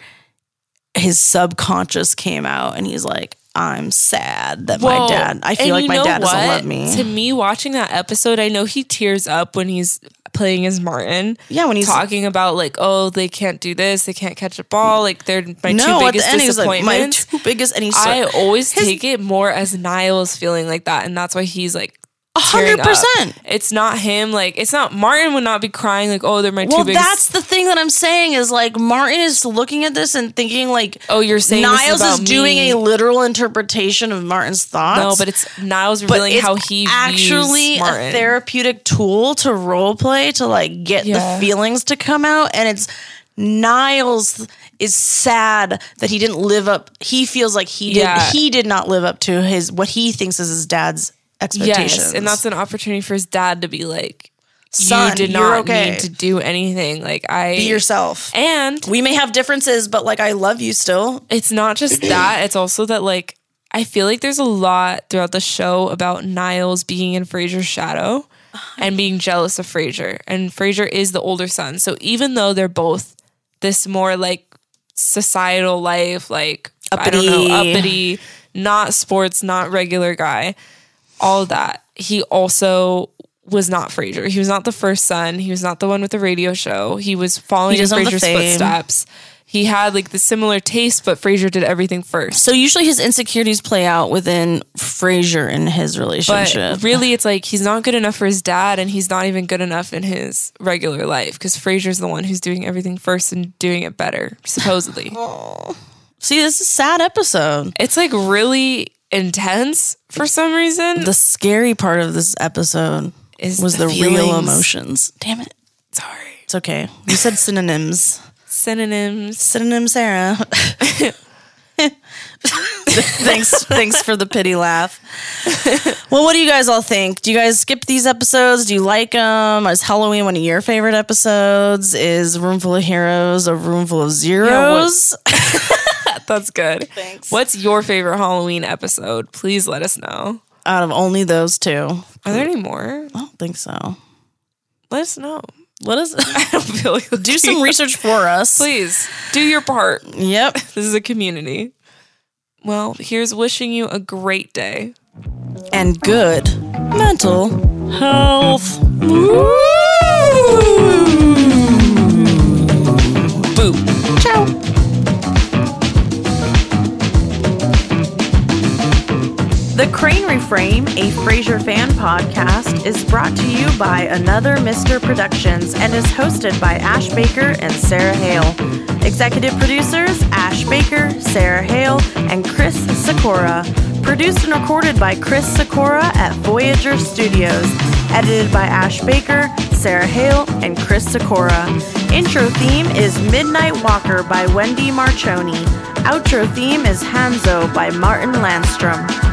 [SPEAKER 1] his subconscious came out and he's like i'm sad that my
[SPEAKER 2] Well,
[SPEAKER 1] dad i
[SPEAKER 2] and
[SPEAKER 1] feel like
[SPEAKER 2] you
[SPEAKER 1] my
[SPEAKER 2] know
[SPEAKER 1] dad doesn't love
[SPEAKER 2] what?
[SPEAKER 1] me
[SPEAKER 2] To me, watching that episode, I know he tears up when he's playing as Martin.
[SPEAKER 1] Yeah, when he's-
[SPEAKER 2] talking about like, oh, they can't do this, they can't catch a ball, like they're my
[SPEAKER 1] no at the
[SPEAKER 2] two biggest
[SPEAKER 1] end he's like my
[SPEAKER 2] disappointments.
[SPEAKER 1] two biggest and he's
[SPEAKER 2] I
[SPEAKER 1] like
[SPEAKER 2] always take it more as Niles feeling like that, and that's why he's like. tearing up.
[SPEAKER 1] 100%.
[SPEAKER 2] It's not him. Like it's not Martin would not be crying. Like oh, they're my
[SPEAKER 1] well
[SPEAKER 2] two biggest.
[SPEAKER 1] that's the thing that i'm saying is like martin is looking at this and thinking like
[SPEAKER 2] oh, you're saying this
[SPEAKER 1] niles is,
[SPEAKER 2] about
[SPEAKER 1] doing
[SPEAKER 2] me.
[SPEAKER 1] a literal interpretation of martin's thoughts
[SPEAKER 2] No, but it's Niles revealing how he
[SPEAKER 1] actually
[SPEAKER 2] views Martin.
[SPEAKER 1] a therapeutic tool to role play to like get
[SPEAKER 2] Yeah.
[SPEAKER 1] the feelings to come out and it's Niles is sad that he didn't live up he feels like he did
[SPEAKER 2] Yeah.
[SPEAKER 1] he did not live up to his what he thinks is his dad's expectations
[SPEAKER 2] Yes, and that's an opportunity for his dad to be like,
[SPEAKER 1] Son,
[SPEAKER 2] you did
[SPEAKER 1] you're
[SPEAKER 2] not
[SPEAKER 1] okay.
[SPEAKER 2] need to do anything. Like I
[SPEAKER 1] be yourself
[SPEAKER 2] and
[SPEAKER 1] we may have differences but like I love you still
[SPEAKER 2] it's not just that; it's also that like I feel like there's a lot throughout the show about Niles being in Frasier's shadow
[SPEAKER 1] Uh-huh.
[SPEAKER 2] and being jealous of Frasier, and Frasier is the older son. So even though they're both this more like societal life, like I don't know,
[SPEAKER 1] Uppity.
[SPEAKER 2] uppity, not sports, not regular guy, all that. He also was not Frasier. He was not the first son. He was not the one with the radio show. He was following
[SPEAKER 1] He
[SPEAKER 2] in
[SPEAKER 1] doesn't have the
[SPEAKER 2] Frasier's
[SPEAKER 1] fame.
[SPEAKER 2] footsteps. He had like the similar taste, but Frasier did everything first.
[SPEAKER 1] so usually his insecurities play out within Frasier and his
[SPEAKER 2] But
[SPEAKER 1] relationship
[SPEAKER 2] really, it's like he's not good enough for his dad, and he's not even good enough in his regular life because Frasier's the one who's doing everything first and doing it better, supposedly.
[SPEAKER 1] see this is a sad episode
[SPEAKER 2] it's like really intense for some reason.
[SPEAKER 1] the scary part of this episode
[SPEAKER 2] Is
[SPEAKER 1] was
[SPEAKER 2] the
[SPEAKER 1] the, real
[SPEAKER 2] feelings.
[SPEAKER 1] emotions. Damn it.
[SPEAKER 2] Sorry.
[SPEAKER 1] It's okay. You said synonyms.
[SPEAKER 2] Synonyms.
[SPEAKER 1] Synonym Sarah. thanks thanks for the pity laugh. Well, what do you guys all think? Do you guys skip these episodes? Do you like them? Is Halloween one of your favorite episodes? Is Room Full of Heroes a room full of zeros?
[SPEAKER 2] That's good. Thanks. What's your favorite Halloween episode? Please let us know.
[SPEAKER 1] Out of only those two.
[SPEAKER 2] Are there any more?
[SPEAKER 1] I don't think so.
[SPEAKER 2] Let us know.
[SPEAKER 1] What is
[SPEAKER 2] I don't feel like
[SPEAKER 1] do some research for us.
[SPEAKER 2] Please do your part.
[SPEAKER 1] Yep.
[SPEAKER 2] This is a community. Well, here's wishing you a great day.
[SPEAKER 1] and good mental health.
[SPEAKER 2] Boop.
[SPEAKER 1] Ciao. The Crane Reframe, a Frasier fan podcast, is brought to you by Another Mister Productions and is hosted by Ash Baker and Sarah Hale. Executive producers Ash Baker, Sarah Hale, and Chris Sikora. Produced and recorded by Chris Sikora at Voyager Studios. Edited by Ash Baker, Sarah Hale, and Chris Sikora. Intro theme is Midnight Walker by Wendy Marchoni. Outro theme is Hanzo by Martin Landstrom.